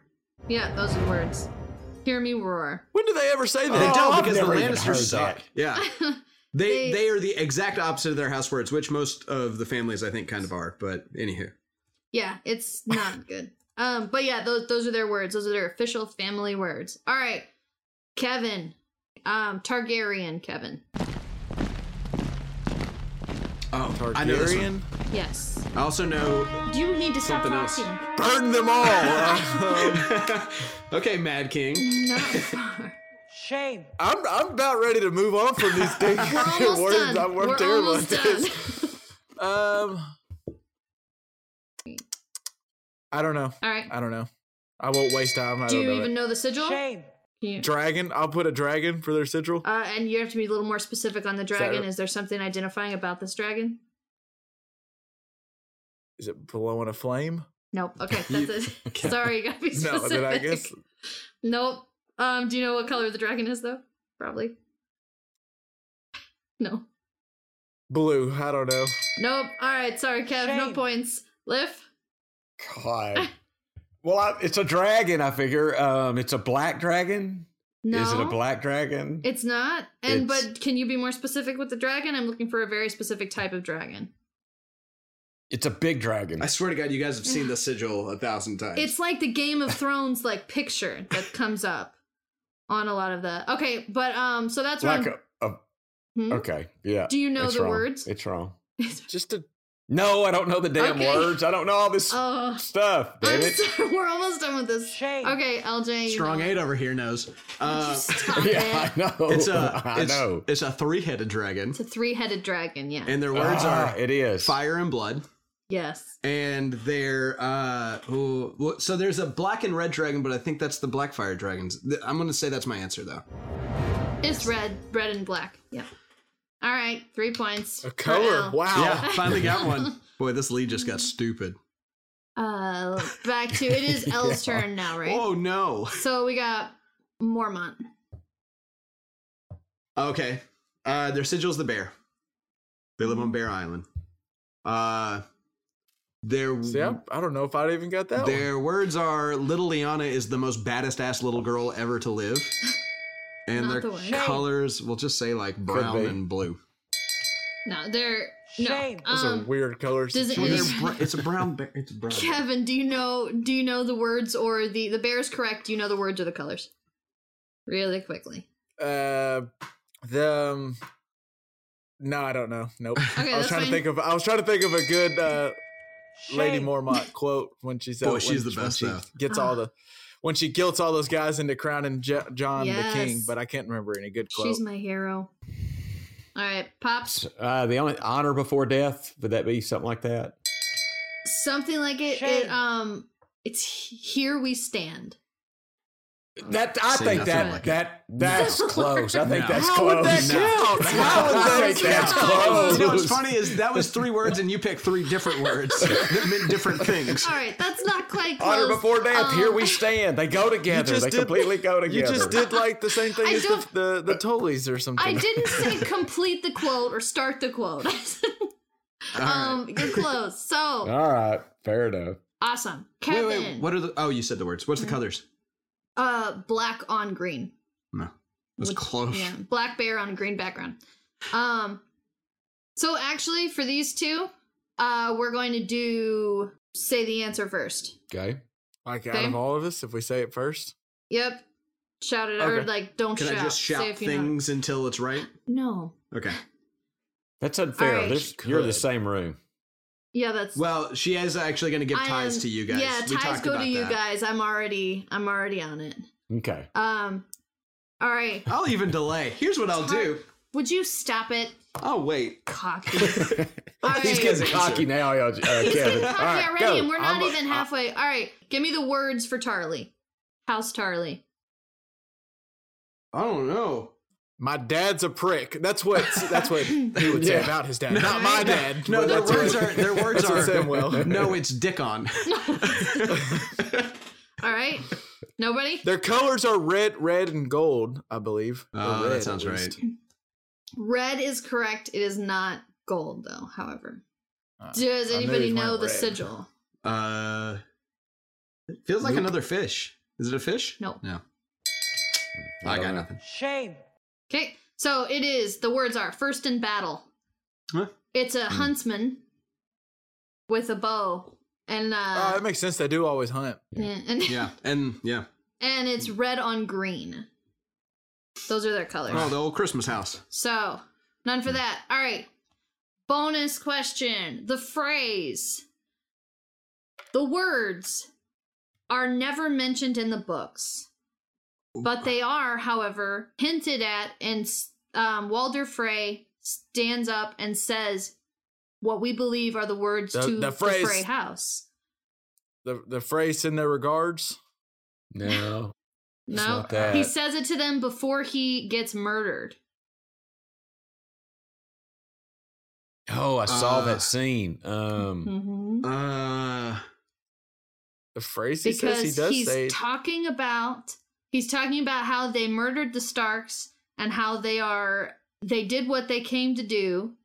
Speaker 4: yeah, those are the words. Hear me roar. [laughs]
Speaker 2: When do they ever say that?
Speaker 3: They don't
Speaker 2: I've
Speaker 3: because the
Speaker 5: Oh, never even heard
Speaker 3: Lannisters suck.
Speaker 5: that.
Speaker 3: Yeah. They,
Speaker 4: They-
Speaker 3: they are the exact opposite of their house words, which most of the families I think kind of are. But anywho,
Speaker 4: Yeah, it's
Speaker 3: [laughs]
Speaker 4: not good. Um, but yeah, those those are their words. Those are their official family words. All right, Kevin, um, Targaryen, Kevin.
Speaker 3: oh, I know this one.
Speaker 2: Targaryen.
Speaker 4: Yes.
Speaker 3: I also know. [laughs]
Speaker 4: Do you need to stop
Speaker 3: Something else.
Speaker 4: talking?
Speaker 2: Burn them all. Uh,
Speaker 3: [laughs]
Speaker 2: um,
Speaker 3: okay, Mad King. [laughs]
Speaker 4: Not far.
Speaker 6: Shame.
Speaker 2: I'm I'm about ready to move on from
Speaker 3: [laughs]
Speaker 2: these things.
Speaker 4: We're
Speaker 2: [laughs]
Speaker 4: almost done.
Speaker 2: I'm
Speaker 4: We're
Speaker 2: terrible at
Speaker 4: almost done.
Speaker 2: this.
Speaker 4: [laughs]
Speaker 2: Um, I don't know.
Speaker 4: All right.
Speaker 2: I don't know. I won't waste time. I
Speaker 4: Do
Speaker 2: don't
Speaker 4: you
Speaker 2: know
Speaker 4: even
Speaker 2: it.
Speaker 4: know the sigil?
Speaker 6: Shame.
Speaker 4: Cute.
Speaker 2: Dragon. I'll put a dragon for their sigil.
Speaker 4: Uh, and you have to be a little more specific on the
Speaker 2: that
Speaker 4: dragon.
Speaker 2: a-
Speaker 4: Is there something identifying about this dragon?
Speaker 2: Is it blowing a flame?
Speaker 4: Nope.
Speaker 2: [laughs]
Speaker 4: Okay, that's [laughs] it. Sorry, you gotta be
Speaker 2: No,
Speaker 4: specific.
Speaker 2: then I guess
Speaker 4: [laughs] Nope. Um, do you know what color the dragon is though? Probably. No.
Speaker 2: blue. I don't know.
Speaker 4: Nope. All right. Sorry, Kev. No
Speaker 5: Shame.
Speaker 4: points. Liff.
Speaker 5: [laughs] God. Well, I, it's a dragon. I figure. Um, it's a black dragon.
Speaker 4: No.
Speaker 5: Is it a black dragon?
Speaker 4: It's not. And
Speaker 5: It's-
Speaker 4: but can you be more specific with the dragon? I'm looking for a very specific type of dragon.
Speaker 5: It's a big dragon.
Speaker 3: I swear to God, you guys have seen the sigil a thousand times.
Speaker 4: It's like the Game of Thrones like picture that comes up on a lot of the. Okay, but um, so that's
Speaker 5: like
Speaker 4: right.
Speaker 5: a, a
Speaker 4: Hmm?
Speaker 5: okay. Yeah.
Speaker 4: Do you know
Speaker 5: it's
Speaker 4: the
Speaker 5: wrong.
Speaker 4: words?
Speaker 5: It's wrong.
Speaker 2: Just a
Speaker 5: No, I don't know the damn
Speaker 4: Okay.
Speaker 5: words. I don't know all this
Speaker 4: Oh, [laughs]
Speaker 5: stuff. Damn
Speaker 4: I'm
Speaker 5: it.
Speaker 4: so- we're almost done with this.
Speaker 6: Shame.
Speaker 4: Okay, LJ. you
Speaker 3: Strong
Speaker 4: know.
Speaker 3: eight over here knows. Uh,
Speaker 4: Stop
Speaker 5: [laughs] [laughs] yeah,
Speaker 4: it.
Speaker 5: I know.
Speaker 3: it's a
Speaker 5: [laughs] I
Speaker 3: it's,
Speaker 5: know.
Speaker 3: it's a three headed dragon,
Speaker 4: It's a three-headed dragon. Yeah.
Speaker 3: and their words
Speaker 5: Ah,
Speaker 3: are
Speaker 5: it is
Speaker 3: fire and blood.
Speaker 4: yes.
Speaker 3: And they're uh, ooh, well, so there's a black and red dragon, but I think that's the black fire dragons. Th- I'm gonna say that's my answer though.
Speaker 4: It's red, red and black. Yeah. All right, three points. Uh,
Speaker 2: a
Speaker 4: for
Speaker 2: color.
Speaker 4: Al.
Speaker 2: Wow.
Speaker 3: Yeah, finally
Speaker 5: [laughs]
Speaker 3: got one. Boy, this lead just got stupid.
Speaker 4: Uh, back to it is L's turn now, right?
Speaker 3: Oh no.
Speaker 4: So we got Mormont.
Speaker 3: Okay. Uh, their sigil's the bear. They live on Bear Island. Uh, their
Speaker 2: See, I, I don't know if I'd even got that. One.
Speaker 3: their words are "Little Liana is the most baddest ass little girl ever to
Speaker 4: [laughs]
Speaker 3: live," and
Speaker 4: Not
Speaker 3: their
Speaker 4: the one.
Speaker 3: colors we'll just say like brown
Speaker 5: be.
Speaker 3: and blue.
Speaker 4: No, they're no.
Speaker 6: Shame.
Speaker 2: Those are
Speaker 4: Um,
Speaker 2: weird colors.
Speaker 4: does it-
Speaker 3: Well,
Speaker 4: is-
Speaker 3: they're br- it's a brown bear. It's a brown. bear.
Speaker 4: Kevin, do you know do you know the words or the the bear is correct? Do you know the words or the colors?
Speaker 2: [laughs]
Speaker 4: Really quickly.
Speaker 2: Uh, the um, no, I don't know. Nope.
Speaker 4: Okay,
Speaker 2: I was
Speaker 4: that's
Speaker 2: trying
Speaker 4: fine.
Speaker 2: to think of. I was trying to think of a good uh, Lady
Speaker 6: Shame.
Speaker 4: [laughs]
Speaker 2: Mormont quote when she's
Speaker 3: Boy,
Speaker 2: uh,
Speaker 3: she's
Speaker 2: when-
Speaker 3: the
Speaker 2: when
Speaker 3: best,
Speaker 2: she
Speaker 3: though.
Speaker 2: Gets
Speaker 4: Ah.
Speaker 2: all the when she guilts all those guys into crowning Jo- John
Speaker 4: Yes.
Speaker 2: the king, but I can't remember any good quote.
Speaker 4: She's my hero. All right, pops.
Speaker 5: uh, the only honor before death. Would that be something like that?
Speaker 4: Something like it.
Speaker 6: Shame.
Speaker 4: It um, it's here we stand.
Speaker 5: That I
Speaker 3: Say
Speaker 5: think
Speaker 3: nothing
Speaker 5: that
Speaker 3: like it.
Speaker 5: that that's
Speaker 4: No.
Speaker 5: close. I think
Speaker 3: No.
Speaker 5: that's
Speaker 2: How
Speaker 5: close.
Speaker 2: would that count? How would
Speaker 5: I
Speaker 2: Oh, that
Speaker 5: think that's
Speaker 2: count?
Speaker 5: close.
Speaker 3: You know what's funny is that was three words, and you picked three different
Speaker 2: [laughs]
Speaker 3: words that meant different things.
Speaker 4: All right, that's not quite close.
Speaker 5: Honor before death.
Speaker 4: Um,
Speaker 5: here we stand. They go together.
Speaker 2: just
Speaker 5: They
Speaker 2: did-
Speaker 5: completely go together.
Speaker 2: You just did like the same thing
Speaker 4: I
Speaker 2: as the,
Speaker 4: don't- Uh,
Speaker 2: the the Tollies or something.
Speaker 4: I
Speaker 2: [laughs]
Speaker 4: didn't say complete the quote or start the quote. [laughs]
Speaker 3: All right.
Speaker 4: um, you're close. So
Speaker 5: All right, fair enough.
Speaker 4: awesome,
Speaker 3: Wait,
Speaker 4: Kevin. Mm.
Speaker 3: wait. What are the? Oh, you said the words. What's the colors?
Speaker 4: Uh, black on green.
Speaker 3: That's
Speaker 4: Which-
Speaker 3: close.
Speaker 4: Yeah, black bear on a green background. Um, so actually, for these two, uh, we're going to do say the answer first.
Speaker 5: Okay.
Speaker 2: like out
Speaker 4: Okay.
Speaker 2: of all of us, if we say it first,
Speaker 4: Yep, shout it or
Speaker 2: Okay.
Speaker 4: like don't
Speaker 3: Can
Speaker 4: shout.
Speaker 3: I just
Speaker 4: Say
Speaker 3: shout
Speaker 4: if you know.
Speaker 3: things until it's right?
Speaker 4: No.
Speaker 3: Okay.
Speaker 5: That's unfair.
Speaker 4: All right.
Speaker 5: This- you're the
Speaker 2: Could.
Speaker 5: same room.
Speaker 4: Yeah, that's.
Speaker 3: Well, she is actually going to give
Speaker 4: I
Speaker 3: ties
Speaker 4: am-
Speaker 3: to you guys.
Speaker 4: Yeah,
Speaker 3: we
Speaker 4: ties
Speaker 3: talked
Speaker 4: go
Speaker 3: about
Speaker 4: to you
Speaker 3: that.
Speaker 4: guys. I'm already, I'm already on it.
Speaker 5: Okay.
Speaker 4: Um, all right.
Speaker 3: I'll even delay. Here's what I'll do.
Speaker 4: Would you stop it,
Speaker 3: I'll wait.
Speaker 5: [laughs]
Speaker 4: cocky? All right.
Speaker 5: He's
Speaker 3: getting
Speaker 5: getting cocky now, uh,
Speaker 4: He's getting
Speaker 5: Kevin. All
Speaker 4: cocky
Speaker 5: right,
Speaker 4: already,
Speaker 5: go.
Speaker 4: and we're not
Speaker 5: I'm-
Speaker 4: even halfway. All right, give me the words for Tarly. House Tarly.
Speaker 3: I don't know.
Speaker 2: my dad's a prick. That's what that's
Speaker 4: [laughs]
Speaker 2: what he would say
Speaker 5: Yeah.
Speaker 2: about his dad, not my dad.
Speaker 3: No,
Speaker 2: but
Speaker 3: their
Speaker 2: that's what-
Speaker 3: words are
Speaker 2: [laughs]
Speaker 3: their words
Speaker 2: that's what
Speaker 3: are
Speaker 2: Sam will.
Speaker 3: [laughs] No, it's dick on.
Speaker 4: [laughs] All right, nobody.
Speaker 2: Their colors are red, red, and gold, I believe. Or
Speaker 3: Oh,
Speaker 2: red,
Speaker 3: that
Speaker 2: at
Speaker 3: sounds right.
Speaker 2: least.
Speaker 4: Red is correct. It is not gold, though. However,
Speaker 2: Uh,
Speaker 4: does
Speaker 2: I knew
Speaker 4: anybody
Speaker 2: these
Speaker 4: know
Speaker 2: weren't
Speaker 4: the
Speaker 2: red.
Speaker 4: sigil?
Speaker 3: Uh, it feels like another fish. Is it a fish?
Speaker 4: No.
Speaker 3: No.
Speaker 5: I
Speaker 3: I
Speaker 5: don't
Speaker 3: got
Speaker 5: know.
Speaker 3: nothing.
Speaker 6: Shame.
Speaker 4: Okay, so it is. The words are first in battle.
Speaker 3: Huh?
Speaker 4: It's
Speaker 2: Hmm.
Speaker 4: a huntsman with a bow, and uh,
Speaker 2: Oh, that makes sense. They do always hunt.
Speaker 4: and, and-
Speaker 3: Yeah, and yeah.
Speaker 4: and it's red on green. Those are their colors.
Speaker 3: Oh, the old Christmas house.
Speaker 4: So, none
Speaker 2: Hmm.
Speaker 4: for that. All right. Bonus question. The phrase, the words are never mentioned in the books, but they are, however, hinted at. And um, Walder Frey stands up and says what we believe are the words
Speaker 2: The-
Speaker 4: to
Speaker 2: the
Speaker 4: the,
Speaker 2: phrase-
Speaker 4: Frey house.
Speaker 2: The the phrase in their regards.
Speaker 5: No.
Speaker 4: No,
Speaker 5: not that.
Speaker 4: he says it to them before he gets murdered.
Speaker 5: Oh, I saw
Speaker 3: Uh,
Speaker 5: that scene.
Speaker 2: Hmm.
Speaker 5: Um,
Speaker 3: Uh,
Speaker 2: The phrase he
Speaker 4: Because
Speaker 2: says he does
Speaker 4: he's
Speaker 2: say.
Speaker 4: talking about he's talking about how they murdered the Starks and how they are they did what they came to do.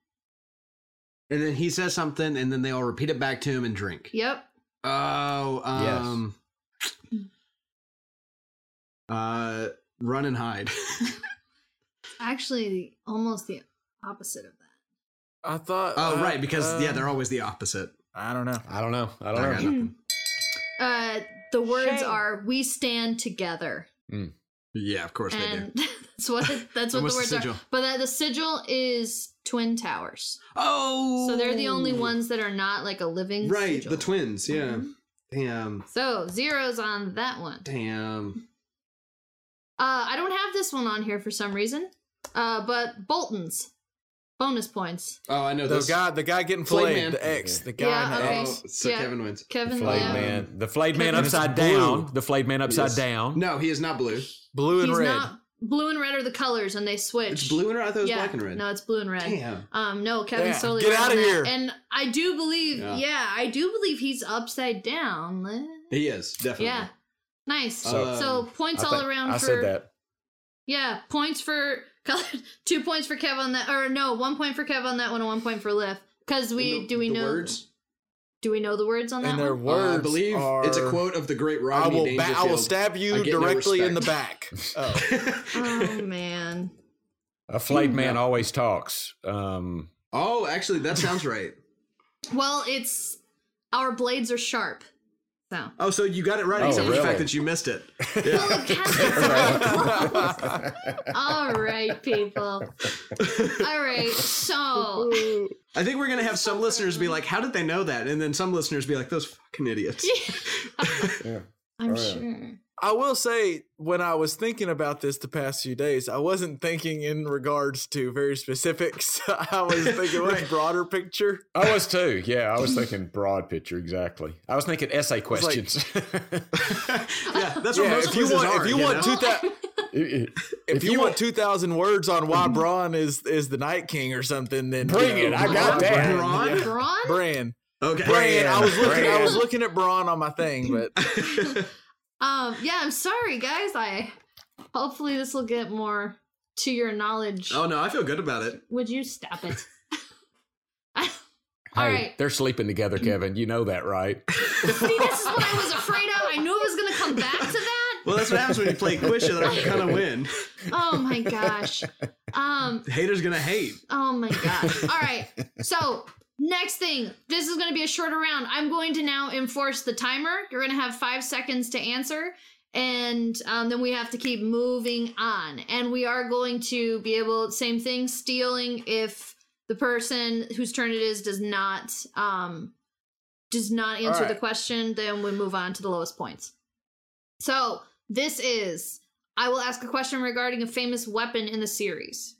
Speaker 3: and then he says something, and then they all repeat it back to him and drink.
Speaker 4: Yep.
Speaker 3: Oh,
Speaker 5: Yes.
Speaker 3: um, uh, run and hide. [laughs]
Speaker 4: Actually, almost the opposite of that.
Speaker 2: I thought.
Speaker 3: Oh,
Speaker 2: uh,
Speaker 3: right, because yeah,
Speaker 2: um,
Speaker 3: they're always the opposite.
Speaker 2: I don't know.
Speaker 5: I don't know. I
Speaker 3: I
Speaker 2: Oh.
Speaker 5: don't
Speaker 3: got
Speaker 4: Mm-hmm.
Speaker 5: know.
Speaker 3: nothing.
Speaker 4: Uh, the words are "We stand together,"
Speaker 3: Yeah, of course they do.
Speaker 4: and [laughs] that's what
Speaker 3: [laughs]
Speaker 4: that's what the
Speaker 3: And what's the
Speaker 4: words are.
Speaker 3: sigil?
Speaker 4: But that, the sigil is Twin Towers,
Speaker 3: Oh,
Speaker 4: so they're the only ones that are not like a living
Speaker 3: Right,
Speaker 4: sigil.
Speaker 3: the twins. Yeah,
Speaker 4: Mhm.
Speaker 3: damn,
Speaker 4: So zeros on that one.
Speaker 3: damn.
Speaker 4: Uh, I don't have this one on here for some reason. Uh, but Bolton's bonus points.
Speaker 3: Oh, I know
Speaker 2: The
Speaker 3: this
Speaker 2: guy, the guy getting
Speaker 3: Flame
Speaker 2: flayed,
Speaker 3: Man.
Speaker 2: the X, the guy.
Speaker 4: Yeah,
Speaker 2: in the
Speaker 4: okay.
Speaker 2: X.
Speaker 3: Oh, so
Speaker 4: Yeah.
Speaker 3: Kevin wins.
Speaker 4: Kevin, uh,
Speaker 5: The flayed
Speaker 4: yeah.
Speaker 5: man. The flayed man
Speaker 4: Kevin-
Speaker 5: upside
Speaker 3: It's blue.
Speaker 5: down. The flayed man upside
Speaker 3: Yes.
Speaker 5: down.
Speaker 3: No, he is not blue.
Speaker 2: blue and
Speaker 4: He's
Speaker 2: red.
Speaker 4: not blue and red are the colors, and they switch.
Speaker 3: It's blue and red. I thought it was
Speaker 4: yeah,
Speaker 3: black and red.
Speaker 4: No, it's blue and red.
Speaker 3: damn.
Speaker 4: Um, no, Kevin's
Speaker 2: Yeah,
Speaker 4: totally
Speaker 2: get
Speaker 4: right
Speaker 2: out of
Speaker 4: on that.
Speaker 2: here.
Speaker 4: And I do believe,
Speaker 3: Yeah.
Speaker 4: yeah, I do believe he's upside down.
Speaker 3: He is definitely.
Speaker 4: Yeah, nice.
Speaker 5: So-
Speaker 3: Um,
Speaker 4: so points
Speaker 5: I
Speaker 4: all
Speaker 5: thi-
Speaker 4: around.
Speaker 5: I
Speaker 4: for,
Speaker 5: said that.
Speaker 4: Yeah, points for [laughs] two points for Kev on that, or no, one point for Kev on that one, and one point for Liff. Because we
Speaker 3: And the-
Speaker 4: do we
Speaker 3: the
Speaker 4: know
Speaker 3: words?
Speaker 4: do we know the words on that
Speaker 2: and
Speaker 4: one?
Speaker 2: their
Speaker 3: Uh,
Speaker 2: words.
Speaker 3: I believe
Speaker 2: are,
Speaker 3: it's a quote of the great
Speaker 2: I
Speaker 3: Rodney
Speaker 2: will, ba- I
Speaker 3: Dangerfield.
Speaker 2: will stab
Speaker 3: I
Speaker 2: you
Speaker 3: get no
Speaker 2: directly in the back.
Speaker 3: respect.
Speaker 2: Oh.
Speaker 4: oh man.
Speaker 5: A
Speaker 4: Hmm.
Speaker 5: flayed man always talks. Um,
Speaker 3: oh, actually, that sounds right.
Speaker 4: Well, it's our blades are sharp. So.
Speaker 3: [laughs] Oh, so you got it right,
Speaker 5: Oh,
Speaker 3: except for the
Speaker 5: really?
Speaker 3: fact that you
Speaker 2: [laughs]
Speaker 3: missed it.
Speaker 4: Well, it has its own- All right, people. All right, so
Speaker 3: I think we're gonna have some listeners be like, "How did they know that?" And then some listeners be like, "Those fucking idiots."
Speaker 4: I'm
Speaker 5: yeah.
Speaker 4: sure.
Speaker 2: I will say, when I was thinking about this the past few days, I wasn't thinking in regards to very specifics. [laughs] I
Speaker 5: [laughs]
Speaker 2: was thinking much broader picture.
Speaker 5: I was too. Yeah, I was thinking broad picture exactly. I was thinking
Speaker 2: [laughs]
Speaker 5: essay questions.
Speaker 3: [laughs] yeah, that's what
Speaker 2: Yeah,
Speaker 3: most
Speaker 2: if you
Speaker 3: quizzes
Speaker 2: want,
Speaker 3: are.
Speaker 2: if you
Speaker 3: you
Speaker 2: want
Speaker 3: know?
Speaker 2: two
Speaker 4: Oh,
Speaker 2: thousand, if, you, want two thousand words on why Braun is is the Night King or something, then
Speaker 5: Mm-hmm. Bring
Speaker 2: you
Speaker 5: it.
Speaker 2: know,
Speaker 5: I got that.
Speaker 3: Braun?
Speaker 4: Braun?
Speaker 2: Bran,
Speaker 3: okay.
Speaker 2: Bran. I was looking, I was
Speaker 5: Bran.
Speaker 2: looking at Braun on my thing, but
Speaker 4: Um, yeah, I'm sorry, guys. I hopefully this will get more to your knowledge.
Speaker 3: [laughs] oh no, I feel good about it.
Speaker 4: Would you stop it?
Speaker 5: Hey,
Speaker 4: All right.
Speaker 5: they're sleeping together, Kevin. You know that, right?
Speaker 4: See, this is what I was afraid of. I knew it was going to come back to that.
Speaker 3: Well, that's what happens when you play quiz show. That I kind of win. [laughs]
Speaker 4: Oh my gosh. Um,
Speaker 3: Haters gonna hate.
Speaker 4: Oh my gosh. All right. So, next thing. This is going to be a shorter round. I'm going to now enforce the timer. You're going to have five seconds to answer. And um, then we have to keep moving on. And we are going to be able, same thing, stealing if the person whose turn it is does not. Um, does not answer the
Speaker 2: right.
Speaker 4: question, then we move on to the lowest points. So, this is I will ask a question regarding a famous weapon in the series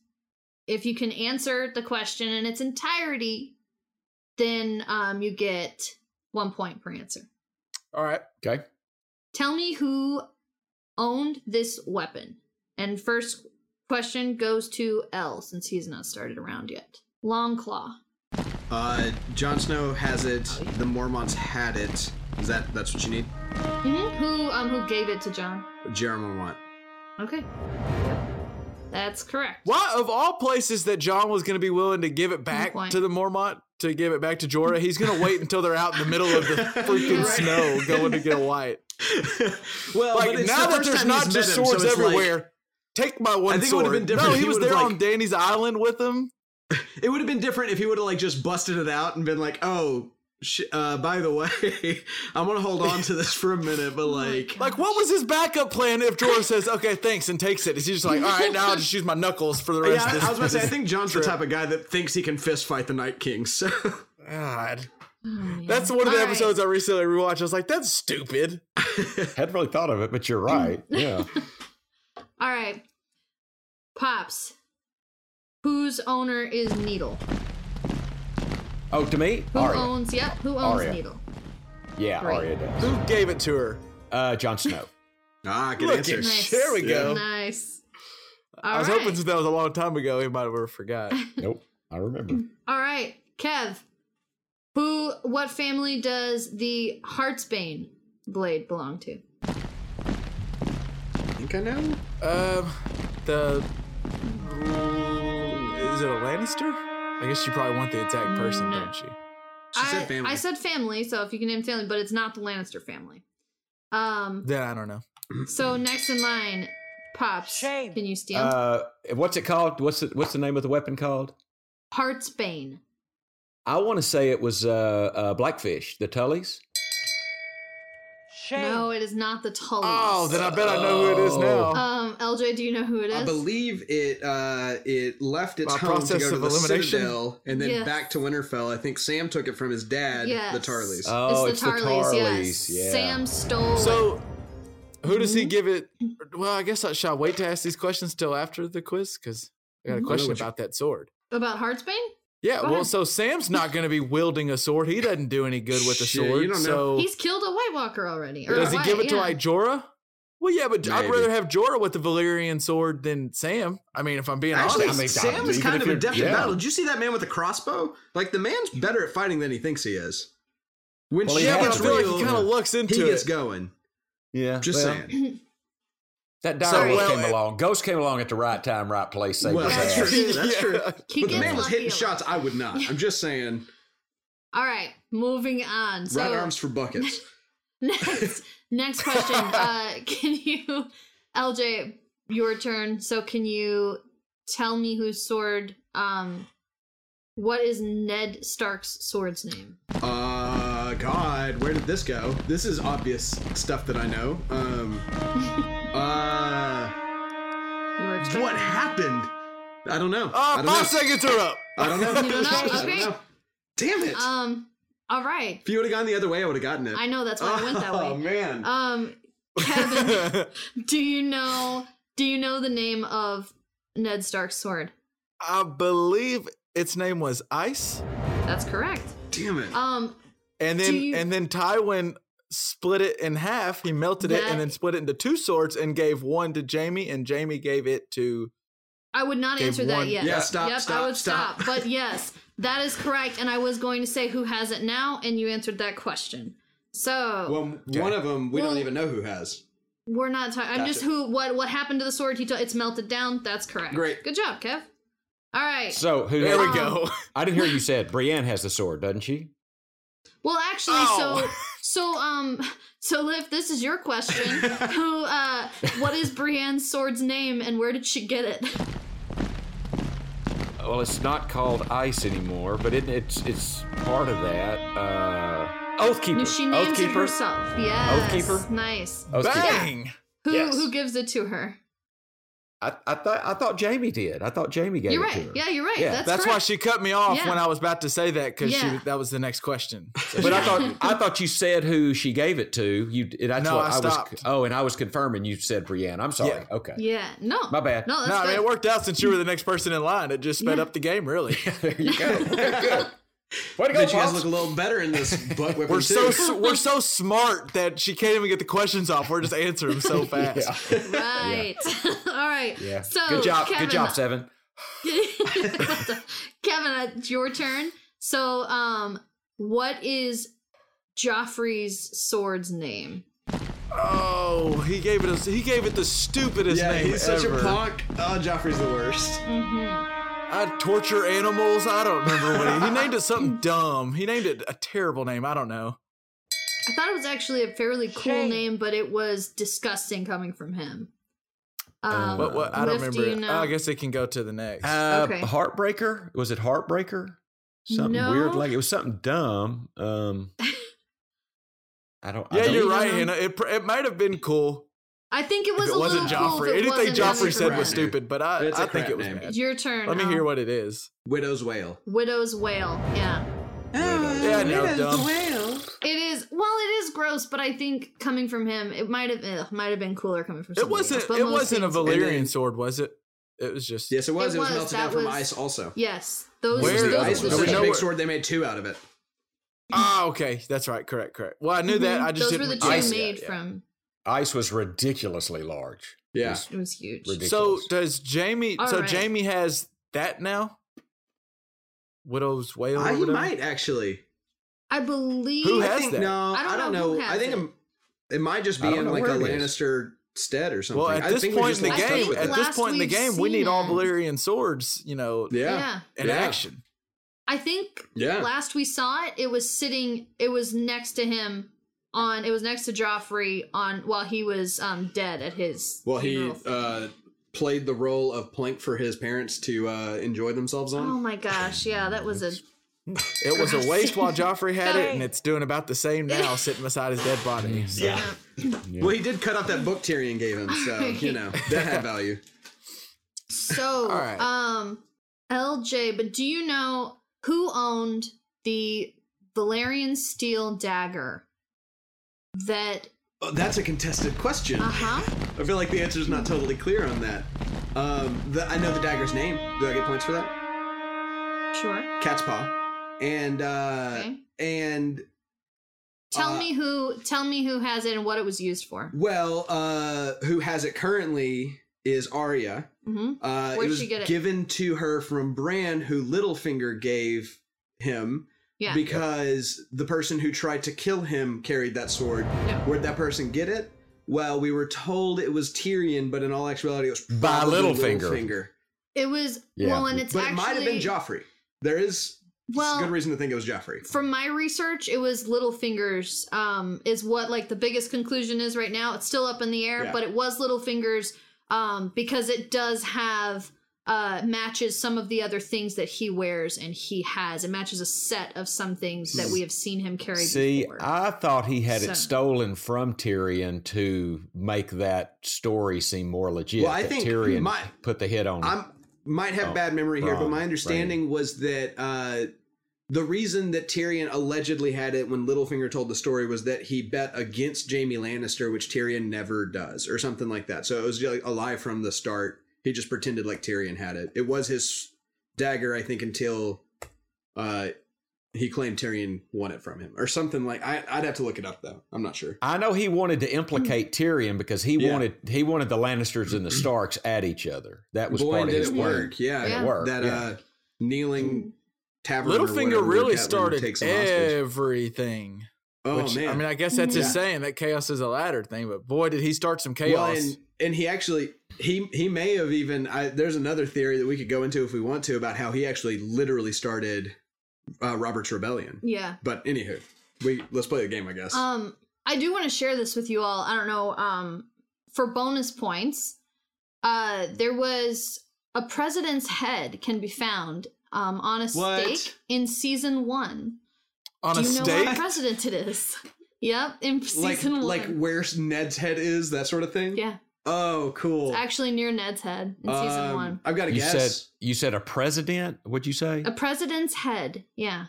Speaker 4: if you can answer the question in its entirety, then um, you get one point per answer.
Speaker 2: all right.
Speaker 5: Okay.
Speaker 4: Tell me who owned this weapon. And first question goes to L since he's not started around yet. Long claw.
Speaker 3: Uh, Jon Snow has it. The Mormonts had it. Is that that's what you need?
Speaker 4: Mhm. Who um who gave it to John?
Speaker 3: Jeremy Mormont.
Speaker 4: Okay, that's correct.
Speaker 2: Why, of all places, that John was going to be willing to give it back
Speaker 4: point.
Speaker 2: to the Mormont, to give it back to Jorah, he's going to wait until they're out in the middle
Speaker 5: [laughs]
Speaker 2: of the freaking
Speaker 3: Right.
Speaker 2: snow going to get a white.
Speaker 3: [laughs] Well,
Speaker 2: Like, now that there's not just swords everywhere, take my one
Speaker 3: I think it
Speaker 2: sword.
Speaker 3: would've been different
Speaker 2: no,
Speaker 3: if
Speaker 2: he
Speaker 3: he
Speaker 2: was
Speaker 3: would've,
Speaker 2: there
Speaker 3: like-
Speaker 2: on Danny's Island with him.
Speaker 3: it would have been different if he would have like just busted it out and been like, "Oh, sh- uh, by the way, [laughs] I'm gonna hold on to this for a minute," [laughs] but like,
Speaker 2: Like, what was his backup plan if Jorah says, okay, thanks, and takes it? Is he just like, all right, now I'll just use my knuckles for the
Speaker 3: yeah,
Speaker 2: rest
Speaker 3: I,
Speaker 2: of this?
Speaker 3: I was about to say, I think John's the
Speaker 2: trip.
Speaker 3: type of guy that thinks he can fist fight the Night King. So [laughs]
Speaker 2: God.
Speaker 4: Oh, man.
Speaker 2: That's one of the
Speaker 4: All right.
Speaker 2: episodes I recently rewatched. I was like, that's stupid.
Speaker 5: Hadn't really thought of it, but you're right. Yeah.
Speaker 4: All right, pops. Whose owner is Needle?
Speaker 5: Oh,
Speaker 4: [laughs]
Speaker 5: to me?
Speaker 4: Who
Speaker 5: Arya.
Speaker 4: owns? Yep. Who owns
Speaker 5: Arya.
Speaker 4: Needle?
Speaker 5: yeah,
Speaker 4: Great.
Speaker 5: Arya does.
Speaker 2: Who gave it to her?
Speaker 5: Uh, Jon Snow.
Speaker 3: Ah, good
Speaker 2: Look
Speaker 3: answer.
Speaker 2: at
Speaker 4: Nice.
Speaker 2: There we go.
Speaker 4: Nice.
Speaker 2: I
Speaker 4: All
Speaker 2: was
Speaker 4: right.
Speaker 2: hoping since that was a long time ago, he might have already forgot.
Speaker 5: Nope,
Speaker 4: [laughs]
Speaker 5: I remember.
Speaker 4: All right, Kev. Who? What family does the Heartsbane blade belong to?
Speaker 3: I think I know.
Speaker 2: Um, the is it a Lannister? I guess you probably want the exact person,
Speaker 4: No.
Speaker 2: don't you?
Speaker 3: She
Speaker 4: I,
Speaker 3: said family.
Speaker 4: I said family, so if you can name family, but it's not the Lannister family.
Speaker 2: [laughs]
Speaker 4: Um.
Speaker 2: Then I don't know.
Speaker 4: So next in line, pops.
Speaker 6: Shame.
Speaker 4: Can you steal
Speaker 5: Uh, what's it called? What's it, what's the name of the weapon called?
Speaker 4: Heartsbane?
Speaker 5: I want to say it was uh, uh, Blackfish, the Tullys.
Speaker 6: Shame.
Speaker 4: No, it is not the Tullys.
Speaker 2: Oh, then I bet I know who it
Speaker 3: Oh.
Speaker 2: is now.
Speaker 4: Um, LJ, do you know who it is?
Speaker 3: I believe it uh, it left its
Speaker 2: By
Speaker 3: home to
Speaker 2: process
Speaker 3: go to
Speaker 2: of
Speaker 3: the
Speaker 2: elimination?
Speaker 3: Citadel and then
Speaker 4: Yes.
Speaker 3: back to Winterfell. I think Sam took it from his dad,
Speaker 4: Yes.
Speaker 3: the Tarleys.
Speaker 5: Oh,
Speaker 4: it's the Tarleys. yes.
Speaker 5: Yeah.
Speaker 4: Sam stole. it.
Speaker 2: so, who does he give it? Well, I guess I shall wait to ask these questions till after the quiz because I got a
Speaker 4: Mhm.
Speaker 2: question
Speaker 3: Which-
Speaker 2: about that sword.
Speaker 4: about Heartsbane,
Speaker 2: Yeah,
Speaker 4: Go
Speaker 2: well,
Speaker 4: ahead.
Speaker 2: so Sam's not going to be wielding a sword. He doesn't do any good with a
Speaker 3: Shit, you
Speaker 2: sword.
Speaker 3: don't
Speaker 2: so
Speaker 3: know.
Speaker 4: he's killed a White Walker already. or a
Speaker 2: does he
Speaker 4: White-
Speaker 2: give it to
Speaker 4: yeah.
Speaker 2: like Jorah? Well, yeah, but I'd
Speaker 3: Maybe.
Speaker 2: rather have Jorah with the Valyrian sword than Sam. I mean, if I'm being
Speaker 3: Actually,
Speaker 2: honest,
Speaker 3: Sam was
Speaker 5: even
Speaker 3: kind
Speaker 5: if
Speaker 3: of
Speaker 5: you're-
Speaker 3: adept
Speaker 5: yeah.
Speaker 3: at battle. Did you see that man with the crossbow? Like the man's better at fighting than he thinks he is. When
Speaker 5: Well, he
Speaker 3: shit
Speaker 2: yeah, but I
Speaker 3: gets
Speaker 2: feel like he
Speaker 3: real,
Speaker 2: kind of looks into
Speaker 3: he gets
Speaker 2: it.
Speaker 3: going.
Speaker 5: Yeah.
Speaker 3: Just
Speaker 5: well,
Speaker 3: saying.
Speaker 5: That
Speaker 2: So,
Speaker 5: direwolf
Speaker 2: well,
Speaker 5: came
Speaker 2: it-
Speaker 5: along. Ghost came along at the right time, right place. Saved
Speaker 3: Well,
Speaker 5: his
Speaker 3: that's
Speaker 5: ass.
Speaker 3: true. That's
Speaker 2: Yeah.
Speaker 3: true.
Speaker 4: He
Speaker 3: But the
Speaker 4: gets
Speaker 3: man was
Speaker 4: lucky
Speaker 3: hitting
Speaker 4: a lot.
Speaker 3: shots. I would not. I'm just saying.
Speaker 4: All right, moving on. [laughs] So
Speaker 3: right arms for buckets.
Speaker 4: [laughs] next, next
Speaker 3: [laughs]
Speaker 4: question. Uh, can you, LJ, your turn. So can you tell me whose sword? Um, what is Ned Stark's sword's name?
Speaker 3: Uh, God, where did this go? This is obvious stuff that I know.
Speaker 4: [laughs]
Speaker 3: Um, uh,
Speaker 4: You were expecting-
Speaker 3: what happened? I don't know.
Speaker 2: Uh,
Speaker 3: I don't know.
Speaker 2: five seconds are up.
Speaker 3: I don't know.
Speaker 4: You don't know?
Speaker 3: I don't
Speaker 4: Okay.
Speaker 3: know. Damn it!
Speaker 4: Um. All right.
Speaker 3: if you would have gone the other way, I would have gotten it.
Speaker 4: I know that's why
Speaker 3: [laughs]
Speaker 4: I went that
Speaker 3: Oh
Speaker 4: way.
Speaker 3: man.
Speaker 4: Um, Kevin, [laughs] do you know? Do you know the name of Ned Stark's sword?
Speaker 2: [laughs] I believe its name was Ice,
Speaker 4: That's correct.
Speaker 3: Damn it.
Speaker 4: Um,
Speaker 2: and
Speaker 4: Do
Speaker 2: then
Speaker 4: you-
Speaker 2: and then Tywin split it in half. He melted it
Speaker 4: That-
Speaker 2: and then split it into two swords and gave one to Jamie, and Jamie gave it to.
Speaker 4: I would not
Speaker 2: Gave
Speaker 4: answer that
Speaker 2: one-
Speaker 4: yet.
Speaker 3: Yeah, stop,
Speaker 4: Yep, I
Speaker 3: stop,
Speaker 4: would
Speaker 3: stop.
Speaker 4: But yes, that is correct. And I was going to say who has it now, and you answered that question. So
Speaker 3: well, one of them we
Speaker 4: Well-
Speaker 3: don't even know who has.
Speaker 4: we're not talking. I'm just who. What what happened to the sword? He took. It's melted down. That's correct.
Speaker 3: Great.
Speaker 4: Good job, Kev. All right.
Speaker 5: So who?
Speaker 2: There we
Speaker 4: Um,
Speaker 2: go.
Speaker 5: I didn't hear you said Brienne has the sword, doesn't she?
Speaker 4: Well, actually,
Speaker 2: Oh.
Speaker 4: [laughs] so so um so Liv, this is your question. Who uh what is Brienne's sword's name and where did she get it?
Speaker 5: Well, it's not called ice anymore, but it, it's it's part of that. Uh, Oathkeeper.
Speaker 4: No, she names it
Speaker 5: Oathkeeper.
Speaker 4: herself. Yes.
Speaker 5: Oathkeeper?
Speaker 4: Nice.
Speaker 5: Oathkeeper.
Speaker 2: Bang!
Speaker 4: Who
Speaker 5: Yes.
Speaker 4: who gives it to her?
Speaker 5: I, I thought I thought Jamie did. I thought Jamie gave
Speaker 4: you're
Speaker 5: it
Speaker 4: right.
Speaker 5: to her.
Speaker 4: Yeah, you're right.
Speaker 5: Yeah,
Speaker 4: that's
Speaker 2: That's why
Speaker 4: correct.
Speaker 2: she cut me off
Speaker 4: Yeah.
Speaker 2: when I was about to say that because
Speaker 4: Yeah.
Speaker 2: that was the next
Speaker 4: [laughs]
Speaker 2: question.
Speaker 5: But I thought I thought you said who she gave it to. You that's
Speaker 2: No,
Speaker 5: what
Speaker 2: I
Speaker 5: I, was.
Speaker 2: stopped.
Speaker 5: Oh, and I was confirming you said Brienne. I'm sorry.
Speaker 2: Yeah.
Speaker 5: Okay.
Speaker 4: Yeah. No.
Speaker 5: My bad.
Speaker 4: No, that's
Speaker 2: no, I mean,
Speaker 4: good.
Speaker 2: it worked out since you were the next person in line. It just sped
Speaker 4: Yeah.
Speaker 2: up the game, really.
Speaker 5: [laughs]
Speaker 3: [laughs]
Speaker 5: there you go. [laughs] Good, good. Way to go,
Speaker 3: Bet you guys
Speaker 5: Pops.
Speaker 3: look a little better in
Speaker 2: [laughs]
Speaker 3: this butt whipping.
Speaker 2: We're so
Speaker 3: too.
Speaker 2: s- we're so smart that she can't even get the questions off. We're just answering them
Speaker 3: [laughs]
Speaker 2: so fast.
Speaker 4: Right. [laughs] All right.
Speaker 5: Yeah.
Speaker 4: So
Speaker 5: good job.
Speaker 4: Kevin,
Speaker 5: Good job, Seven.
Speaker 4: [laughs] Kevin, uh, it's your turn. So um what is Joffrey's sword's name?
Speaker 2: Oh, he gave it a, he gave it the stupidest
Speaker 3: yeah,
Speaker 2: name
Speaker 3: he's such
Speaker 2: ever.
Speaker 3: a punk. Oh, Joffrey's the worst.
Speaker 2: I torture animals. I don't remember what he, he named it. Something [laughs] dumb. He named it a terrible name. I don't know.
Speaker 4: I thought it was actually a fairly cool
Speaker 6: Shame.
Speaker 4: name, but it was disgusting coming from him.
Speaker 2: Uh,
Speaker 4: Um,
Speaker 2: What? What? I don't
Speaker 4: Whiff,
Speaker 2: remember.
Speaker 4: do you
Speaker 2: it.
Speaker 4: know?
Speaker 2: I guess it can go to the next.
Speaker 5: Uh,
Speaker 4: Okay.
Speaker 5: Heartbreaker. Was it Heartbreaker? Something
Speaker 4: No.
Speaker 5: weird like it was something dumb.
Speaker 4: [laughs]
Speaker 5: Um, I don't. I
Speaker 2: yeah,
Speaker 5: don't-
Speaker 2: you're
Speaker 4: don't
Speaker 2: right,
Speaker 4: know.
Speaker 2: Hannah. It pr- it might have been cool.
Speaker 4: I think it was
Speaker 2: if
Speaker 4: a
Speaker 2: it wasn't
Speaker 4: little cool
Speaker 2: Joffrey.
Speaker 4: if it
Speaker 2: Anything
Speaker 4: wasn't
Speaker 2: Joffrey
Speaker 4: really
Speaker 2: said
Speaker 4: correct.
Speaker 2: was stupid, but I,
Speaker 3: It's a
Speaker 2: I think
Speaker 3: crap
Speaker 2: it was
Speaker 3: name.
Speaker 2: bad.
Speaker 4: Your turn.
Speaker 2: Let me
Speaker 4: Al.
Speaker 2: hear what it is.
Speaker 3: Widow's wail.
Speaker 4: Widow's wail. Yeah.
Speaker 2: Yeah, no, dumb.
Speaker 4: It is well, it is gross, but I think coming from him, it might have ugh, might have been cooler coming from.
Speaker 2: It
Speaker 4: somebody else,
Speaker 2: wasn't.
Speaker 4: but
Speaker 2: It
Speaker 4: most
Speaker 2: wasn't a
Speaker 4: things-
Speaker 2: Valyrian
Speaker 3: And then-
Speaker 2: sword, was it? It was just.
Speaker 3: Yes, it was.
Speaker 4: It
Speaker 3: It was,
Speaker 4: was,
Speaker 3: melted
Speaker 4: that
Speaker 3: down from
Speaker 4: was-
Speaker 3: ice. Also,
Speaker 4: Yes, those.
Speaker 2: Where-
Speaker 4: those
Speaker 3: the ice was
Speaker 4: were
Speaker 2: Do we
Speaker 3: such a
Speaker 2: know
Speaker 3: big
Speaker 2: where-
Speaker 3: sword. They made two out of it.
Speaker 2: Ah, okay, that's right. Correct, correct. Well, I knew that. I just
Speaker 4: Mm-hmm. those were
Speaker 2: didn't.
Speaker 4: the two
Speaker 2: ice-
Speaker 4: made
Speaker 2: yeah, yeah.
Speaker 4: from.
Speaker 5: Ice was ridiculously large.
Speaker 3: Yeah.
Speaker 5: Just
Speaker 4: It was huge.
Speaker 2: So
Speaker 5: ridiculous.
Speaker 2: does Jamie?
Speaker 4: All
Speaker 2: so
Speaker 4: right.
Speaker 2: Jamie has that now. Widow's wail. or
Speaker 3: I, Uh, he
Speaker 2: whatever?
Speaker 3: might actually.
Speaker 4: I believe.
Speaker 2: Who
Speaker 3: I
Speaker 2: has
Speaker 3: think
Speaker 2: that?
Speaker 3: no. I don't, know.
Speaker 4: who has
Speaker 3: I think
Speaker 4: it.
Speaker 3: it, it might just
Speaker 5: I
Speaker 3: be
Speaker 5: don't
Speaker 3: in
Speaker 5: know
Speaker 3: like a
Speaker 5: where it is.
Speaker 3: Lannister stead or something.
Speaker 2: Well, at
Speaker 3: I
Speaker 2: this
Speaker 3: think we
Speaker 2: point
Speaker 3: just
Speaker 2: in the
Speaker 3: left it
Speaker 2: game,
Speaker 3: with
Speaker 2: at
Speaker 3: that.
Speaker 2: this
Speaker 4: Last
Speaker 2: point in the
Speaker 4: we've
Speaker 2: game, we need all
Speaker 4: seen him.
Speaker 2: Valyrian swords, you know,
Speaker 4: Yeah.
Speaker 3: yeah.
Speaker 2: in
Speaker 3: Yeah.
Speaker 2: action.
Speaker 4: I think
Speaker 3: Yeah.
Speaker 4: last we saw it, it was sitting. It was next to him on. It was next to Joffrey on while he was um dead at his.
Speaker 3: Well, he
Speaker 4: funeral thing.
Speaker 3: uh, played the role of plank for his parents to uh, enjoy themselves on.
Speaker 4: oh my gosh! Yeah, that was a.
Speaker 2: It was
Speaker 4: [laughs]
Speaker 2: a waste while Joffrey had it,
Speaker 6: Sorry.
Speaker 2: and it's doing about the same now, sitting beside his dead body. So,
Speaker 3: Yeah. Well, he did cut out that book Tyrion gave him, so you know that had value. [laughs]
Speaker 4: So,
Speaker 2: All right.
Speaker 4: um, LJ, but do you know who owned the Valerian steel dagger? That
Speaker 3: Oh, that's a contested question.
Speaker 4: uh huh.
Speaker 3: I feel like the answer's not totally clear on that. Um, the, I know the dagger's name. Do I get points for that?
Speaker 4: Sure.
Speaker 3: Cat's paw, and uh,
Speaker 4: Okay.
Speaker 3: and
Speaker 4: Tell
Speaker 3: Uh,
Speaker 4: me who. Tell me who has it and what it was used for.
Speaker 3: well, uh, who has it currently is Arya.
Speaker 4: hmm
Speaker 3: Uh,
Speaker 4: Where'd
Speaker 3: it was
Speaker 4: she get it?
Speaker 3: given to her from Bran, who Littlefinger gave him
Speaker 4: Yeah.
Speaker 3: because the person who tried to kill him carried that sword.
Speaker 4: Yeah.
Speaker 3: Where'd that person get it? Well, we were told it was Tyrion, but in all actuality, it was
Speaker 5: By
Speaker 3: probably
Speaker 5: Littlefinger.
Speaker 3: Littlefinger.
Speaker 4: It was
Speaker 5: Yeah.
Speaker 4: well, and it's
Speaker 3: But
Speaker 4: actually
Speaker 3: it might have been Joffrey. There is
Speaker 4: Well,
Speaker 3: good reason to think it was Joffrey.
Speaker 4: from my research, it was Littlefinger's. Um, is what like the biggest conclusion is right now. It's still up in the air,
Speaker 3: Yeah.
Speaker 4: but it was Littlefinger's um, because it does have uh, matches some of the other things that he wears and he has. It matches a set of some things that we have seen him carry.
Speaker 5: Hmm. See,
Speaker 4: before.
Speaker 5: I thought he had
Speaker 4: So-
Speaker 5: it stolen from Tyrion to make that story seem more legit.
Speaker 3: Well, I
Speaker 5: that
Speaker 3: think
Speaker 5: Tyrion
Speaker 3: my-
Speaker 5: put the hit on. him.
Speaker 3: I might have
Speaker 5: Oh,
Speaker 3: bad memory here, but
Speaker 5: wrong,
Speaker 3: my
Speaker 5: right.
Speaker 3: understanding was that uh, the reason that Tyrion allegedly had it when Littlefinger told the story was that he bet against Jamie Lannister, which Tyrion never does, or something like that. So it was like, a lie from the start. He just pretended like Tyrion had it. It was his dagger, I think, until uh, he claimed Tyrion won it from him, or something like. I, I'd have to look it up though. I'm not sure.
Speaker 5: I know he wanted to implicate
Speaker 4: Mm.
Speaker 5: Tyrion because he
Speaker 3: Yeah.
Speaker 5: wanted he wanted the Lannisters and the Starks at each other. That was
Speaker 3: Boy,
Speaker 5: part of
Speaker 3: did
Speaker 5: his
Speaker 3: it
Speaker 5: plan.
Speaker 3: work? Yeah,
Speaker 4: Yeah.
Speaker 5: It worked.
Speaker 3: that
Speaker 5: yeah.
Speaker 3: uh, kneeling tavern. or whatever
Speaker 2: Littlefinger really
Speaker 3: Catelyn
Speaker 2: started
Speaker 3: takes him hostage.
Speaker 2: everything.
Speaker 3: Oh
Speaker 2: which,
Speaker 3: man!
Speaker 2: I mean, I guess that's
Speaker 3: Yeah.
Speaker 2: his saying that chaos is a ladder thing, but boy, did he start some chaos.
Speaker 3: Well, and, and he actually he he may have even. I, there's another theory that we could go into if we want to about how he actually literally started uh, Robert's rebellion.
Speaker 4: yeah.
Speaker 3: But anywho, we let's play the game. I guess.
Speaker 4: Um, I do want to share this with you all. I don't know. Um, for bonus points, uh, there was a president's head can be found um, on a
Speaker 3: What?
Speaker 4: stake in season one.
Speaker 2: on
Speaker 4: do
Speaker 2: a
Speaker 4: you know
Speaker 2: stake,
Speaker 4: what president it is? [laughs] yep, in
Speaker 3: like
Speaker 4: season
Speaker 3: like
Speaker 4: one.
Speaker 3: where Ned's head is, that sort of thing.
Speaker 4: yeah,
Speaker 3: Oh, cool.
Speaker 4: it's actually near Ned's head in season
Speaker 3: Um,
Speaker 4: one.
Speaker 3: I've got a
Speaker 5: you
Speaker 3: guess.
Speaker 5: said you said a president. What'd you
Speaker 3: Um,
Speaker 5: say?
Speaker 4: A president's head. Yeah,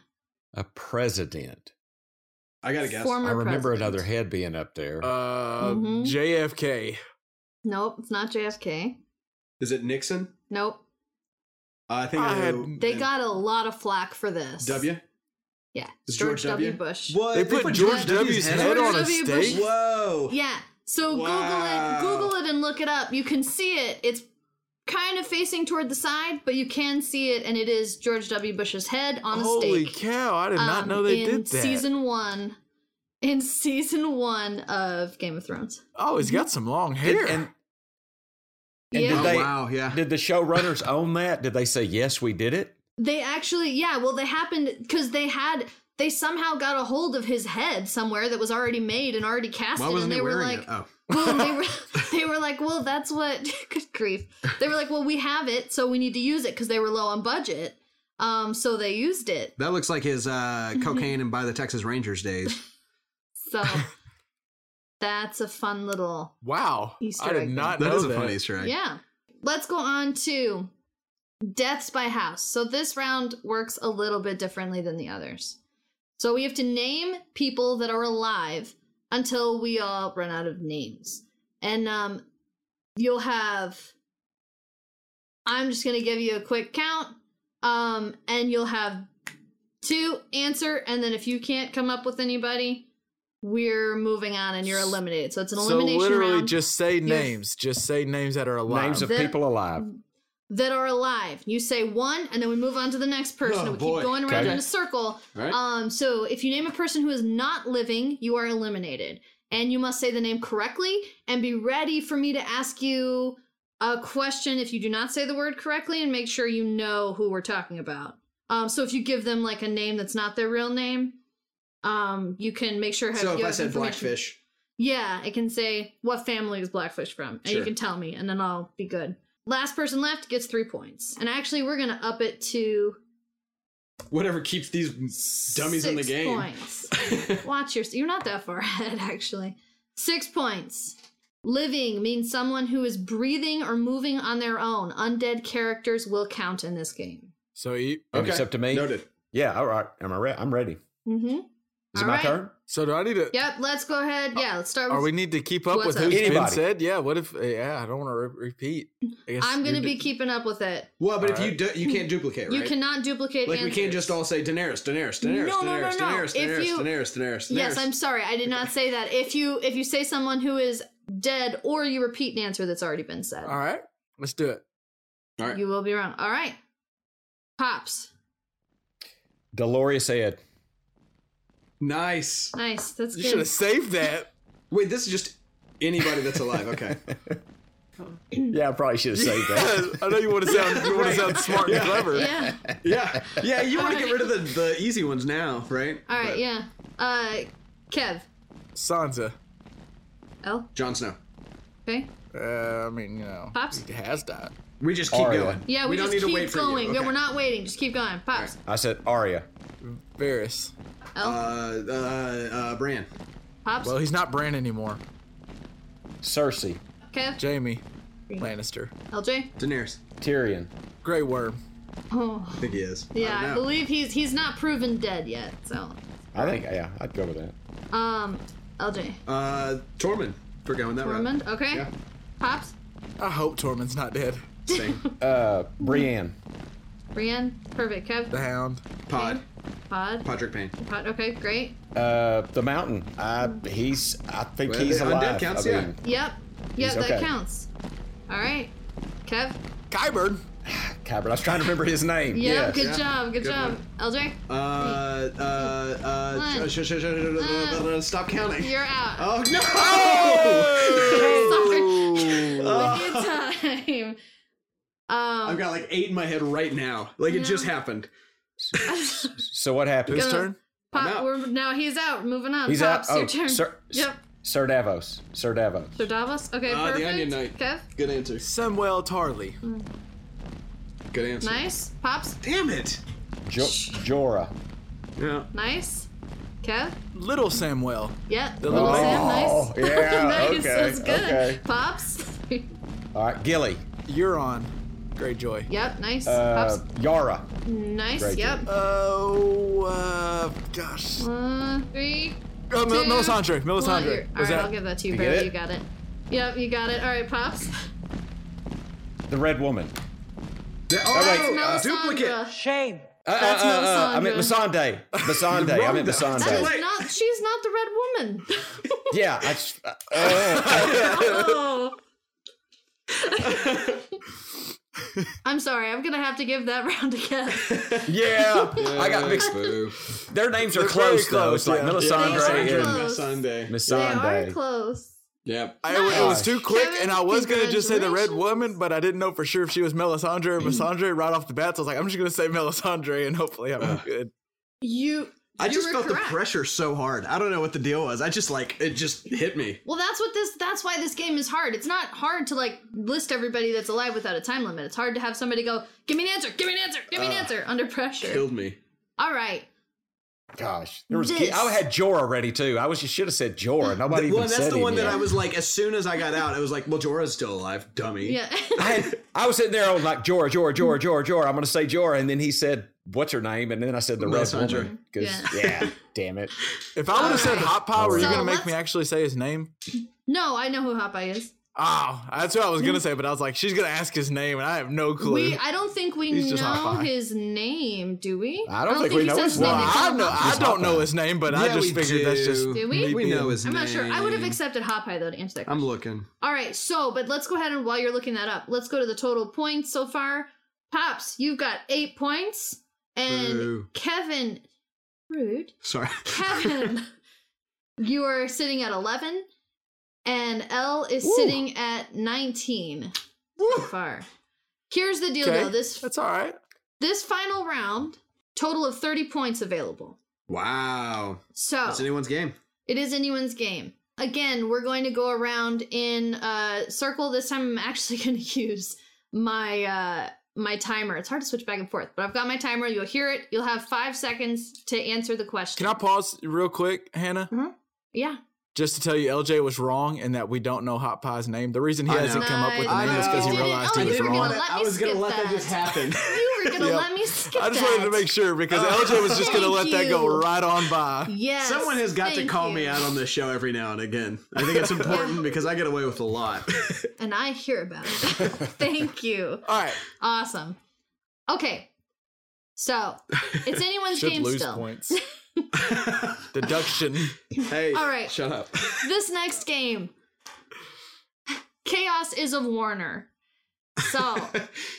Speaker 5: A president.
Speaker 3: I got a guess.
Speaker 4: former.
Speaker 5: I remember
Speaker 4: president.
Speaker 5: another head being up there.
Speaker 2: uh,
Speaker 4: Mhm.
Speaker 2: JFK.
Speaker 4: Nope, it's not JFK.
Speaker 3: is it Nixon?
Speaker 4: Nope,
Speaker 3: Uh, I think I,
Speaker 2: I had-
Speaker 3: know.
Speaker 4: they got a lot of flack for this.
Speaker 3: W.
Speaker 4: Yeah,
Speaker 3: Is George
Speaker 4: George, W.
Speaker 3: W?
Speaker 4: Bush.
Speaker 3: What
Speaker 2: They put George W.'s head
Speaker 4: George
Speaker 2: on a
Speaker 4: W.
Speaker 2: stake.
Speaker 4: Bush's-
Speaker 3: Whoa.
Speaker 4: Yeah. So
Speaker 3: Wow.
Speaker 4: Google it, Google it, and look it up. You can see it. It's kind of facing toward the side, but you can see it, and it is George W. Bush's head on a
Speaker 2: Holy
Speaker 4: stake.
Speaker 2: cow! I did not
Speaker 4: um,
Speaker 2: know they
Speaker 4: in
Speaker 2: did that.
Speaker 4: Season one, in season one of Game of Thrones.
Speaker 2: oh, he's got some long hair.
Speaker 5: and-
Speaker 4: And yeah,
Speaker 5: did
Speaker 3: Oh
Speaker 5: they-
Speaker 3: wow. Yeah.
Speaker 5: Did the showrunners own that? Did they say yes, we did it?
Speaker 4: they actually, yeah, well, they happened because they had they somehow got a hold of his head somewhere that was already made and already casted,
Speaker 3: Why wasn't
Speaker 4: and they
Speaker 3: he
Speaker 4: were
Speaker 3: wearing
Speaker 4: like,
Speaker 3: it? Oh.
Speaker 4: well, they were [laughs] they were like, well, that's what [laughs] good grief. They were like, well, we have it, so we need to use it because they were low on budget. Um, so they used it.
Speaker 3: That looks like his
Speaker 4: [laughs]
Speaker 3: uh, cocaine and by the Texas Rangers days.
Speaker 4: So that's a fun little
Speaker 2: wow,
Speaker 4: Easter
Speaker 2: I
Speaker 4: egg
Speaker 2: did not
Speaker 3: That
Speaker 2: know
Speaker 3: is a
Speaker 2: that.
Speaker 3: funny Easter egg.
Speaker 4: yeah. Let's go on to deaths by house. So this round works a little bit differently than the others. So we have to name people that are alive until we all run out of names, and um, you'll have. I'm just gonna give you a quick count, um, and you'll have two answer, and then if you can't come up with anybody, we're moving on and you're eliminated. So it's an
Speaker 2: So
Speaker 4: elimination
Speaker 2: literally,
Speaker 4: round
Speaker 2: just say
Speaker 4: You're-
Speaker 2: names. Just say names that are alive.
Speaker 5: Names of
Speaker 4: That-
Speaker 5: people alive.
Speaker 4: that are alive. You say one and then we move on to the next person.
Speaker 3: Oh,
Speaker 4: and we
Speaker 3: boy.
Speaker 4: keep going around
Speaker 5: Okay.
Speaker 4: in a circle.
Speaker 3: Right.
Speaker 4: Um, so if you name a person who is not living, you are eliminated. And you must say the name correctly and be ready for me to ask you a question if you do not say the word correctly and make sure you know who we're talking about. Um, so if you give them like a name that's not their real name, um, you can make sure.
Speaker 3: so if
Speaker 4: you
Speaker 3: I
Speaker 4: have
Speaker 3: said
Speaker 4: information-
Speaker 3: blackfish,
Speaker 4: yeah, it can say what family is Blackfish from, and
Speaker 3: Sure.
Speaker 4: you can tell me, and then I'll be good. Last person left gets three points, and actually we're gonna up it to
Speaker 7: Whatever keeps these dummies in the
Speaker 4: six
Speaker 7: game.
Speaker 4: Points. Watch your. You're not that far [laughs] ahead, actually. Six points. Living means someone who is breathing or moving on their own. Undead characters will count in this game.
Speaker 2: so you,
Speaker 5: And
Speaker 3: Okay.
Speaker 5: It's up to me.
Speaker 3: noted.
Speaker 5: Yeah, all right. Am I re- I'm ready. Is
Speaker 4: Mm-hmm.
Speaker 5: it
Speaker 4: All
Speaker 5: my
Speaker 4: right.
Speaker 5: turn?
Speaker 2: so do I need to?
Speaker 4: Yep. Let's go ahead. Yeah. Let's start.
Speaker 2: Are
Speaker 4: with
Speaker 2: we need to keep up
Speaker 4: What's
Speaker 2: with
Speaker 4: up?
Speaker 2: who's been
Speaker 5: Anybody.
Speaker 2: said? Yeah. What if? Yeah, I don't want to re- repeat. I guess
Speaker 4: I'm
Speaker 2: you
Speaker 4: gonna
Speaker 2: do-
Speaker 4: be keeping up with it.
Speaker 3: Well, but if
Speaker 2: All
Speaker 3: you do, you can't duplicate,
Speaker 4: You
Speaker 3: right?
Speaker 4: cannot duplicate.
Speaker 3: like we can't
Speaker 4: answers.
Speaker 3: just all say Daenerys, Daenerys, Daenerys,
Speaker 4: No, no, no,
Speaker 3: Daenerys,
Speaker 4: no.
Speaker 3: Daenerys,
Speaker 4: If
Speaker 3: Daenerys,
Speaker 4: you-
Speaker 3: Daenerys, Daenerys, Daenerys.
Speaker 4: Yes, I'm sorry. I did not say that. If you if you say someone who is dead or you repeat an answer that's already been said,
Speaker 2: All right, let's do it.
Speaker 3: right.
Speaker 4: you will be wrong. All right. Pops.
Speaker 5: Dolores Ed.
Speaker 3: nice.
Speaker 4: Nice. That's
Speaker 2: You should
Speaker 4: good.
Speaker 2: have saved that.
Speaker 3: Wait, this is just anybody that's alive. [laughs] Okay.
Speaker 5: Yeah, I probably should have saved that.
Speaker 2: [laughs] I know you want to sound you want to sound smart and clever.
Speaker 4: Yeah.
Speaker 3: yeah, yeah. You want to get rid of the, the easy ones now, right?
Speaker 4: All right, yeah. Uh Kev.
Speaker 2: Sansa.
Speaker 4: L.
Speaker 3: Jon Snow.
Speaker 4: Okay.
Speaker 2: Uh, I mean, you know,
Speaker 4: Pops.
Speaker 2: he has died.
Speaker 3: We just keep
Speaker 5: Arya.
Speaker 3: going.
Speaker 4: Yeah, we,
Speaker 3: don't
Speaker 4: just
Speaker 3: need
Speaker 4: keep
Speaker 3: to wait for you.
Speaker 4: going. No,
Speaker 3: Okay.
Speaker 4: we're not waiting. Just keep going. Pops.
Speaker 5: [laughs] I said Arya.
Speaker 2: Varys.
Speaker 4: L.
Speaker 3: Uh, uh, uh, Bran.
Speaker 4: Pops.
Speaker 2: Well, he's not Bran anymore.
Speaker 5: Cersei.
Speaker 4: Kev.
Speaker 2: Jamie Lannister.
Speaker 4: [laughs] LJ.
Speaker 3: Daenerys.
Speaker 5: Tyrion.
Speaker 2: Grey Worm.
Speaker 4: Oh.
Speaker 3: I think he is.
Speaker 4: Yeah,
Speaker 3: I
Speaker 4: I,
Speaker 3: don't know.
Speaker 4: believe he's he's not proven dead yet. So,
Speaker 5: I think yeah, I'd go with that.
Speaker 4: um LJ.
Speaker 3: Uh, Tormund. We're going that route.
Speaker 4: Ormond, okay?
Speaker 3: Yeah.
Speaker 4: Pops.
Speaker 2: I hope Tormund's not dead.
Speaker 4: [laughs]
Speaker 3: Same.
Speaker 5: Uh Brienne.
Speaker 4: Brienne. Perfect.
Speaker 2: The
Speaker 4: Kev.
Speaker 2: Hound.
Speaker 3: Pod.
Speaker 4: Pod.
Speaker 3: Podrick Payne.
Speaker 4: Pot- Okay, great.
Speaker 5: Uh the mountain. I he's I think
Speaker 3: Well,
Speaker 5: he's
Speaker 3: the undead
Speaker 5: alive.
Speaker 3: counts,
Speaker 5: I
Speaker 3: yeah.
Speaker 5: mean,
Speaker 4: Yep. Yep,
Speaker 5: He's
Speaker 4: that
Speaker 5: okay.
Speaker 4: counts. All right. Kev?
Speaker 2: Kyburn.
Speaker 5: Cabra. I was trying to remember his name.
Speaker 4: Yep,
Speaker 5: Yes.
Speaker 4: good job, good,
Speaker 3: Good
Speaker 4: job. LJ?
Speaker 3: Uh, uh, uh,
Speaker 4: One.
Speaker 3: sh- sh- sh-
Speaker 4: Uh,
Speaker 3: sh- stop counting.
Speaker 4: You're
Speaker 5: [laughs]
Speaker 4: out.
Speaker 3: Oh no!
Speaker 4: [laughs]
Speaker 5: Oh.
Speaker 4: Sorry. Your time. [laughs]
Speaker 3: I've
Speaker 4: Um,
Speaker 3: got like eight in my head right now. Like it just happened.
Speaker 5: So what happened?
Speaker 2: Whose turn?
Speaker 4: Pop,
Speaker 3: out.
Speaker 4: we're, now he's out. Moving on.
Speaker 5: He's
Speaker 4: Pops,
Speaker 5: out.
Speaker 4: your
Speaker 5: Oh,
Speaker 4: turn.
Speaker 5: Sir,
Speaker 4: yep.
Speaker 5: Sir Davos. Sir Davos.
Speaker 4: So Davos? Okay,
Speaker 3: Ah, the
Speaker 4: perfect.
Speaker 3: Onion Knight.
Speaker 4: Kev?
Speaker 3: Good answer.
Speaker 2: Samuel Tarly.
Speaker 3: Good answer.
Speaker 4: Nice. Pops?
Speaker 3: Damn it!
Speaker 5: Jo- Jorah.
Speaker 3: Yeah.
Speaker 4: Nice. Kev?
Speaker 2: Little Samuel.
Speaker 4: Yep.
Speaker 2: The little
Speaker 4: Sam,
Speaker 5: Oh,
Speaker 4: [laughs] nice.
Speaker 5: yeah,
Speaker 4: nice.
Speaker 5: okay,
Speaker 4: That's good.
Speaker 5: okay.
Speaker 4: Pops? [laughs]
Speaker 5: All right, Gilly.
Speaker 2: Euron. Greyjoy.
Speaker 4: yep, nice.
Speaker 5: Uh,
Speaker 4: Pops?
Speaker 5: Yara.
Speaker 4: Nice.
Speaker 5: great
Speaker 4: Yep.
Speaker 2: Oh, uh, gosh.
Speaker 4: One, Uh, three.
Speaker 2: Oh, Mel-
Speaker 4: two,
Speaker 2: Melisandre.
Speaker 4: one.
Speaker 2: Melisandre.
Speaker 4: You're- All right, I'll give that to you,
Speaker 5: You get
Speaker 4: Barry.
Speaker 5: it?
Speaker 4: You got it. Yep, you got it. All right, pops.
Speaker 5: The Red Woman.
Speaker 3: That- oh,
Speaker 4: That's Melisandre.
Speaker 3: duplicate.
Speaker 6: Shame.
Speaker 5: Uh,
Speaker 4: That's Melisandre.
Speaker 5: I meant Masande. Masande. I meant
Speaker 3: Wrong, though.
Speaker 4: That
Speaker 5: Masande.
Speaker 4: is not. She's not the red
Speaker 3: [laughs]
Speaker 4: woman.
Speaker 5: Yeah. I just, uh,
Speaker 4: oh. I'm sorry. I'm gonna have to give that [laughs]
Speaker 3: [laughs]
Speaker 4: round again.
Speaker 5: [laughs] yeah. I got mixed.
Speaker 3: Boo.
Speaker 5: Their names are
Speaker 2: They're
Speaker 5: close,
Speaker 2: very
Speaker 5: though. It's
Speaker 2: close,
Speaker 5: like
Speaker 2: yeah.
Speaker 5: Melisandre
Speaker 4: They are
Speaker 5: and
Speaker 4: Close.
Speaker 3: Sunday.
Speaker 4: they are
Speaker 5: Masande.
Speaker 4: close.
Speaker 3: Yep.
Speaker 2: I, it was too quick,
Speaker 4: Kevin,
Speaker 2: and I was going to just say the Red
Speaker 4: congratulations.
Speaker 2: Woman, but I didn't know for sure if she was Melisandre or Melisandre right off the bat. So I was like, I'm just going to say Melisandre, and hopefully I'm good.
Speaker 4: You.
Speaker 3: I
Speaker 4: you
Speaker 3: just
Speaker 4: were
Speaker 3: felt
Speaker 4: correct.
Speaker 3: the pressure so hard. I don't know what the deal was. I just like it just hit me.
Speaker 4: Well, that's what this. That's why this game is hard. It's not hard to like list everybody that's alive without a time limit. It's hard to have somebody go, "Give me an answer. Give me an answer.
Speaker 3: Uh.
Speaker 4: Give me an answer." Under pressure.
Speaker 3: Killed me.
Speaker 4: All right.
Speaker 5: Gosh. There was,
Speaker 4: This.
Speaker 5: I had Jorah ready, too. I was just should have
Speaker 4: [laughs]
Speaker 5: said Jorah. Nobody even
Speaker 3: well, that's
Speaker 5: said
Speaker 3: the
Speaker 5: him
Speaker 2: E
Speaker 3: one that
Speaker 5: yet.
Speaker 3: I was like, as soon as I got out, I was like, well, Jorah's still alive, dummy.
Speaker 4: Yeah. [laughs]
Speaker 3: [laughs]
Speaker 5: I, had, I was sitting there, I was like, Jorah, Jorah, Jorah, Jorah, Jorah. I'm going to say Jorah. And then he said, What's her name? And then I said, The Red
Speaker 3: Melisandre.
Speaker 5: Woman. 'Cause- yeah, damn it.
Speaker 2: If I would have said Hot Power, were you
Speaker 4: So
Speaker 2: going to make
Speaker 4: let's-
Speaker 2: me actually say his name?
Speaker 4: no, I know who Hopeye is.
Speaker 2: Oh, that's what I was gonna say, but I was like, she's gonna ask his name, and I have no clue.
Speaker 4: We, I don't think we
Speaker 2: He's just
Speaker 4: know
Speaker 2: high-fi.
Speaker 4: his name, do we?
Speaker 5: I don't think we know his
Speaker 2: well,
Speaker 5: name.
Speaker 4: They
Speaker 2: I
Speaker 4: call him
Speaker 2: know
Speaker 4: Hot
Speaker 2: I
Speaker 4: Pie.
Speaker 2: don't know his name, but I
Speaker 3: Yeah,
Speaker 2: just
Speaker 3: we
Speaker 2: figured that's just
Speaker 3: do.
Speaker 4: Do we?
Speaker 3: We
Speaker 4: Maybe.
Speaker 3: know his
Speaker 4: E I'm
Speaker 3: name.
Speaker 4: not sure. I would have accepted Hot Pie though to answer that question.
Speaker 3: I'm looking.
Speaker 4: All right, so but let's go ahead and while you're looking that up, let's go to the total points so far. Pops, you've got eight points, and
Speaker 3: Boo.
Speaker 4: Kevin, rude,
Speaker 3: Sorry.
Speaker 4: Kevin, you are sitting at eleven, and L is sitting at nineteen so far. Here's the deal,
Speaker 2: Okay.
Speaker 4: though
Speaker 2: [laughs]
Speaker 4: this
Speaker 2: that's all right.
Speaker 4: this final round, total of thirty points available.
Speaker 3: Wow.
Speaker 4: So
Speaker 3: That's anyone's game.
Speaker 4: it is anyone's game. Again, we're going to go around in uh, circle. This time, I'm actually [laughs] going to use my uh, my timer. It's hard to switch back and forth, but I've got my timer. You'll hear it. You'll have five seconds to answer the question.
Speaker 2: Can I pause real quick, Hannah?
Speaker 4: yeah.
Speaker 2: Just to tell you, LJ was wrong in that we don't know Hot Pie's name. The reason he
Speaker 3: I
Speaker 2: hasn't
Speaker 3: know.
Speaker 2: come up with
Speaker 4: No,
Speaker 2: a name is because
Speaker 4: you
Speaker 2: he
Speaker 4: didn't.
Speaker 2: realized
Speaker 4: Oh,
Speaker 2: he
Speaker 4: you
Speaker 2: was
Speaker 4: were
Speaker 2: wrong.
Speaker 4: gonna let
Speaker 7: I
Speaker 4: me
Speaker 7: was gonna
Speaker 4: skip
Speaker 7: let that,
Speaker 4: that.
Speaker 7: just happen.
Speaker 4: You were going
Speaker 2: [laughs]
Speaker 4: to
Speaker 2: Yep.
Speaker 4: let me skip
Speaker 2: I just
Speaker 4: that.
Speaker 2: wanted to make sure because LJ was just going to let
Speaker 4: Thank
Speaker 2: that
Speaker 4: you.
Speaker 2: go right on by.
Speaker 4: [laughs] Yes.
Speaker 3: Someone has got to
Speaker 4: thank
Speaker 3: call me
Speaker 4: you.
Speaker 3: out on this show every now and again. I think
Speaker 4: [laughs]
Speaker 3: it's important because I get away with a lot.
Speaker 4: And I hear
Speaker 2: [laughs]
Speaker 4: about it. thank you.
Speaker 2: All right,
Speaker 4: Awesome. Okay. So it's
Speaker 2: [laughs]
Speaker 4: anyone's
Speaker 2: should
Speaker 4: game
Speaker 2: lose
Speaker 4: still.
Speaker 2: points. [laughs] Deduction.
Speaker 3: hey,
Speaker 4: All right.
Speaker 3: shut up.
Speaker 4: this next game chaos is of warner
Speaker 2: [laughs]
Speaker 4: so [laughs]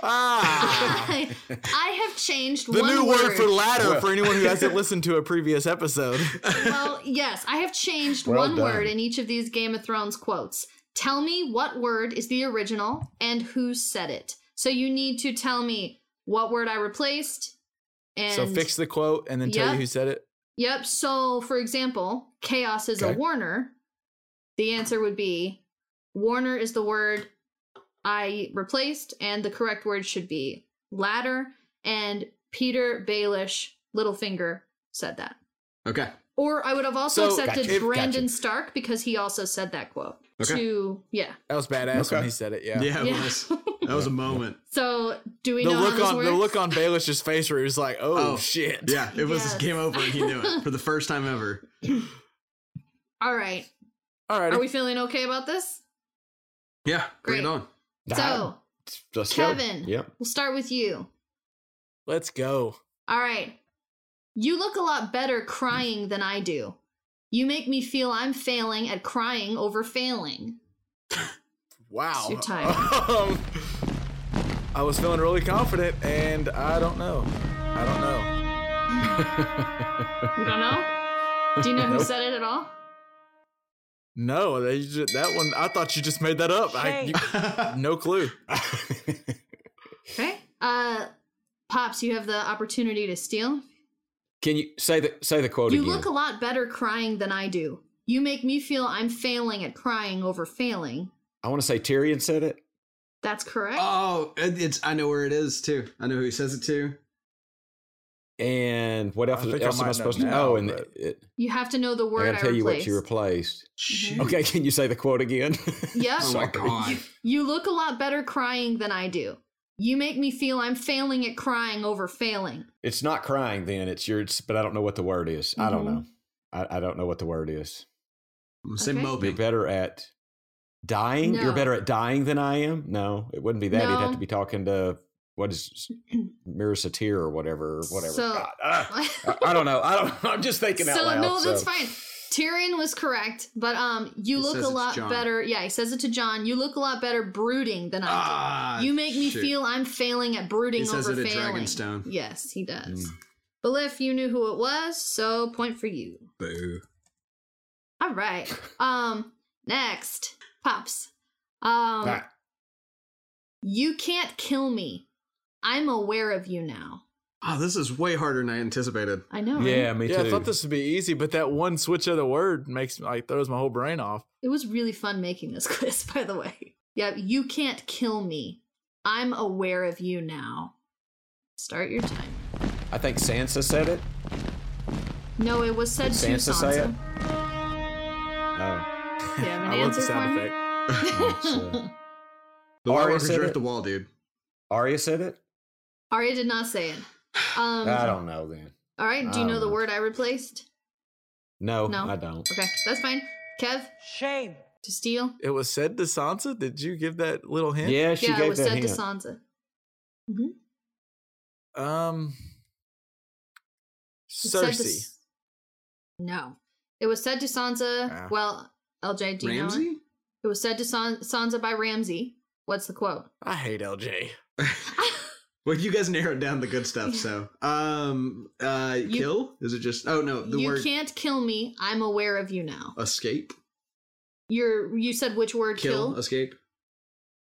Speaker 2: Ah,
Speaker 4: I, I have changed
Speaker 2: the
Speaker 4: one
Speaker 2: new word, for ladder
Speaker 5: Well.
Speaker 2: for anyone who hasn't listened to a previous episode.
Speaker 4: well yes i have changed
Speaker 5: Well
Speaker 4: one
Speaker 5: done.
Speaker 4: word in each of these game of thrones quotes tell me what word is the original and who said it so you need to tell me what word i replaced and
Speaker 2: so fix the quote and then tell
Speaker 4: Yep.
Speaker 2: you who said it.
Speaker 4: yep so for example chaos is a
Speaker 5: Okay.
Speaker 4: warner the answer would be warner is the word I replaced, and the correct word should be ladder. And Peter Baelish Littlefinger said that.
Speaker 3: Okay.
Speaker 4: Or I would have also
Speaker 2: So-
Speaker 4: accepted
Speaker 5: Gotcha.
Speaker 4: Brandon
Speaker 5: Gotcha.
Speaker 4: Stark because he also said that quote.
Speaker 3: Okay.
Speaker 4: To yeah.
Speaker 2: That was badass when
Speaker 5: Okay.
Speaker 2: he said it. Yeah.
Speaker 3: Yeah, it
Speaker 4: Yeah.
Speaker 3: was. That was a moment.
Speaker 4: [laughs] So do we
Speaker 2: The
Speaker 4: know
Speaker 2: look
Speaker 4: how
Speaker 2: on
Speaker 4: this
Speaker 2: the
Speaker 4: works?
Speaker 2: look on Baelish's face where he was like, "Oh,
Speaker 3: Oh.
Speaker 2: shit."
Speaker 3: Yeah, it was
Speaker 4: Yes.
Speaker 3: game over and he knew it for the first time ever.
Speaker 4: All right.
Speaker 2: All right.
Speaker 4: Are we feeling okay about this?
Speaker 3: Yeah, bring it
Speaker 4: Great.
Speaker 3: on.
Speaker 4: So
Speaker 5: Let's go.
Speaker 4: Kevin.
Speaker 5: Yep.
Speaker 4: we'll start with you.
Speaker 2: Let's go.
Speaker 4: All right. You look a lot better crying than I do. You make me feel I'm failing at crying over failing.
Speaker 2: Wow. [laughs]
Speaker 4: It's your time.
Speaker 2: Um, I was feeling really confident, and I don't know. I don't know.
Speaker 4: You don't know? Do
Speaker 2: [laughs]
Speaker 4: you know who said it at all?
Speaker 2: No, that, you ju- that one. I thought you just made that up. I,
Speaker 3: [laughs]
Speaker 2: you, no clue.
Speaker 4: Okay. Uh, Pops, you have the opportunity to steal.
Speaker 5: Can you say the say the quote
Speaker 4: You
Speaker 5: again?
Speaker 4: look a lot better crying than I do. You make me feel I'm failing at crying over failing.
Speaker 5: I want to say Tyrion said it.
Speaker 4: That's correct.
Speaker 5: Uh,
Speaker 3: Oh, it, it's I know where it is too. I know who he says it
Speaker 4: Mm-hmm.
Speaker 3: to.
Speaker 5: And what else,
Speaker 2: think I
Speaker 5: else am
Speaker 2: might
Speaker 5: I
Speaker 2: know
Speaker 5: supposed to
Speaker 2: now,
Speaker 5: know? And
Speaker 2: but-
Speaker 5: it,
Speaker 4: you have to know the
Speaker 5: I
Speaker 4: word
Speaker 5: gotta
Speaker 4: I,
Speaker 5: tell you
Speaker 4: replaced.
Speaker 5: what you replaced.
Speaker 2: [laughs]
Speaker 3: Shoot.
Speaker 5: Okay, can you say the quote again?
Speaker 4: [laughs]
Speaker 5: [laughs]
Speaker 4: Yep.
Speaker 3: Oh my god.
Speaker 4: [laughs] You look a lot better crying than I do. You make me feel I'm failing at crying over failing. [laughs]
Speaker 5: it's not crying then. It's your. It's, but I don't know what the word is. I
Speaker 4: Mhm.
Speaker 5: don't know. I, I don't know what the word is.
Speaker 3: I'm gonna say
Speaker 4: Okay.
Speaker 5: You're
Speaker 3: moping.
Speaker 5: better at dying.
Speaker 4: No.
Speaker 5: You're better at dying than I am. No, it wouldn't be that. He'd
Speaker 4: No.
Speaker 5: have to be talking to what is
Speaker 4: [clears throat]
Speaker 5: Mira Satir or whatever, or whatever.
Speaker 4: So-
Speaker 5: God, ah, I, I don't know. I don't. [laughs] I'm just thinking out
Speaker 4: so
Speaker 5: loud.
Speaker 4: no, that's
Speaker 5: so.
Speaker 4: fine. Tyrion was correct, but um, you
Speaker 3: He
Speaker 4: look
Speaker 3: says
Speaker 4: a
Speaker 3: it's
Speaker 4: lot
Speaker 3: Jon.
Speaker 4: better. Yeah, he says it to John. You look a lot better brooding than I do.
Speaker 3: Ah,
Speaker 4: You make me
Speaker 3: shoot.
Speaker 4: feel I'm failing at brooding
Speaker 3: He says
Speaker 4: over
Speaker 3: it at
Speaker 4: failing.
Speaker 3: Dragonstone.
Speaker 4: Yes, he
Speaker 5: Mm.
Speaker 4: does. But Belif, you knew who it was, so point for you.
Speaker 3: Boo.
Speaker 4: All
Speaker 5: [laughs]
Speaker 4: right. Um, next, pops. Um,
Speaker 5: Ah.
Speaker 4: you can't kill me. I'm aware of you now.
Speaker 3: Oh, this is way harder than I anticipated.
Speaker 4: I know. right?
Speaker 5: Mm-hmm. Yeah, me
Speaker 2: Yeah,
Speaker 5: too.
Speaker 2: I thought this would be easy, but that one switch of the word makes like throws my whole brain off.
Speaker 4: It was really fun making this [laughs] quiz, by the way. Yeah, you can't kill me. I'm aware of you now. Start your time.
Speaker 5: I think Sansa said it.
Speaker 4: No, it was said
Speaker 5: Did
Speaker 4: to
Speaker 5: Sansa
Speaker 4: Sansa.
Speaker 5: say it? Oh,
Speaker 4: Do you
Speaker 5: [laughs]
Speaker 4: have an
Speaker 2: I love
Speaker 4: answer
Speaker 2: the sound
Speaker 4: for me?
Speaker 2: effect.
Speaker 4: [laughs]
Speaker 5: so-
Speaker 3: The White
Speaker 5: Arya
Speaker 3: Walkers
Speaker 5: Oh, said
Speaker 3: are
Speaker 5: it.
Speaker 3: at the wall, dude.
Speaker 5: Arya said it.
Speaker 4: Arya did not say it. Um,
Speaker 5: I don't know then.
Speaker 4: All right. Do you
Speaker 5: I
Speaker 4: know
Speaker 5: don't
Speaker 4: the
Speaker 5: know.
Speaker 4: word I replaced?
Speaker 5: No,
Speaker 4: No.
Speaker 5: I don't.
Speaker 4: Okay, that's fine. Kev,
Speaker 6: Shame.
Speaker 4: to steal.
Speaker 2: It was said to Sansa. Did you give that little hint?
Speaker 5: Yeah, she
Speaker 4: yeah,
Speaker 5: gave
Speaker 4: it was
Speaker 5: that
Speaker 4: said
Speaker 5: hint.
Speaker 4: to Sansa.
Speaker 2: Um,
Speaker 4: It said to
Speaker 2: Cersei.
Speaker 4: S- no, it was said to Sansa.
Speaker 2: Ah.
Speaker 4: Well, LJ, do you know it?
Speaker 3: Ramsey?
Speaker 4: It was said to San- Sansa by Ramsey. What's the quote?
Speaker 2: I hate LJ.
Speaker 3: Well, you guys narrowed down the good stuff,
Speaker 4: [laughs]
Speaker 3: so um uh
Speaker 4: You-
Speaker 3: kill? Is it just oh no, the
Speaker 4: you
Speaker 3: word
Speaker 4: can't kill me. I'm aware of you now.
Speaker 3: escape?
Speaker 4: You're you said which word
Speaker 3: Kill,
Speaker 4: kill?
Speaker 3: escape.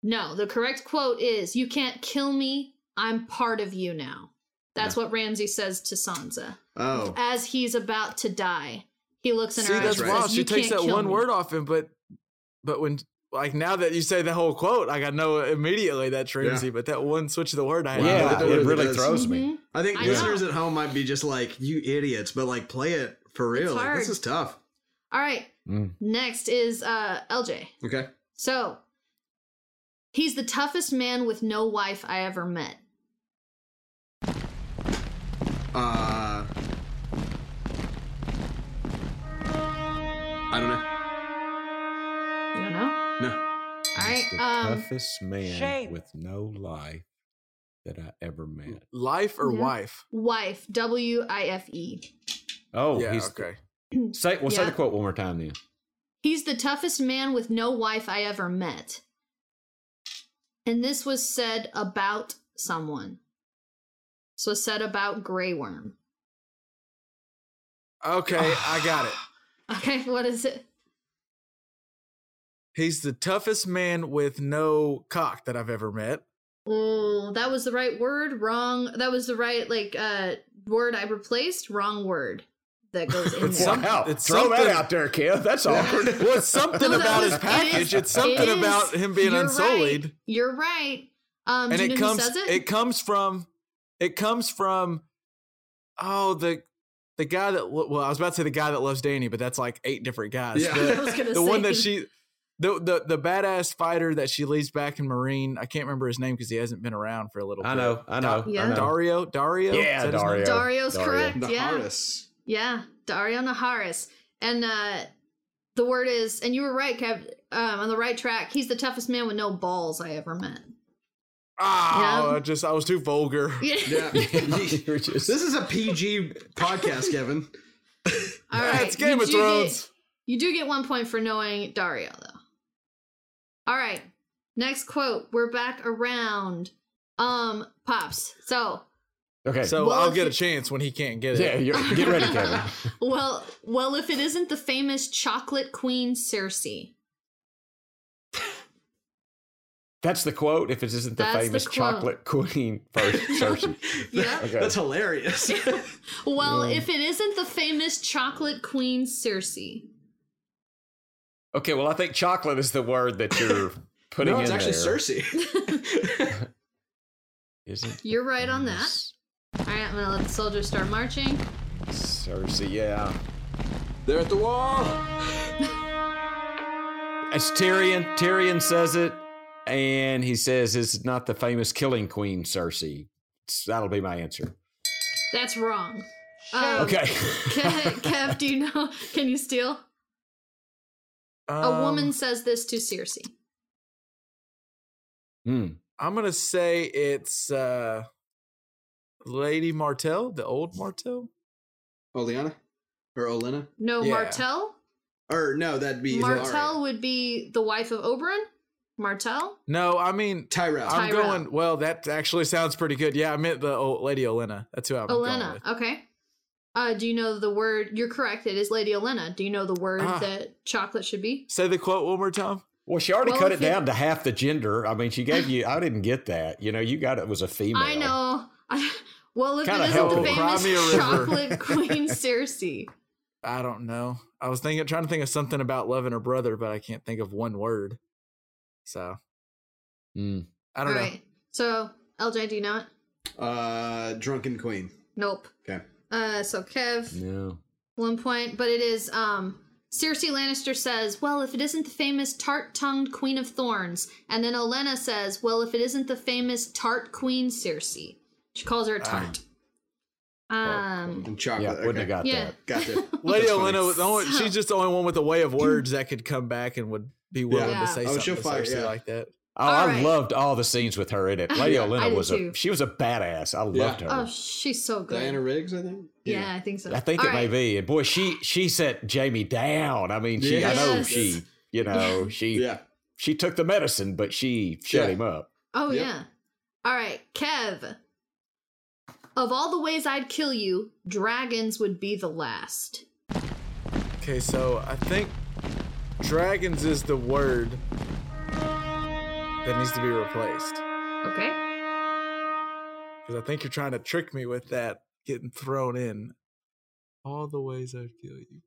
Speaker 4: No, the correct quote is you can't kill me. I'm part of you now. That's what Ramsey says to Sansa
Speaker 3: Oh.
Speaker 4: as he's about to die. He looks in
Speaker 2: See,
Speaker 4: her eyes
Speaker 2: that's
Speaker 4: and
Speaker 3: right.
Speaker 2: wild.
Speaker 4: says,
Speaker 2: She
Speaker 4: "You
Speaker 2: takes
Speaker 4: can't
Speaker 2: that
Speaker 4: kill
Speaker 2: one
Speaker 4: me."
Speaker 2: word off him, but but when like now that you say the whole quote, like I know immediately that's Ramsey. But that one switch of the word, I had
Speaker 3: Wow,
Speaker 2: no
Speaker 5: Yeah,
Speaker 3: that
Speaker 2: idea.
Speaker 5: it
Speaker 3: really
Speaker 5: really
Speaker 3: does.
Speaker 5: throws me.
Speaker 4: Mhm.
Speaker 3: I think
Speaker 4: I
Speaker 3: listeners
Speaker 4: know.
Speaker 3: at home might be just like, you idiots, but like play it for
Speaker 4: It's
Speaker 3: real. Like,
Speaker 4: hard.
Speaker 3: this is tough.
Speaker 4: All right.
Speaker 5: Mm.
Speaker 4: Next is uh LJ.
Speaker 3: Okay.
Speaker 4: So he's the toughest man with no wife I ever met.
Speaker 3: Uh I don't know.
Speaker 4: You don't know?
Speaker 3: No.
Speaker 4: All right.
Speaker 5: He's the
Speaker 4: Um
Speaker 5: toughest man
Speaker 6: Shame.
Speaker 5: with no life that I ever met.
Speaker 2: Life or
Speaker 4: Yeah.
Speaker 2: wife?
Speaker 4: wife, W I F E.
Speaker 5: Oh,
Speaker 2: yeah,
Speaker 5: he's
Speaker 2: okay.
Speaker 5: say well say
Speaker 4: Yeah.
Speaker 5: the quote one more time then.
Speaker 4: He's the toughest man with no wife I ever met. And this was said about someone. This was said about Grey Worm. [laughs]
Speaker 2: Okay, I
Speaker 4: [sighs]
Speaker 2: got it.
Speaker 4: Okay, what is it?
Speaker 2: He's the toughest man with no cock that I've ever met.
Speaker 4: Oh, that was the right word. Wrong. That was the right like uh word I replaced. Wrong word that goes in
Speaker 2: It's
Speaker 4: there.
Speaker 2: some-
Speaker 5: Wow,
Speaker 2: it's
Speaker 5: throw that
Speaker 2: something-
Speaker 5: out there, Kev. That's awkward.
Speaker 2: [laughs] Well,
Speaker 4: [laughs]
Speaker 2: it's something
Speaker 4: No, that
Speaker 2: about
Speaker 4: was-
Speaker 2: his
Speaker 4: it
Speaker 2: package.
Speaker 4: is-
Speaker 2: it's something
Speaker 4: it is.
Speaker 2: about him being
Speaker 4: You're
Speaker 2: unsullied,
Speaker 4: Right. You're right. Um,
Speaker 2: and
Speaker 4: do you
Speaker 2: it
Speaker 4: know
Speaker 2: comes.
Speaker 4: who says it?
Speaker 2: comes from. It comes from. Oh, the the guy that lo- well, I was about to say the guy that loves Danny, but that's like eight different guys.
Speaker 3: Yeah.
Speaker 2: The,
Speaker 4: [laughs] I was gonna
Speaker 2: [laughs] the one
Speaker 4: say.
Speaker 2: that she. The, the the badass fighter that she leads back in Marine, I can't remember his name because he hasn't been around for a little.
Speaker 5: I
Speaker 2: bit.
Speaker 5: know, I know,
Speaker 4: Yeah.
Speaker 5: I know.
Speaker 2: Dario. Dario. Is
Speaker 5: Yeah,
Speaker 2: that his name?
Speaker 5: Dario.
Speaker 4: Dario's correct.
Speaker 3: The
Speaker 4: yeah.
Speaker 3: Horus.
Speaker 4: Yeah, Dario Naharis. And uh the word is, and you were right, Kev, um, on the right track. He's the toughest man with no balls I ever met. [laughs]
Speaker 2: Ah,
Speaker 4: Yeah.
Speaker 2: I just I was too vulgar.
Speaker 3: Yeah.
Speaker 5: [laughs] You're just-
Speaker 3: This is a PG podcast, [laughs] Kevin.
Speaker 4: All
Speaker 2: Yeah,
Speaker 4: right.
Speaker 2: it's Game
Speaker 4: you
Speaker 2: of
Speaker 4: do get-
Speaker 2: Thrones.
Speaker 4: you do get one point for knowing Dario, though. All right. Next quote. We're back around. Um, Pops. So,
Speaker 5: okay.
Speaker 2: [laughs] So
Speaker 4: Well,
Speaker 2: I'll
Speaker 4: if
Speaker 2: get a
Speaker 4: it-
Speaker 2: chance when he can't get it.
Speaker 5: yeah, you're, get ready, Kevin.
Speaker 4: [laughs] well, well, if it isn't the famous chocolate queen Cersei.
Speaker 5: That's the quote. If it isn't the
Speaker 4: That's the
Speaker 5: famous
Speaker 4: quote.
Speaker 5: chocolate queen [laughs]
Speaker 4: [laughs]
Speaker 5: first Cersei.
Speaker 3: [laughs]
Speaker 4: Yeah.
Speaker 5: Okay.
Speaker 3: That's [laughs] hilarious.
Speaker 4: Well,
Speaker 5: Mm.
Speaker 4: if it isn't the famous chocolate queen Cersei.
Speaker 5: okay. Well, I think chocolate is the word that you're
Speaker 3: [laughs]
Speaker 5: putting
Speaker 3: no,
Speaker 5: in
Speaker 3: it's actually
Speaker 5: there.
Speaker 3: Cersei. [laughs]
Speaker 5: Isn't
Speaker 4: You're right on that.
Speaker 5: this
Speaker 4: All right, I'm gonna let the soldiers start marching.
Speaker 5: Cersei? Yeah.
Speaker 7: They're at the
Speaker 5: [laughs]
Speaker 7: wall.
Speaker 5: It's Tyrion. Tyrion says it, and he says it's not the famous killing queen Cersei. It's- that'll be my answer.
Speaker 4: That's wrong. Um,
Speaker 5: Okay.
Speaker 4: Kev, Kev, do you know? Can you steal?
Speaker 2: Um,
Speaker 4: a woman says this to Circe.
Speaker 5: [laughs] Hmm.
Speaker 2: I'm gonna say it's uh Lady Martell, the old Martell.
Speaker 3: Oleana? Or Olena?
Speaker 4: No,
Speaker 2: Yeah.
Speaker 4: Martell.
Speaker 3: Or no, that'd be
Speaker 4: Martell would be the wife of Oberon. Martell.
Speaker 2: No, I mean
Speaker 3: Tyrell.
Speaker 4: Ty-
Speaker 2: I'm
Speaker 4: Tyrell.
Speaker 2: going. Well, that actually sounds pretty good. Yeah, I meant the old Lady Olenna. That's who I'm going
Speaker 4: Elena.
Speaker 2: with.
Speaker 4: Okay. Uh, do you know the word? You're correct. It is Lady Elena. Do you know the word
Speaker 2: Ah.
Speaker 4: that chocolate should be?
Speaker 2: Say the quote one more time.
Speaker 5: Well, she already
Speaker 4: Well,
Speaker 5: cut it
Speaker 4: if it-
Speaker 5: down to half the gender. I mean, she gave you. I didn't get that. You know, you got it was a female.
Speaker 4: I know. [laughs] well, if
Speaker 5: Kinda
Speaker 4: it
Speaker 5: help
Speaker 4: isn't the
Speaker 5: him.
Speaker 4: famous
Speaker 2: Cry me a river. [laughs]
Speaker 4: chocolate queen Circe.
Speaker 2: I don't know. I was thinking, trying to think of something about loving her brother, but I can't think of one word. So
Speaker 5: Hmm.
Speaker 2: I
Speaker 4: All
Speaker 2: don't know.
Speaker 4: right. So, LJ, do you know it?
Speaker 3: Uh, Drunken Queen.
Speaker 4: Nope.
Speaker 3: Okay.
Speaker 4: Uh, so Kev,
Speaker 5: No.
Speaker 4: one point, but it is um Cersei Lannister says, "Well, if it isn't the famous tart-tongued Queen of Thorns," and then Olenna says, "Well, if it isn't the famous tart Queen Cersei," she calls her a tart.
Speaker 5: Ah.
Speaker 4: Um,
Speaker 3: And chocolate.
Speaker 5: yeah, wouldn't
Speaker 3: okay.
Speaker 5: have got
Speaker 4: yeah.
Speaker 5: Oh,
Speaker 3: [laughs]
Speaker 5: that.
Speaker 3: Gotcha.
Speaker 2: Lady
Speaker 3: That's funny.
Speaker 2: Elena was the
Speaker 4: [laughs]
Speaker 2: only,
Speaker 4: So-
Speaker 2: she's just the only one with a way of words that could come back and would be willing
Speaker 4: Yeah.
Speaker 2: to say
Speaker 3: Oh,
Speaker 2: something
Speaker 3: she'll fire,
Speaker 2: sexy
Speaker 3: yeah.
Speaker 2: like that.
Speaker 5: Oh,
Speaker 4: All
Speaker 5: I
Speaker 4: right.
Speaker 5: loved all the scenes with her in
Speaker 4: [laughs]
Speaker 5: it. Lady
Speaker 4: I
Speaker 5: Elena
Speaker 4: did
Speaker 5: was a
Speaker 4: too.
Speaker 5: she was a badass. I
Speaker 7: Yeah.
Speaker 5: loved her.
Speaker 4: Oh, she's so good.
Speaker 7: Diana Riggs, I think.
Speaker 4: yeah. I think so.
Speaker 5: I think
Speaker 4: All
Speaker 5: it
Speaker 4: right.
Speaker 5: may be. And boy, she she set Jamie down. I mean, she I know
Speaker 4: Yes.
Speaker 5: she
Speaker 4: [laughs]
Speaker 5: you know she
Speaker 7: Yeah.
Speaker 5: she took the medicine, but she shut
Speaker 7: Yeah.
Speaker 5: him up.
Speaker 4: Oh
Speaker 7: Yep.
Speaker 4: yeah. All right, Kev. Of all the ways I'd kill you, dragons would be the last.
Speaker 2: Okay, so I think dragons is the word that needs to be replaced.
Speaker 4: Okay.
Speaker 2: Because I think you're trying to trick me with that getting thrown in. All the ways I'd kill you.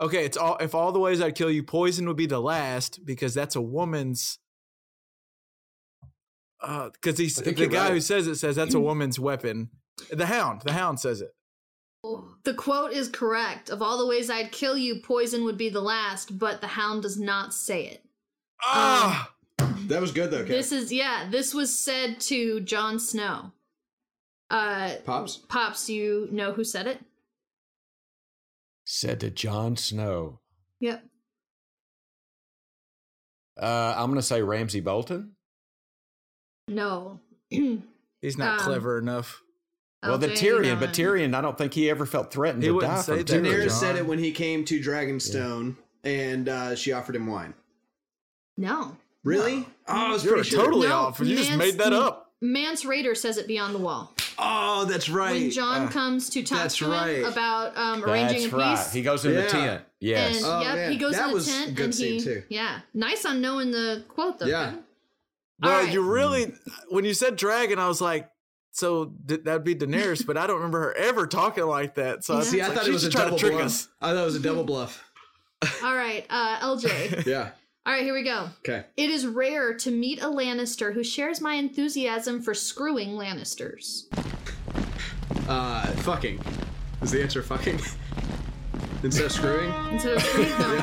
Speaker 2: Okay, it's all if all the ways I'd kill you, poison would be the last because that's a woman's. Because he's
Speaker 7: I
Speaker 2: the
Speaker 7: think
Speaker 2: guy
Speaker 7: you're right.
Speaker 2: who says it says
Speaker 7: [clears throat]
Speaker 2: that's a woman's weapon. The hound, the hound says it.
Speaker 4: The quote is correct. Of all the ways I'd kill you, poison would be the last, but the hound does not say it.
Speaker 2: Ah,
Speaker 3: That was good though. Kat.
Speaker 4: This is yeah, this was said to Jon Snow. Uh
Speaker 7: Pops.
Speaker 4: Pops, you know who said it?
Speaker 5: Said to Jon Snow,
Speaker 4: Yep.
Speaker 5: uh, "I'm going to say Ramsey Bolton."
Speaker 4: No. [clears throat]
Speaker 2: he's not
Speaker 4: Um,
Speaker 2: clever enough.
Speaker 5: well, the
Speaker 4: LJ
Speaker 5: Tyrion, but
Speaker 4: Nine.
Speaker 5: Tyrion, I don't think he ever felt threatened
Speaker 2: He
Speaker 5: to
Speaker 2: wouldn't
Speaker 5: die
Speaker 2: say
Speaker 5: from
Speaker 2: that,
Speaker 5: Tyrion.
Speaker 2: John.
Speaker 3: Daenerys said it when he came to Dragonstone, and uh, she offered him wine.
Speaker 4: No.
Speaker 3: Really? Oh, I was
Speaker 2: You're
Speaker 3: pretty sure.
Speaker 2: totally
Speaker 4: No,
Speaker 2: off. You just
Speaker 4: Mance-
Speaker 2: made that up.
Speaker 4: Mance Raider says it beyond the wall.
Speaker 3: Oh, that's right.
Speaker 4: when John
Speaker 3: Uh,
Speaker 4: comes to talk
Speaker 3: that's
Speaker 4: to him
Speaker 3: right.
Speaker 4: about um, arranging
Speaker 5: That's
Speaker 4: a
Speaker 5: right.
Speaker 4: piece.
Speaker 5: He goes in the
Speaker 3: Yeah.
Speaker 5: tent. Yes.
Speaker 4: And
Speaker 3: Oh,
Speaker 4: yep,
Speaker 3: man.
Speaker 4: he goes
Speaker 3: That
Speaker 4: in the
Speaker 3: was
Speaker 4: tent
Speaker 3: a good
Speaker 4: and
Speaker 3: scene,
Speaker 4: he
Speaker 3: too.
Speaker 4: yeah, nice on knowing the quote though.
Speaker 3: Yeah.
Speaker 4: Kevin. All
Speaker 2: Well,
Speaker 4: right.
Speaker 2: you really when you said dragon, I was like, so th- that'd be Daenerys, but I don't remember her ever talking like that. So I
Speaker 4: Yeah.
Speaker 3: See,
Speaker 2: was
Speaker 3: I
Speaker 2: like,
Speaker 3: thought
Speaker 2: she's
Speaker 3: it was a
Speaker 2: just trying
Speaker 3: double
Speaker 2: to trick
Speaker 3: bluff.
Speaker 2: us.
Speaker 3: I thought it was a double bluff.
Speaker 4: All right, uh,
Speaker 5: [laughs]
Speaker 4: LJ.
Speaker 3: Yeah.
Speaker 4: All right, here we go.
Speaker 3: Okay.
Speaker 4: It is rare to meet a Lannister who shares my enthusiasm for screwing Lannisters.
Speaker 3: Uh, fucking is the answer. Fucking [laughs] instead of screwing.
Speaker 4: Instead of screwing,
Speaker 3: [laughs]
Speaker 4: no,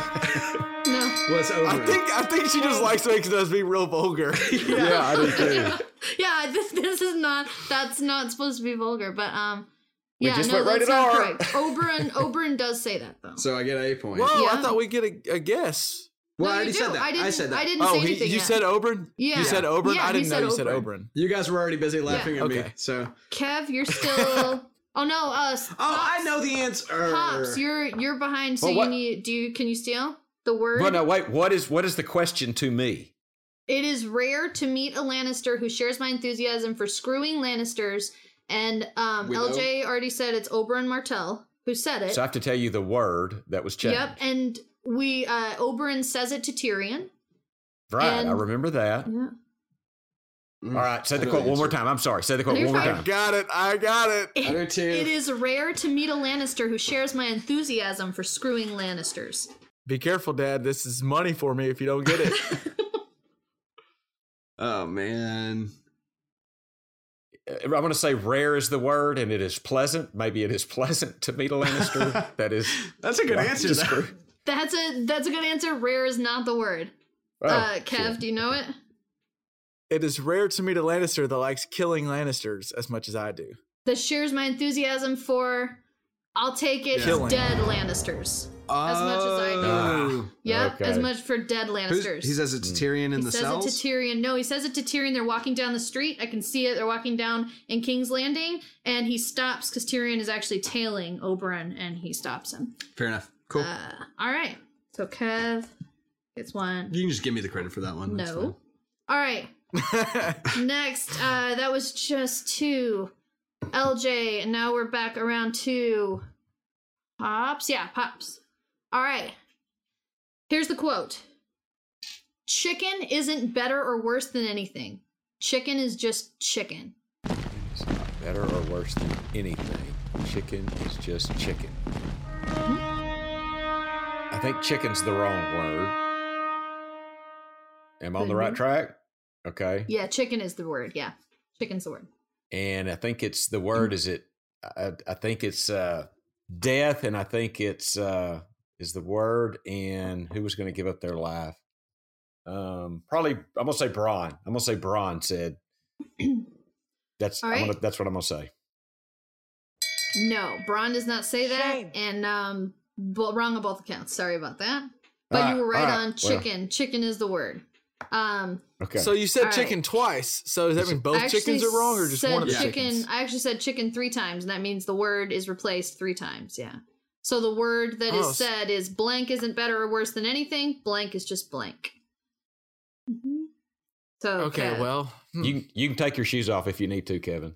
Speaker 4: no.
Speaker 3: Well, it's over.
Speaker 2: I think I think she just likes making us be real
Speaker 4: [laughs]
Speaker 2: vulgar.
Speaker 5: yeah, I do too.
Speaker 4: Yeah, this, this is not. That's not supposed to be vulgar, but um.
Speaker 5: We
Speaker 4: Yeah,
Speaker 5: just
Speaker 4: no,
Speaker 5: went rated
Speaker 4: that's not
Speaker 5: R.
Speaker 3: [laughs]
Speaker 4: correct. Oberon, Oberon does say that though.
Speaker 3: so. I get a point.
Speaker 2: Whoa! I
Speaker 4: Yeah.
Speaker 2: thought we get a, a guess.
Speaker 3: well, I
Speaker 4: you
Speaker 3: already
Speaker 4: do.
Speaker 3: said that.
Speaker 4: I, didn't,
Speaker 3: said that.
Speaker 4: I didn't say
Speaker 2: Oh, he-
Speaker 4: anything.
Speaker 2: you
Speaker 4: yet.
Speaker 2: said Oberon.
Speaker 4: Yeah.
Speaker 2: You said Oberon.
Speaker 4: Yeah,
Speaker 2: I
Speaker 4: he
Speaker 2: didn't know
Speaker 4: said
Speaker 2: you said
Speaker 4: Oberyn.
Speaker 2: Oberon.
Speaker 3: You guys were already busy laughing at me.
Speaker 2: Okay.
Speaker 3: So.
Speaker 4: Kev,
Speaker 2: [laughs]
Speaker 4: you're still. oh no, uh,
Speaker 3: Oh, I know the answer.
Speaker 4: Pops, you're you're behind. So
Speaker 5: Well, what-
Speaker 4: you need. Do you can you steal the word?
Speaker 5: Well, no, wait. What is what is the question to me?
Speaker 4: It is rare to meet a Lannister who shares my enthusiasm for screwing Lannisters. And um,
Speaker 7: Willow.
Speaker 4: LJ already said it's Oberon Martell who said it.
Speaker 5: So I have to tell you the word that was changed.
Speaker 4: yep, and we uh, Oberon says it to Tyrion.
Speaker 5: Right, I
Speaker 4: and-
Speaker 5: remember that.
Speaker 4: Yeah.
Speaker 3: Mm.
Speaker 5: All right, say the quote one more time. I'm sorry. Say the quote
Speaker 4: No,
Speaker 5: one
Speaker 4: you're
Speaker 5: more
Speaker 4: fine.
Speaker 5: time.
Speaker 2: Got it. I got it.
Speaker 7: I do too.
Speaker 4: It is rare to meet a Lannister who shares my enthusiasm for screwing Lannisters.
Speaker 2: Be careful, Dad. This is money for me if you don't get it.
Speaker 4: [laughs]
Speaker 3: Oh man.
Speaker 5: Uh, I'm going to say rare is the word, and it is pleasant. Maybe it is pleasant to meet
Speaker 3: [laughs]
Speaker 5: a Lannister. that is.
Speaker 3: That's a good
Speaker 5: Wow,
Speaker 3: answer.
Speaker 5: just
Speaker 3: though.
Speaker 5: screw-
Speaker 4: That's a that's a good answer. Rare is not the word.
Speaker 5: Oh,
Speaker 4: uh,
Speaker 5: shit.
Speaker 4: Kev, do you know it?
Speaker 2: it is rare to meet a Lannister that likes killing Lannisters as much as I do.
Speaker 4: That shares my enthusiasm for. I'll take it.
Speaker 2: Killing.
Speaker 4: Dead Lannisters. As much as I do.
Speaker 3: Oh.
Speaker 4: Yep,
Speaker 5: Okay.
Speaker 4: as much for dead
Speaker 3: Who's-
Speaker 4: Lannisters.
Speaker 3: he says it's Tyrion in
Speaker 4: He
Speaker 3: the
Speaker 4: says
Speaker 3: cells.
Speaker 4: it to Tyrion. No, he says it to Tyrion. They're walking down the street. I can see it. They're walking down in King's Landing, and he stops because Tyrion is actually tailing Oberon, and he stops him.
Speaker 3: Fair enough. Cool.
Speaker 4: Uh, all right. So Kev gets one.
Speaker 3: you can just give me the credit for that one. that's
Speaker 4: No. All
Speaker 5: [laughs]
Speaker 4: right. Next, uh, that was just two. LJ, and now we're back around two. Pops? Yeah, pops. All right. Here's the quote Chicken isn't better or worse than anything. Chicken is just chicken.
Speaker 5: It's not better or worse than anything. Chicken is just chicken. I think chicken's the wrong word. Am I on the right
Speaker 4: Mhm.
Speaker 5: track? Okay.
Speaker 4: Yeah, chicken is the word. Yeah, chicken's the word.
Speaker 5: and I think it's the word
Speaker 4: Mm-hmm.
Speaker 5: is it I, I think it's uh death and I think it's uh is the word and who was going to give up their life um probably I'm going to say Braun I'm
Speaker 4: [clears throat]
Speaker 5: going to say Braun said that's
Speaker 4: All
Speaker 5: I'm
Speaker 4: right.
Speaker 5: gonna, that's what I'm going to say
Speaker 4: No, Braun does not say that,
Speaker 6: Shame.
Speaker 4: and um, bo- wrong on both accounts. Sorry about that. But
Speaker 5: All
Speaker 4: you were
Speaker 5: right,
Speaker 4: right
Speaker 5: all right,
Speaker 4: on
Speaker 5: well.
Speaker 4: chicken. Chicken is the word. Um,
Speaker 5: Okay.
Speaker 2: So you said
Speaker 4: All right.
Speaker 2: chicken twice. So does that mean both
Speaker 4: I actually
Speaker 2: chickens are wrong or just
Speaker 4: said
Speaker 2: one of the
Speaker 4: chicken,
Speaker 2: chickens?
Speaker 4: I actually said chicken three times, and that means the word is replaced three times. Yeah. So the word that is
Speaker 2: Oh, s-
Speaker 4: said is blank isn't better or worse than anything. Blank is just blank.
Speaker 3: Mm-hmm.
Speaker 4: Mhm. So
Speaker 2: Okay,
Speaker 4: [laughs] yeah.
Speaker 2: well, hmm.
Speaker 5: you can- you can take your shoes off if you need to, Kevin.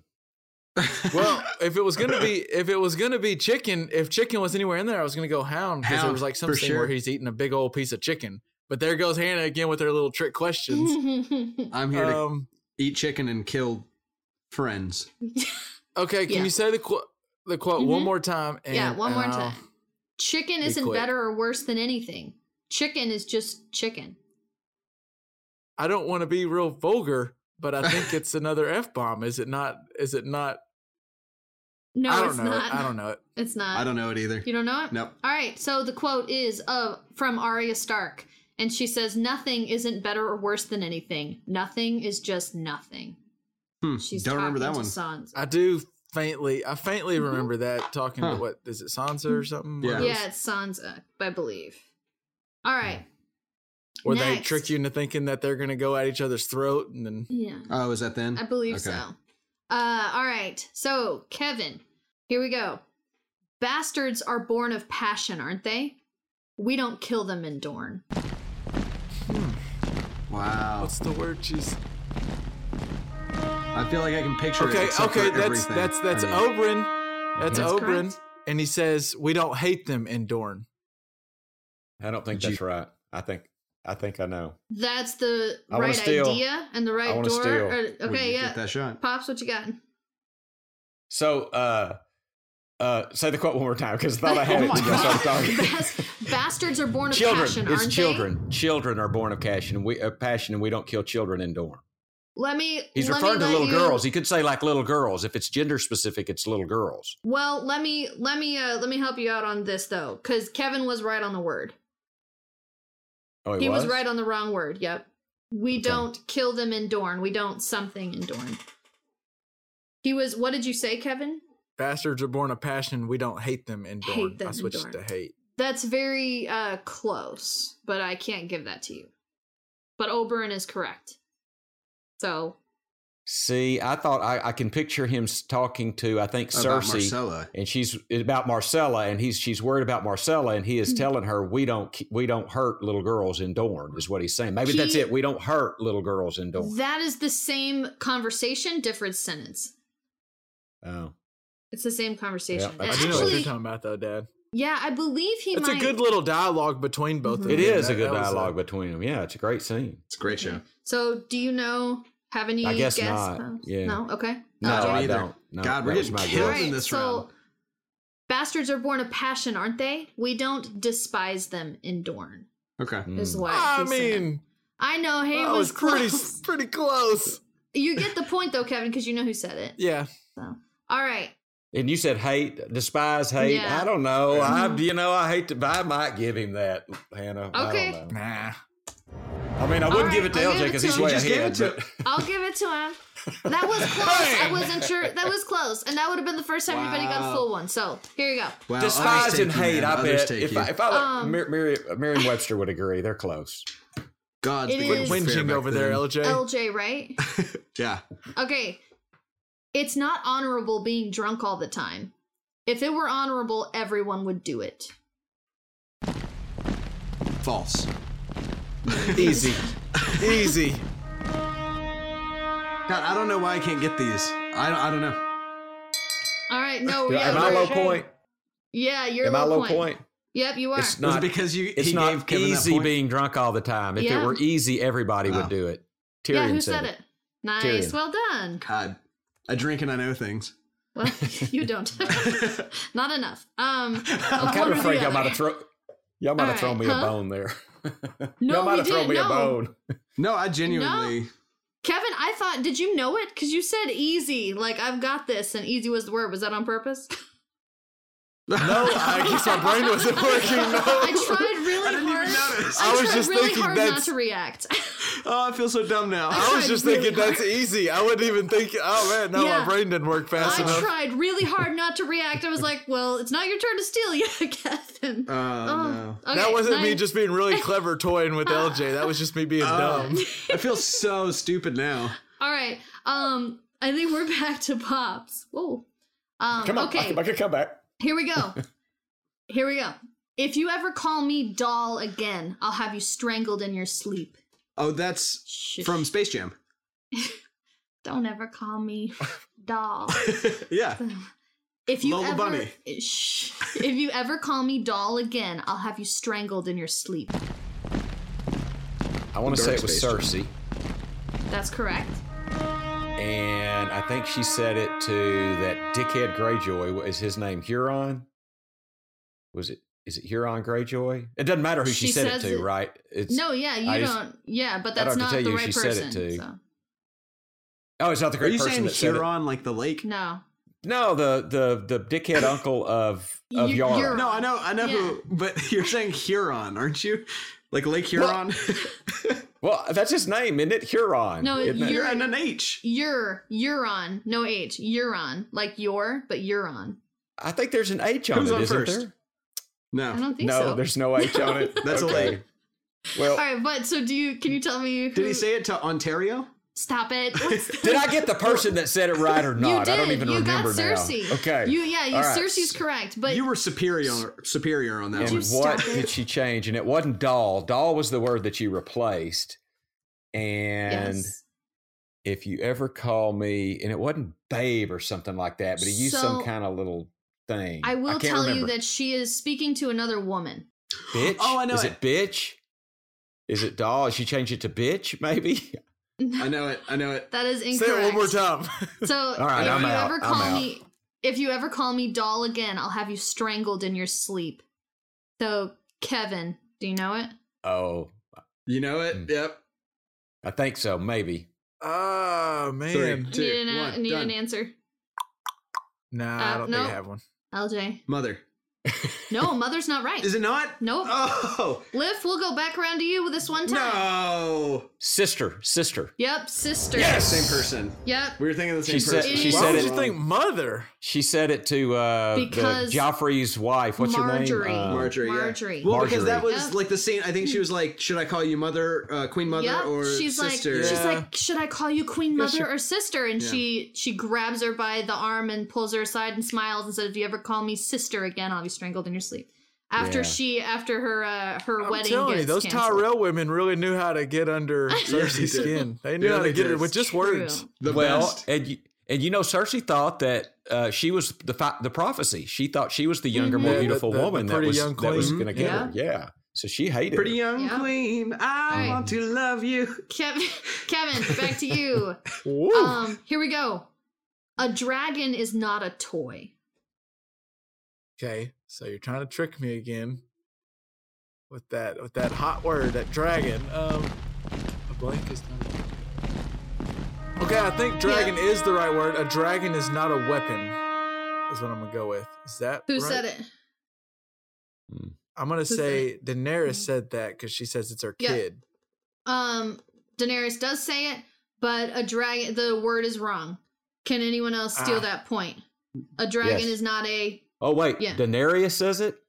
Speaker 2: well, if it was gonna be if it was gonna be chicken, if chicken was anywhere in there, I was gonna go hound because there
Speaker 3: Hound,
Speaker 2: was like
Speaker 3: for
Speaker 2: something
Speaker 3: sure.
Speaker 2: where he's eating a big old piece of chicken. But there goes Hannah again with her little trick questions.
Speaker 3: [laughs] [laughs] I'm here to
Speaker 2: um,
Speaker 3: eat chicken and kill friends.
Speaker 2: okay, can
Speaker 4: Yeah. Mm-hmm.
Speaker 2: you say the quote the quote one more time? And, um,
Speaker 4: yeah, one more
Speaker 2: and I'll-
Speaker 4: time. Chicken
Speaker 2: be
Speaker 4: isn't
Speaker 2: quick.
Speaker 4: better or worse than anything. Chicken is just chicken.
Speaker 2: I don't want to be real vulgar, but I
Speaker 3: [laughs]
Speaker 2: think it's another f bomb. Is it not? Is it not?
Speaker 4: No,
Speaker 2: I don't
Speaker 4: it's
Speaker 2: know.
Speaker 4: not.
Speaker 2: I don't know it.
Speaker 4: It's not.
Speaker 3: I don't know it either.
Speaker 4: You don't know it?
Speaker 3: Nope.
Speaker 4: All right. So the quote is uh, from Arya Stark, and she says, "Nothing isn't better or worse than anything. Nothing is just nothing."
Speaker 3: Hmm,
Speaker 4: She's
Speaker 3: don't remember that
Speaker 4: talking
Speaker 3: one.
Speaker 4: to Sansa.
Speaker 2: I do faintly. I faintly
Speaker 4: Mm-hmm.
Speaker 2: remember that talking
Speaker 3: Huh.
Speaker 2: to what is it Sansa or something?
Speaker 3: Yeah.
Speaker 2: Or-
Speaker 4: yeah, it's Sansa, I believe. All right.
Speaker 2: Where they
Speaker 4: Next.
Speaker 2: trick you into thinking that they're gonna go at each other's throat, and then
Speaker 4: Yeah,
Speaker 3: Oh, is that then?
Speaker 4: I believe
Speaker 3: Okay.
Speaker 4: so. Uh, all right. So Kevin, here we go. Bastards are born of passion, aren't they? We don't kill them in Dorne.
Speaker 3: Wow.
Speaker 2: what's the word she's?
Speaker 3: I feel like I can picture it.
Speaker 2: Okay,
Speaker 3: except for
Speaker 2: okay, that's
Speaker 3: everything.
Speaker 2: that's that's
Speaker 3: I mean,
Speaker 2: Oberyn. That's,
Speaker 4: That's
Speaker 2: Oberyn,
Speaker 4: correct.
Speaker 2: and he says we don't hate them in Dorne.
Speaker 5: I don't think that's right. I think I think I know.
Speaker 4: That's the
Speaker 5: I wanna
Speaker 4: right
Speaker 5: steal.
Speaker 4: idea and the right
Speaker 5: wanna
Speaker 4: door.
Speaker 5: steal.
Speaker 4: Or-
Speaker 3: Get
Speaker 4: okay, yeah.
Speaker 3: that shot.
Speaker 4: Pops, what you got?
Speaker 5: So uh uh say the quote one more time because I thought I
Speaker 4: [laughs]
Speaker 5: had
Speaker 4: Oh
Speaker 5: it.
Speaker 4: my
Speaker 5: until I started
Speaker 4: God.
Speaker 5: talking.
Speaker 4: Bas- bastards are born of
Speaker 5: children.
Speaker 4: passion,
Speaker 5: it's
Speaker 4: aren't
Speaker 5: children. Children are born of passion. And we uh, passion, and we don't kill children in Dorne.
Speaker 4: they? Let me.
Speaker 5: He's
Speaker 4: let me
Speaker 5: referring to
Speaker 4: let
Speaker 5: little
Speaker 4: you-
Speaker 5: girls. He could say like little girls. If it's gender specific, it's little girls.
Speaker 4: Well, let me let me uh let me help you out on this though, because Kevin was right on the word.
Speaker 5: Oh,
Speaker 4: He was? right on the wrong word. Yep. We don't kill them in Dorne. We don't something in Dorne. He was. What did you say, Kevin?
Speaker 2: Bastards are born of passion. We don't hate them in
Speaker 4: Hate
Speaker 2: Dorne.
Speaker 4: them
Speaker 2: I
Speaker 4: in
Speaker 2: switched
Speaker 4: Dorne.
Speaker 2: to hate.
Speaker 4: That's very uh close, but I can't give that to you. But Oberon is correct. So
Speaker 5: See, I thought I, I can picture him s- talking to I think
Speaker 3: About
Speaker 5: Cersei,
Speaker 3: Marcella.
Speaker 5: and she's about Marcella, and he's she's worried about Marcella, and he
Speaker 4: Mm-hmm.
Speaker 5: is telling her we don't ki- we don't hurt little girls in Dorne is what he's saying. Maybe that's
Speaker 4: He-
Speaker 5: it. We don't hurt little girls in Dorne.
Speaker 4: that is the same conversation, different sentence.
Speaker 5: oh,
Speaker 4: It's the same conversation.
Speaker 5: Yeah,
Speaker 4: And
Speaker 2: I do know what you're
Speaker 4: actually,
Speaker 2: talking about though, Dad.
Speaker 4: yeah, I believe he
Speaker 2: It's
Speaker 4: might.
Speaker 2: a
Speaker 4: Mhm.
Speaker 2: good little dialogue between both. of
Speaker 3: Mm,
Speaker 2: them.
Speaker 5: it is
Speaker 2: That-
Speaker 5: a good
Speaker 2: that was
Speaker 5: dialogue between them. Yeah, it's a great scene.
Speaker 3: It's a great show.
Speaker 4: so, do you know? Have any
Speaker 5: I guess
Speaker 4: guess? uh,
Speaker 5: not. Yeah.
Speaker 4: No. Okay. Uh,
Speaker 5: No,
Speaker 3: I don't
Speaker 5: I
Speaker 3: either.
Speaker 5: don't. No,
Speaker 3: God, we're
Speaker 5: that was
Speaker 3: getting
Speaker 5: my
Speaker 3: killed
Speaker 5: guess.
Speaker 3: in this round.
Speaker 4: bastards are born of passion, aren't they? We don't despise them in Dorne.
Speaker 3: Okay.
Speaker 4: Is
Speaker 5: Mm.
Speaker 4: what
Speaker 2: I
Speaker 4: he said.
Speaker 2: mean,
Speaker 4: I know. Hey,
Speaker 2: that
Speaker 4: it
Speaker 2: was
Speaker 4: was,
Speaker 2: pretty
Speaker 4: close.
Speaker 2: pretty close.
Speaker 4: You get the point though, Kevin, because you know who said it.
Speaker 2: Yeah.
Speaker 4: All right.
Speaker 5: And you said hate, despise hate.
Speaker 4: Yeah.
Speaker 5: I don't know. I,
Speaker 4: Mhm.
Speaker 5: you know, I hate to. I might give him that, Hannah.
Speaker 4: Okay.
Speaker 5: I don't know.
Speaker 2: Nah.
Speaker 5: I mean, I
Speaker 4: All
Speaker 5: wouldn't
Speaker 4: right,
Speaker 5: give it to
Speaker 4: I'll
Speaker 5: LJ
Speaker 4: give it
Speaker 5: because
Speaker 4: to
Speaker 5: he's
Speaker 4: him.
Speaker 5: way
Speaker 4: You just
Speaker 3: gave
Speaker 5: ahead.
Speaker 3: it to
Speaker 5: but-
Speaker 4: I'll give it to him. That
Speaker 5: [laughs]
Speaker 4: was close. I wasn't sure. That was close, and that would have been the first time anybody got a
Speaker 3: Wow.
Speaker 4: full one. So here you go.
Speaker 3: Wow, others
Speaker 5: despise
Speaker 3: take
Speaker 5: and
Speaker 3: you,
Speaker 5: hate.
Speaker 3: man.
Speaker 5: I
Speaker 3: Others
Speaker 5: bet.
Speaker 3: take
Speaker 5: If
Speaker 3: you.
Speaker 5: I, if I,
Speaker 4: Um,
Speaker 5: Mer- Mer- Merriam-Webster would agree. They're close.
Speaker 3: God's
Speaker 4: It
Speaker 3: the
Speaker 4: is-
Speaker 3: greatest fair
Speaker 2: Whinging
Speaker 3: back
Speaker 2: over
Speaker 3: then.
Speaker 2: there, LJ.
Speaker 4: LJ,
Speaker 5: [laughs]
Speaker 4: right?
Speaker 3: Yeah.
Speaker 4: Okay. It's not honorable being drunk all the time. If it were honorable, everyone would do it.
Speaker 3: False.
Speaker 2: Easy. Easy.
Speaker 3: God, I don't know why I can't get these. I don't, I don't know.
Speaker 4: All right, no, Oh, yeah,
Speaker 5: Am I
Speaker 4: we're-
Speaker 5: low point?
Speaker 4: yeah, you're
Speaker 5: Am I
Speaker 4: low,
Speaker 5: low
Speaker 4: point.
Speaker 5: point?
Speaker 4: Yep, you are.
Speaker 3: Was
Speaker 5: It's
Speaker 3: it
Speaker 5: not.
Speaker 3: because you
Speaker 5: It's
Speaker 3: he gave
Speaker 5: not
Speaker 3: Kevin that
Speaker 5: easy
Speaker 3: point?
Speaker 5: being drunk all the time. If
Speaker 4: Yeah.
Speaker 5: it were easy, everybody
Speaker 3: Oh.
Speaker 5: would do it. Tyrion
Speaker 4: yeah, who said it? Nice,
Speaker 5: Tyrion.
Speaker 4: well done.
Speaker 3: God, I drink and I know things. [laughs]
Speaker 4: Well, [laughs] you
Speaker 5: [laughs]
Speaker 4: don't. not enough. Um,
Speaker 5: I'm kind of afraid y'all might have
Speaker 4: thrown.
Speaker 5: thrown. Y'all might
Speaker 4: All
Speaker 5: have thrown
Speaker 4: right,
Speaker 5: me
Speaker 4: huh?
Speaker 5: a bone there. [laughs]
Speaker 4: No,
Speaker 5: y'all might
Speaker 4: we
Speaker 5: have thrown
Speaker 4: didn't,
Speaker 5: me
Speaker 4: no.
Speaker 5: a bone.
Speaker 3: No, I genuinely.
Speaker 4: Kevin, I thought, did you know it? Because you said easy, like I've got this, and easy was the word. Was that on purpose?
Speaker 3: [laughs]
Speaker 2: No, I guess my brain
Speaker 4: [laughs]
Speaker 2: wasn't working. No.
Speaker 4: I tried really
Speaker 3: I didn't
Speaker 4: hard.
Speaker 3: even notice.
Speaker 4: I,
Speaker 2: I was
Speaker 4: tried
Speaker 2: just
Speaker 4: really
Speaker 2: thinking
Speaker 4: hard not
Speaker 2: that's-
Speaker 4: to react.
Speaker 3: Oh, I feel so dumb now.
Speaker 4: I
Speaker 5: I was just
Speaker 4: really
Speaker 5: thinking that's easy. I wouldn't even think. Oh man, no,
Speaker 4: Yeah.
Speaker 5: my brain didn't work fast
Speaker 4: I
Speaker 5: enough.
Speaker 4: tried really hard not to react. I was like, well, it's not your turn to steal yet, [laughs] Captain.
Speaker 3: Oh, no.
Speaker 5: that wasn't me just being really
Speaker 4: [laughs]
Speaker 5: clever toying with LJ. That was just
Speaker 4: Oh.
Speaker 5: me
Speaker 2: Um,
Speaker 5: being dumb.
Speaker 3: Um, I feel so stupid now.
Speaker 4: All right. Um, I think we're [laughs] back to Pops. Whoa. Um,
Speaker 7: Come on, I,
Speaker 4: okay.
Speaker 7: can, I can come back.
Speaker 4: Here we
Speaker 5: [laughs]
Speaker 4: go. Here we go. If you ever call me doll again, I'll have you strangled in your sleep.
Speaker 3: Oh, that's
Speaker 4: Shh.
Speaker 3: from Space Jam.
Speaker 4: Don't ever call
Speaker 5: [laughs]
Speaker 4: me doll.
Speaker 3: yeah.
Speaker 4: If you
Speaker 3: Lola
Speaker 4: ever
Speaker 3: Bunny.
Speaker 4: Shh. if you ever call me doll again, I'll have you strangled in your sleep.
Speaker 5: I want to say it was
Speaker 3: Dark
Speaker 5: Cersei,
Speaker 4: That's correct.
Speaker 5: and I think she said it to that dickhead Greyjoy. What is his name? Huron. Was it? Is it Huron Greyjoy? It doesn't matter who she,
Speaker 4: She
Speaker 5: said it
Speaker 4: says
Speaker 5: to,
Speaker 4: it-
Speaker 5: right? It's,
Speaker 4: No, yeah, you
Speaker 5: I just-
Speaker 4: don't. yeah, but
Speaker 5: I
Speaker 4: that's
Speaker 5: don't
Speaker 4: not
Speaker 5: have to tell
Speaker 4: the
Speaker 5: you
Speaker 4: right
Speaker 5: she said it
Speaker 4: person.
Speaker 5: to.
Speaker 4: so.
Speaker 5: Oh, it's not the
Speaker 3: Are
Speaker 5: great
Speaker 3: you
Speaker 5: person
Speaker 3: saying
Speaker 5: that said it.
Speaker 3: Huron like the lake?
Speaker 4: No,
Speaker 5: No, the the the
Speaker 4: [coughs]
Speaker 5: dickhead uncle of of
Speaker 4: You-
Speaker 5: Yara.
Speaker 4: you're-
Speaker 3: No, I know, I know who,
Speaker 4: Yeah.
Speaker 3: but [laughs] you're saying Huron, aren't you? Like Lake Huron? [laughs]
Speaker 5: Well, that's his name, isn't it? Huron.
Speaker 4: No,
Speaker 5: isn't it?
Speaker 4: you're-
Speaker 3: you're in an H.
Speaker 4: you're Euron. No H. Euron, like your, but Euron.
Speaker 5: I think there's an H on
Speaker 3: Who's
Speaker 5: it,
Speaker 3: on
Speaker 5: isn't
Speaker 3: first?
Speaker 5: there?
Speaker 4: I
Speaker 3: No.
Speaker 4: don't think
Speaker 5: no,
Speaker 4: so.
Speaker 5: there's no H on it.
Speaker 3: [laughs] That's a lake.
Speaker 5: Well,
Speaker 4: All right, but so do you? Can you tell me? Who,
Speaker 3: Did he say it to Ontario?
Speaker 4: Stop it.
Speaker 5: [laughs] did I get the person that said it right or
Speaker 4: You
Speaker 5: not?
Speaker 4: did.
Speaker 5: I don't even
Speaker 4: you
Speaker 5: remember
Speaker 4: got
Speaker 5: now.
Speaker 4: Cersei.
Speaker 5: Okay.
Speaker 4: [laughs] You yeah. You
Speaker 5: All right.
Speaker 4: Cersei's correct, but
Speaker 3: you were superior superior on that
Speaker 5: and
Speaker 3: one.
Speaker 4: you
Speaker 5: what
Speaker 4: stop it?
Speaker 5: did she change? And it wasn't doll. Doll was the word that you replaced. And
Speaker 4: yes.
Speaker 5: if you ever call me, and it wasn't babe or something like that, but he used some
Speaker 4: So-
Speaker 5: kind of little thing.
Speaker 4: I will
Speaker 5: can't
Speaker 4: tell you
Speaker 5: remember.
Speaker 4: that she is speaking to another woman.
Speaker 5: Bitch.
Speaker 3: Oh, I know
Speaker 5: Is
Speaker 3: it.
Speaker 5: it. bitch? Is it doll? She changed it to bitch, [laughs] maybe.
Speaker 3: I know it. I know it.
Speaker 4: [laughs] That is
Speaker 5: Say
Speaker 4: incorrect.
Speaker 5: it one more time.
Speaker 4: So
Speaker 5: right,
Speaker 4: if
Speaker 5: I'm
Speaker 4: you
Speaker 5: out,
Speaker 4: ever
Speaker 5: I'm
Speaker 4: call
Speaker 5: out.
Speaker 4: me, if you ever call me doll again, I'll have you strangled in your sleep. So Kevin, do you know it?
Speaker 5: oh,
Speaker 3: You know it.
Speaker 5: Mm.
Speaker 3: Yep.
Speaker 5: I think so. Maybe.
Speaker 2: Oh man,
Speaker 3: Three, two,
Speaker 4: need an,
Speaker 3: one,
Speaker 4: need an
Speaker 3: done.
Speaker 4: answer,
Speaker 2: nah,
Speaker 4: Uh,
Speaker 2: I don't
Speaker 4: no.
Speaker 2: think I have one.
Speaker 4: LJ.
Speaker 3: Mother.
Speaker 4: No, mother's not right.
Speaker 3: Is it not?
Speaker 4: nope.
Speaker 3: Oh
Speaker 4: Liv, we'll go back around to you with this one time.
Speaker 3: no.
Speaker 5: Sister, sister.
Speaker 4: Yep, sister.
Speaker 3: Same person.
Speaker 4: Yep.
Speaker 3: We were thinking of the same
Speaker 5: She said-
Speaker 3: person.
Speaker 4: she
Speaker 2: Why
Speaker 4: said
Speaker 2: would
Speaker 5: it-
Speaker 2: you think mother?
Speaker 5: She said it to uh, the
Speaker 4: Because
Speaker 5: Joffrey's wife. What's her
Speaker 4: Marjorie.
Speaker 5: name? Uh,
Speaker 3: Marjorie. yeah.
Speaker 4: Marjorie.
Speaker 3: Well, because that
Speaker 4: Marjorie.
Speaker 3: was
Speaker 4: Yeah.
Speaker 3: like the scene. I think she was like, "Should I call you mother, uh, Queen Mother,
Speaker 4: Yep.
Speaker 3: or
Speaker 4: she's
Speaker 3: sister?"
Speaker 4: like, she's
Speaker 2: Yeah.
Speaker 4: like, should I call you Queen Mother
Speaker 3: sure.
Speaker 4: or sister? And
Speaker 3: Yeah.
Speaker 4: she she grabs her by the arm and pulls her aside and smiles and says, "If you ever call me sister again, I'll be strangled in your sleep." After
Speaker 5: Yeah.
Speaker 4: she after her uh, her
Speaker 2: I'm
Speaker 4: wedding
Speaker 2: telling
Speaker 4: gets
Speaker 2: you, those
Speaker 4: canceled.
Speaker 2: Tyrell women really knew how to get under Cersei's
Speaker 3: they did.
Speaker 2: skin. They knew
Speaker 3: Yeah,
Speaker 2: how
Speaker 3: they
Speaker 2: to get
Speaker 3: did.
Speaker 2: it with just words.
Speaker 4: True.
Speaker 3: the
Speaker 5: well,
Speaker 3: best.
Speaker 5: and you, and you know, Cersei thought that uh, she was the fi- the prophecy. She thought she was the younger,
Speaker 4: Mhm.
Speaker 5: more
Speaker 2: Yeah, the-
Speaker 5: beautiful
Speaker 2: the- the
Speaker 5: woman that
Speaker 2: pretty
Speaker 5: was
Speaker 2: young
Speaker 5: that was
Speaker 2: queen.
Speaker 5: going to get her. Yeah. So she hated.
Speaker 3: Pretty
Speaker 5: her.
Speaker 3: young
Speaker 4: Yeah.
Speaker 3: queen, I
Speaker 4: Right.
Speaker 3: want to love you.
Speaker 4: [laughs] Kevin, Kevin, back to you.
Speaker 2: [laughs] Woo.
Speaker 4: Um, here we go. A dragon is not a toy.
Speaker 2: Okay, so you're trying to trick me again with that with that hot word, that dragon. Um, a blank is not. Okay, I think dragon is the right word. A dragon is not a weapon, is what I'm gonna go with. Is that
Speaker 4: Who
Speaker 2: right?
Speaker 4: said it?
Speaker 2: I'm gonna
Speaker 4: said Mm.
Speaker 2: say Daenerys said that because she says it's her
Speaker 4: Yeah.
Speaker 2: kid.
Speaker 4: Um, Daenerys does say it, but a dragon. The word is wrong. Can anyone else steal
Speaker 2: Ah.
Speaker 4: that point? A dragon
Speaker 5: Yes.
Speaker 4: is not a.
Speaker 5: Oh wait,
Speaker 4: Yeah.
Speaker 5: Daenerys says it.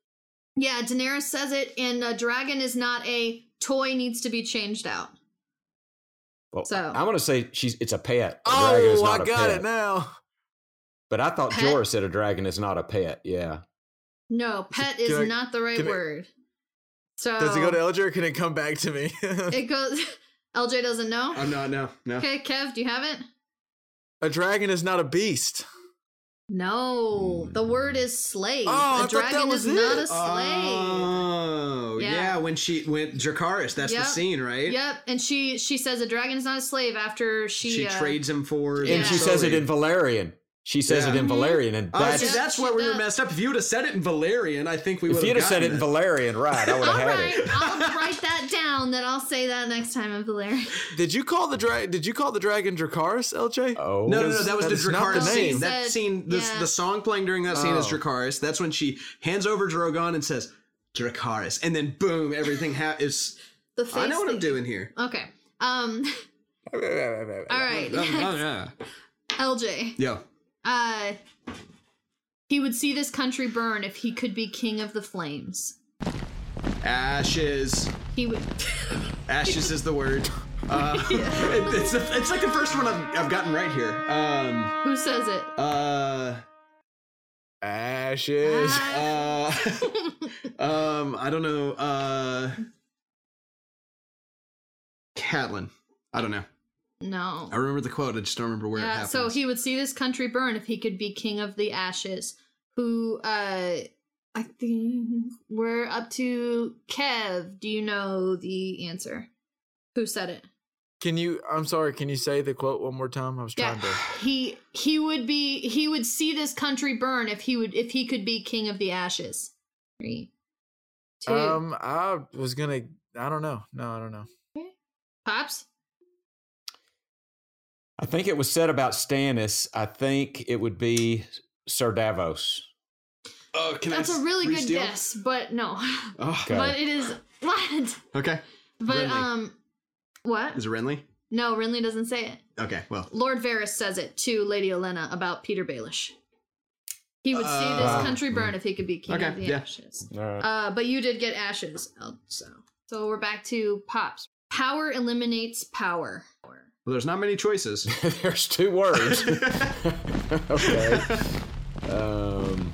Speaker 4: Yeah, Daenerys says it, and a dragon is not a toy. Needs to be changed out.
Speaker 5: Well,
Speaker 4: So-
Speaker 5: I, am going to say she's it's a pet. A dragon is
Speaker 2: oh,
Speaker 5: not
Speaker 2: I
Speaker 5: a
Speaker 2: got
Speaker 5: pet.
Speaker 2: it now. [laughs]
Speaker 5: But I thought
Speaker 4: Pet?
Speaker 5: Jorah said a dragon is not a pet. Yeah.
Speaker 4: No, pet
Speaker 2: can
Speaker 4: is
Speaker 2: I-
Speaker 4: not the right
Speaker 2: can I-
Speaker 4: word. So
Speaker 2: Does it go to Elder? Or can it come back to me? [laughs]
Speaker 4: It goes. [laughs] LJ doesn't know.
Speaker 2: Uh,
Speaker 3: I'm not. Oh, No, no.
Speaker 4: Okay, Kev, do you have it?
Speaker 2: a dragon is not a beast.
Speaker 4: No, the word is slave.
Speaker 2: Hmm. Oh, I
Speaker 4: a
Speaker 2: thought
Speaker 4: dragon
Speaker 2: that was
Speaker 4: is not
Speaker 2: it.
Speaker 4: a slave.
Speaker 3: Oh,
Speaker 4: Yeah.
Speaker 3: yeah. When she went Dracaris, that's
Speaker 4: Yep.
Speaker 3: the scene, right?
Speaker 4: Yep, and she she says a dragon is not a slave after she,
Speaker 3: She,
Speaker 4: uh,
Speaker 3: trades him for.
Speaker 4: Yeah.
Speaker 5: And she says it in Valerian. She says it
Speaker 3: Yeah.
Speaker 5: in
Speaker 4: Mhm.
Speaker 5: Valerian, and
Speaker 3: Oh, see,
Speaker 5: that's.
Speaker 3: that's
Speaker 4: She
Speaker 3: where we were
Speaker 4: does.
Speaker 3: messed up. If you would have said it in Valerian, I think we would
Speaker 5: if
Speaker 3: have.
Speaker 5: you'd have said it in Valerian, right, I would
Speaker 4: All
Speaker 5: have had
Speaker 4: right,
Speaker 5: it.
Speaker 4: I'll write that down. Then I'll say that next time in Valerian.
Speaker 2: Did you call the dragon? Did you call the dragon Dracarys, LJ?
Speaker 5: Oh
Speaker 3: No, no, no. That was
Speaker 2: That
Speaker 3: the
Speaker 2: is not
Speaker 3: Dracaris
Speaker 2: the
Speaker 3: scene.
Speaker 2: name.
Speaker 4: She
Speaker 3: That
Speaker 4: said-
Speaker 3: scene, the,
Speaker 4: yeah.
Speaker 3: the song playing during that scene is
Speaker 2: Oh.
Speaker 3: Dracaris. That's when she hands over Drogon and says, Dracaris. And then boom, everything ha- is.
Speaker 4: [laughs] The face
Speaker 3: I know what I'm
Speaker 4: thing.
Speaker 3: doing here.
Speaker 4: Okay.
Speaker 3: [laughs]
Speaker 4: Um,
Speaker 5: All
Speaker 4: all right,
Speaker 7: Oh,
Speaker 4: [laughs] [laughs] yes.
Speaker 7: yeah.
Speaker 4: LJ.
Speaker 3: Yeah.
Speaker 4: Uh, he would see this country burn if he could be king of the flames.
Speaker 3: Ashes.
Speaker 4: He would.
Speaker 3: Ashes is the word.
Speaker 4: [laughs]
Speaker 3: Uh, [laughs] it- it's, the- it's like the first one I've, I've gotten right here. Um,
Speaker 4: Who says it?
Speaker 3: uh,
Speaker 5: Ashes.
Speaker 3: uh, [laughs] um, I don't know. Uh, Catlin. I don't know.
Speaker 4: [laughs] no.
Speaker 3: I remember the quote. I just don't remember where it
Speaker 4: Yeah,
Speaker 3: happened.
Speaker 4: Uh, so he would see this country burn if he could be king of the ashes. Who uh I think we're up to Kev. Do you know the answer? Who said it?
Speaker 2: Can you? I'm sorry. Can you say the quote one more time? I was
Speaker 4: Yeah.
Speaker 2: trying to.
Speaker 4: He he would be he would see this country burn if he would if he could be king of the ashes. Three, two,
Speaker 2: Um, I was gonna. I don't know. No, I don't know.
Speaker 4: pops.
Speaker 5: I think it was said about Stannis. I think it would be Sir Davos.
Speaker 7: Oh, can I
Speaker 4: That's a
Speaker 7: s-
Speaker 4: really good
Speaker 7: re-steal?
Speaker 4: guess, but no. [laughs]
Speaker 3: Oh,
Speaker 5: Okay.
Speaker 4: But it is [laughs] what?
Speaker 3: okay.
Speaker 4: But
Speaker 3: Renly.
Speaker 4: um, what?
Speaker 3: Is it Renly?
Speaker 4: No, Renly doesn't say it.
Speaker 3: Okay. Well,
Speaker 4: Lord Varys says it to Lady Olenna about Peter Baelish. He would see
Speaker 3: Uh,
Speaker 4: this country burn if he could be king
Speaker 3: okay,
Speaker 4: of the
Speaker 3: yeah.
Speaker 4: ashes. Uh, but you did get ashes, El- so so we're back to pops. Power eliminates power.
Speaker 3: well, there's not many choices.
Speaker 5: There's
Speaker 3: [laughs]
Speaker 5: two words. okay. Um,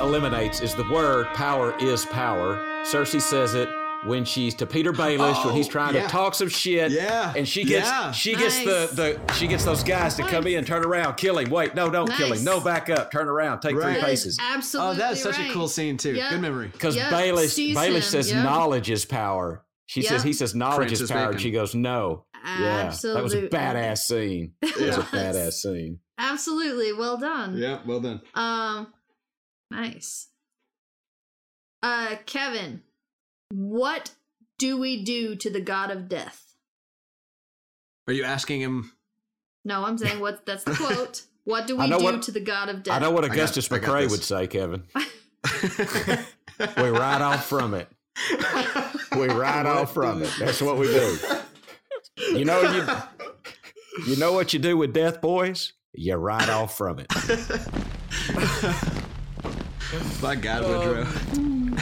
Speaker 5: eliminates is the word. Power is power. Cersei says it when she's to Peter Baelish when he's
Speaker 3: Oh,
Speaker 5: trying
Speaker 3: yeah.
Speaker 5: to talk some shit.
Speaker 3: Yeah,
Speaker 5: [laughs]
Speaker 3: Oh,
Speaker 5: And she gets
Speaker 3: yeah.
Speaker 5: she gets
Speaker 4: Nice.
Speaker 5: the the she gets those guys to come in, turn around, kill him. Wait, no, don't kill him.
Speaker 4: Nice.
Speaker 5: No, back up, turn around, take
Speaker 3: Right.
Speaker 5: three
Speaker 4: That is
Speaker 5: paces.
Speaker 4: absolutely.
Speaker 3: oh, that's such
Speaker 4: right.
Speaker 3: a cool scene too.
Speaker 4: Yeah.
Speaker 3: Good memory.
Speaker 5: Because
Speaker 4: Yep,
Speaker 5: Baelish
Speaker 4: sees
Speaker 5: Baelish
Speaker 4: him,
Speaker 5: says
Speaker 4: yep.
Speaker 5: knowledge is power. She says
Speaker 4: Yep.
Speaker 5: he says knowledge
Speaker 3: Francis
Speaker 5: is power.
Speaker 3: Bacon.
Speaker 5: And she goes no. Yeah, that was a
Speaker 4: Absolutely. [laughs]
Speaker 5: badass scene. It was a badass scene.
Speaker 4: Absolutely, well done.
Speaker 3: Yeah. Well done.
Speaker 4: Um, nice. Uh, Kevin, what do we do to the god of death?
Speaker 3: Are you asking
Speaker 4: [laughs]
Speaker 3: him?
Speaker 4: No, I'm saying what that's the quote. What do
Speaker 5: [laughs] I
Speaker 4: we
Speaker 5: know
Speaker 4: do
Speaker 5: what-
Speaker 4: to the god of death?
Speaker 5: I know what
Speaker 3: I got-
Speaker 5: Augustus
Speaker 3: I got
Speaker 5: McCrae
Speaker 3: this.
Speaker 5: would say, Kevin. We ride off from it. We ride off from it. That's what we do. You know you You know what you do with death boys? You ride off from it.
Speaker 3: By God, Woodrow.
Speaker 4: Um,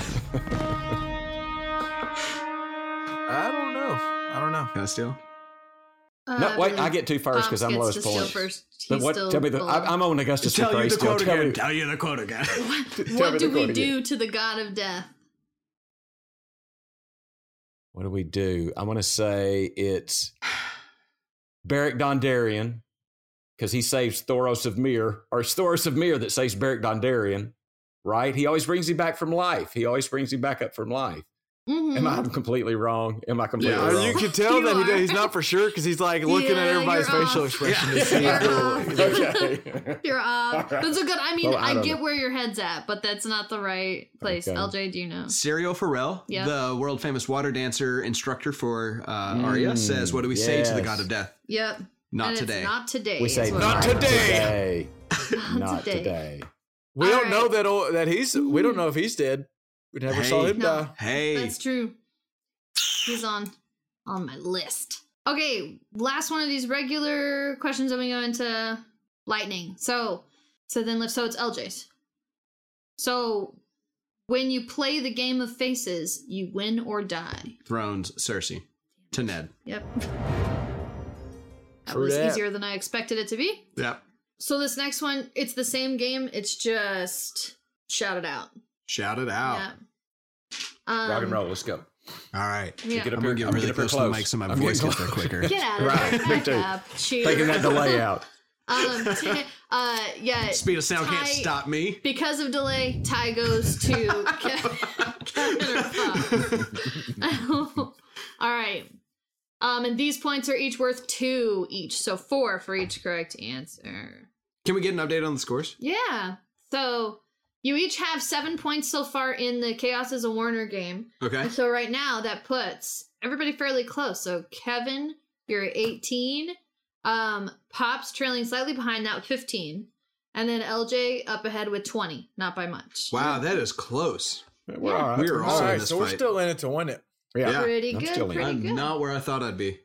Speaker 2: I don't know. I don't know.
Speaker 3: Can I steal?
Speaker 4: Uh,
Speaker 5: No, wait,
Speaker 4: really,
Speaker 5: I get two first
Speaker 4: Pops
Speaker 5: because I'm
Speaker 4: gets
Speaker 5: lowest
Speaker 4: to steal
Speaker 5: point.
Speaker 4: First.
Speaker 5: But
Speaker 4: He's
Speaker 5: what?
Speaker 4: still
Speaker 5: Tell me the.
Speaker 4: below.
Speaker 5: I, I'm on Augustus McCrae still. Tell me.
Speaker 3: Tell you the quote again.
Speaker 4: what
Speaker 5: me
Speaker 4: do
Speaker 5: the
Speaker 4: we
Speaker 5: quote
Speaker 4: do to the god of death?
Speaker 5: What do we do? I'm going to say it's Beric Dondarrion because he saves Thoros of Myr, or it's Thoros of Myr that saves Beric Dondarrion, right? He always brings him back from life. He always brings him back up from life.
Speaker 4: Mhm.
Speaker 5: Am I
Speaker 4: [laughs]
Speaker 5: completely wrong? Am I completely
Speaker 3: Yeah,
Speaker 5: wrong?
Speaker 2: Uh, you can tell
Speaker 4: You
Speaker 2: that he,
Speaker 4: are.
Speaker 2: he's not for sure because he's like looking
Speaker 4: Yeah,
Speaker 2: at everybody's
Speaker 4: you're
Speaker 2: facial
Speaker 4: off.
Speaker 2: expression.
Speaker 3: Yeah.
Speaker 2: to see
Speaker 4: [laughs] You're
Speaker 2: if they're-
Speaker 4: off.
Speaker 5: [laughs] [laughs] okay.
Speaker 4: [laughs] You're off.
Speaker 5: All right.
Speaker 4: That's a good. I mean,
Speaker 5: Well, I
Speaker 4: I,
Speaker 5: don't
Speaker 4: get
Speaker 5: know.
Speaker 4: where your head's at, but that's not the right place.
Speaker 5: Okay.
Speaker 4: LJ, do you know?
Speaker 3: Serial Pharrell,
Speaker 4: Yeah.
Speaker 3: the world famous water dancer instructor for uh, Arya,
Speaker 5: Mm,
Speaker 3: says, "What do we say to the
Speaker 5: yes.
Speaker 3: god of death?
Speaker 4: Yep.
Speaker 3: Not
Speaker 4: and
Speaker 3: today."
Speaker 4: It's not today.
Speaker 5: We
Speaker 4: is
Speaker 5: say
Speaker 4: what
Speaker 5: not
Speaker 4: I-
Speaker 5: today.
Speaker 4: [laughs] Not
Speaker 5: Not
Speaker 4: today.
Speaker 5: today.
Speaker 2: we don't
Speaker 4: All
Speaker 2: know
Speaker 4: right.
Speaker 2: that o- that he's. We don't know if he's dead. We never saw
Speaker 3: Hey.
Speaker 2: him
Speaker 4: Mm-hmm. No.
Speaker 2: die.
Speaker 3: hey,
Speaker 4: That's true. He's on on my list. Okay, last one of these regular questions, then we go into lightning. So, so then so it's LJ's. So, when you play the game of faces, you win or die.
Speaker 3: Thrones, Cersei, to Ned.
Speaker 4: Yep. [laughs] That
Speaker 2: True
Speaker 4: was
Speaker 2: that.
Speaker 4: easier than I expected it to be.
Speaker 3: Yep.
Speaker 4: So this next one, it's the same game. It's just shout it out.
Speaker 3: Shout it out.
Speaker 4: Yeah. Um,
Speaker 5: Oh. Rock and roll. Let's go.
Speaker 3: All right.
Speaker 4: Yeah.
Speaker 5: Get up
Speaker 3: I'm gonna
Speaker 5: here.
Speaker 3: get
Speaker 5: I'm
Speaker 3: really
Speaker 5: getting up here
Speaker 3: close, to the
Speaker 5: close.
Speaker 3: mic so my
Speaker 5: I'm
Speaker 3: voice
Speaker 5: getting
Speaker 3: gets there
Speaker 5: close.
Speaker 3: quicker.
Speaker 4: [laughs] Get
Speaker 5: [laughs]
Speaker 4: out of
Speaker 5: Right,
Speaker 4: there.
Speaker 5: me
Speaker 4: Back
Speaker 5: too.
Speaker 4: up. Cheers.
Speaker 5: Taking that delay out.
Speaker 4: Um, [laughs] t- uh, yeah.
Speaker 3: [laughs] Speed of sound can't
Speaker 4: Ty-
Speaker 3: stop me.
Speaker 4: [laughs] Because of delay, tie goes to [laughs] Ke- Kevin or Pop. All right. Um, and these points are each worth two each, so four for each correct answer.
Speaker 3: Can we get an update on the scores?
Speaker 4: Yeah. So you each have seven points so far in the Chaos is a Warner game.
Speaker 3: Okay.
Speaker 4: So right now that puts everybody fairly close. So Kevin, you're at 18. Um, Pops trailing slightly behind that with 15. And then LJ up ahead with 20. Not by much.
Speaker 3: Wow, that is close.
Speaker 5: We're all right.
Speaker 3: We are
Speaker 2: All
Speaker 3: also in
Speaker 2: right,
Speaker 3: this
Speaker 2: so we're
Speaker 3: fight.
Speaker 2: still in it to win it.
Speaker 5: Yeah.
Speaker 3: Yeah.
Speaker 4: pretty
Speaker 5: I'm
Speaker 4: good.
Speaker 5: still in.
Speaker 4: pretty
Speaker 3: I'm
Speaker 4: good.
Speaker 3: not where I thought I'd be.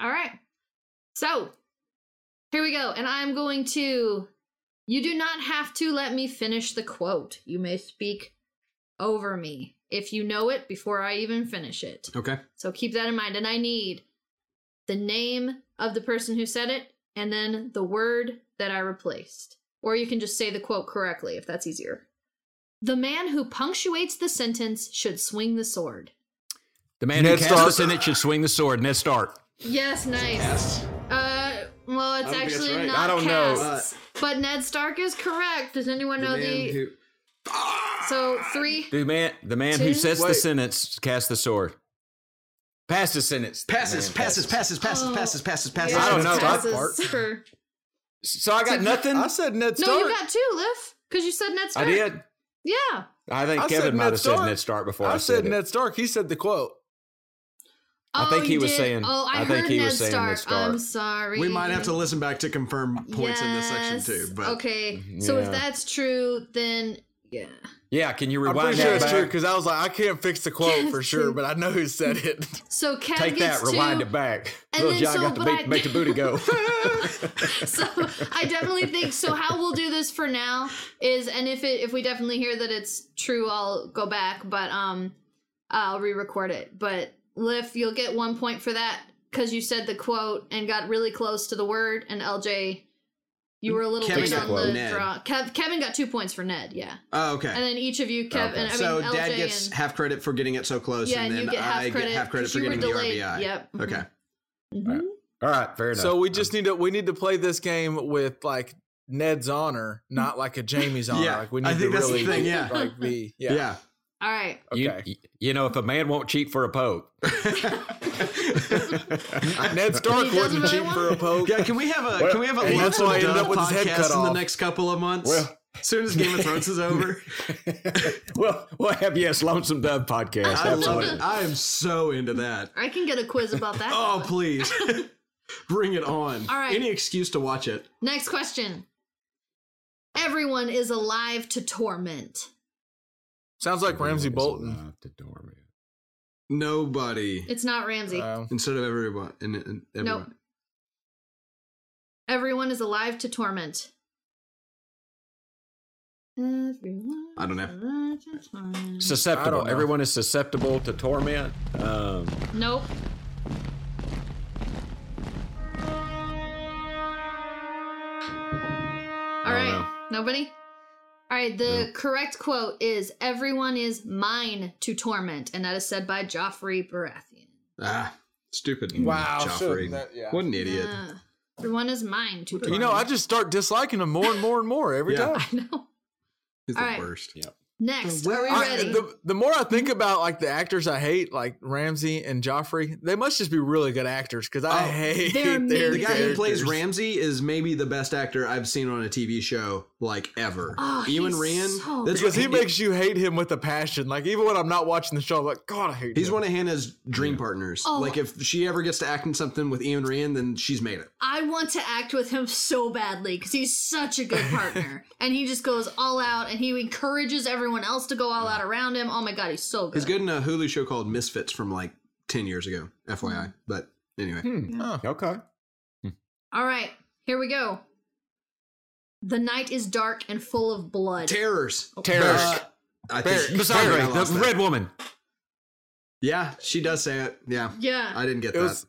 Speaker 4: All right. So here we go. And I'm going to. You do not have to let me finish the quote. You may speak over me if you know it before I even finish it.
Speaker 3: Okay.
Speaker 4: So keep that in mind. And I need the name of the person who said it and then the word that I replaced. Or you can just say the quote correctly if that's easier. The man who punctuates the sentence should swing the sword.
Speaker 5: The man
Speaker 2: Ned
Speaker 5: who casts
Speaker 2: Stark.
Speaker 5: the Senate should swing the sword. Ned Stark.
Speaker 4: Yes, nice. Uh, well,
Speaker 7: I
Speaker 4: it's
Speaker 7: don't think
Speaker 4: actually
Speaker 7: that's right.
Speaker 4: not
Speaker 5: I don't know.
Speaker 4: casts, but Ned Stark is correct. Does anyone know the?
Speaker 3: who-
Speaker 4: So three.
Speaker 5: The man, the man who
Speaker 4: Two?
Speaker 5: sets the
Speaker 2: Wait.
Speaker 5: sentence casts the sword. Pass the sentence. The
Speaker 3: passes,
Speaker 5: man
Speaker 3: passes, passes, passes,
Speaker 4: Oh.
Speaker 3: passes, passes, passes.
Speaker 5: I don't know
Speaker 4: Yes,
Speaker 5: that
Speaker 4: passes
Speaker 5: part.
Speaker 4: for-
Speaker 5: So I got nothing.
Speaker 2: I said Ned Stark.
Speaker 4: No, you got two, Liv, because you said Ned
Speaker 5: I
Speaker 4: Stark.
Speaker 5: did.
Speaker 4: Yeah.
Speaker 5: I think
Speaker 2: I said
Speaker 5: Kevin might
Speaker 2: Ned
Speaker 5: have
Speaker 2: Stark.
Speaker 5: said Ned Stark before I,
Speaker 2: I said
Speaker 5: it.
Speaker 2: Ned Stark. He said the quote.
Speaker 5: I think
Speaker 4: Oh,
Speaker 5: he
Speaker 4: you
Speaker 5: was
Speaker 4: did.
Speaker 5: saying-
Speaker 4: Oh, I,
Speaker 5: I
Speaker 4: heard
Speaker 5: think he
Speaker 4: Ned,
Speaker 5: was saying
Speaker 4: Stark.
Speaker 5: Ned Stark.
Speaker 4: I'm sorry.
Speaker 3: We might have to listen back to confirm points in this section
Speaker 4: Yes.
Speaker 3: too. But
Speaker 4: okay. So if
Speaker 5: Mm-hmm. Yeah.
Speaker 4: that's true, then yeah.
Speaker 5: Yeah, can you
Speaker 2: I'm
Speaker 5: rewind
Speaker 2: pretty sure
Speaker 5: that
Speaker 2: it's true
Speaker 5: back?
Speaker 2: because I was like, I can't fix the
Speaker 4: [laughs]
Speaker 2: quote for sure, but I know who said it.
Speaker 4: So Kev
Speaker 5: Take
Speaker 4: gets
Speaker 5: that,
Speaker 4: [laughs]
Speaker 5: rewind
Speaker 4: two.
Speaker 5: it back.
Speaker 4: And
Speaker 5: Little
Speaker 4: then
Speaker 5: John
Speaker 4: so-
Speaker 5: got to
Speaker 4: but
Speaker 5: make,
Speaker 4: I-
Speaker 5: make the booty go.
Speaker 4: [laughs] so I definitely think so. How we'll do this for now is, and if it if we definitely hear that it's true, I'll go back, but um, I'll re-record it. But Liff, you'll get one point for that because you said the quote and got really close to the word, and LJ, you were a little
Speaker 3: Kevin
Speaker 4: late
Speaker 5: got
Speaker 4: on
Speaker 5: quote.
Speaker 4: the
Speaker 3: Ned.
Speaker 4: draw. Kev, Kevin got two points for Ned, yeah,
Speaker 3: oh, okay.
Speaker 4: and then each of you, Kevin,
Speaker 5: Okay.
Speaker 4: and I
Speaker 3: so
Speaker 4: mean LJ
Speaker 3: Dad gets
Speaker 4: and
Speaker 3: half credit for getting it so close,
Speaker 4: yeah,
Speaker 3: and
Speaker 4: and
Speaker 3: then
Speaker 4: you get half
Speaker 3: I
Speaker 4: credit.
Speaker 3: get half credit
Speaker 4: 'cause
Speaker 3: for
Speaker 4: you were
Speaker 3: getting the
Speaker 4: delayed.
Speaker 3: RBI.
Speaker 4: Yep. mhm. [laughs]
Speaker 3: Okay.
Speaker 4: Mhm.
Speaker 5: [laughs] All right, fair enough.
Speaker 2: So we just need to we need to play this game with like Ned's honor, not like a Jamie's honor.
Speaker 3: Yeah,
Speaker 2: like we need
Speaker 3: I think
Speaker 2: to
Speaker 3: that's the
Speaker 2: really
Speaker 3: thing, yeah.
Speaker 2: like be yeah.
Speaker 3: Yeah.
Speaker 4: All right.
Speaker 5: Um, You-
Speaker 2: Okay.
Speaker 5: You, know, if a man won't cheat for a poke, [laughs]
Speaker 2: Ned Stark wouldn't
Speaker 4: He does another
Speaker 2: cheat
Speaker 4: one?
Speaker 2: for a poke.
Speaker 3: Yeah, can we have a
Speaker 5: Well,
Speaker 3: can we have a
Speaker 2: and that's
Speaker 3: lots of
Speaker 2: why I ended
Speaker 3: dumb
Speaker 2: up with his head cut
Speaker 3: podcasts in the
Speaker 2: off.
Speaker 3: next couple of months?
Speaker 5: Well-
Speaker 3: as soon as Game of Thrones
Speaker 2: [laughs]
Speaker 3: is over,
Speaker 5: [laughs] well, we'll have yes, lonesome dove podcast.
Speaker 3: I love
Speaker 5: absolutely.
Speaker 3: it. I am so into that.
Speaker 4: I can get a quiz about
Speaker 3: [laughs]
Speaker 4: that.
Speaker 3: Oh please, bring it on!
Speaker 4: All right.
Speaker 3: any excuse to watch it.
Speaker 4: Next question. Everyone is alive to torment.
Speaker 2: Sounds like Ramsey Bolton.
Speaker 3: Nobody
Speaker 4: It's not Ramsey.
Speaker 2: Um,
Speaker 3: instead of everyone. And, and Uh, everyone.
Speaker 4: Nope. Everyone is alive to torment. Everyone.
Speaker 3: I don't
Speaker 4: is
Speaker 3: know.
Speaker 4: alive to torment.
Speaker 2: I
Speaker 5: Susceptible.
Speaker 2: don't know.
Speaker 5: Everyone is susceptible to torment. Um,
Speaker 4: Nope. All
Speaker 5: don't
Speaker 4: right. Nobody? All right. The correct quote is Everyone is mine to torment. And that is said by Joffrey Baratheon.
Speaker 3: Ah, stupid.
Speaker 2: Wow,
Speaker 3: Joffrey.
Speaker 2: shouldn't that- yeah.
Speaker 3: What an idiot.
Speaker 4: Yeah. Everyone is mine to torment.
Speaker 2: you
Speaker 4: [laughs]
Speaker 2: know, I just start disliking him more and more and more every
Speaker 3: Yeah.
Speaker 2: time.
Speaker 4: I know.
Speaker 3: He's
Speaker 4: All
Speaker 3: the
Speaker 4: right.
Speaker 3: worst.
Speaker 4: Next, are we
Speaker 2: I-
Speaker 4: ready?
Speaker 2: the, the more I think about like the actors I hate, like Ramsey and Joffrey, they must just be really good actors because I
Speaker 3: Oh,
Speaker 2: hate
Speaker 4: they're
Speaker 2: their
Speaker 4: amazing.
Speaker 3: The guy who plays
Speaker 2: characters.
Speaker 3: Ramsey is maybe the best actor I've seen on a TV show like ever.
Speaker 4: Oh,
Speaker 3: Ewan
Speaker 4: he's
Speaker 3: Rand.
Speaker 4: so
Speaker 2: because he
Speaker 3: it-
Speaker 2: makes you hate him with a passion. Like even when I'm not watching the show, I'm like, God, I hate
Speaker 3: He's
Speaker 2: him.
Speaker 3: one of Hannah's dream partners.
Speaker 4: Oh.
Speaker 3: Like if she ever gets to act in something with Ian Rand, then she's made it.
Speaker 4: I want to act with him so badly because he's such a good
Speaker 2: [laughs]
Speaker 4: partner, and he just goes all out, and he encourages everyone else to go all out around him. Oh my god, he's so good.
Speaker 3: He's good in a Hulu show called Misfits from like ten years ago.
Speaker 4: Mm.
Speaker 3: FYI, but anyway,
Speaker 5: hmm. Okay.
Speaker 4: All right, here we go. The night is dark and full of blood.
Speaker 3: terrors.
Speaker 5: Terrorist.
Speaker 3: Uh, I think I
Speaker 5: Misandry,
Speaker 3: lost
Speaker 5: the
Speaker 3: that.
Speaker 5: red woman.
Speaker 3: Yeah, she does say it. Yeah,
Speaker 4: yeah,
Speaker 3: I didn't get
Speaker 2: It
Speaker 3: that.
Speaker 2: was-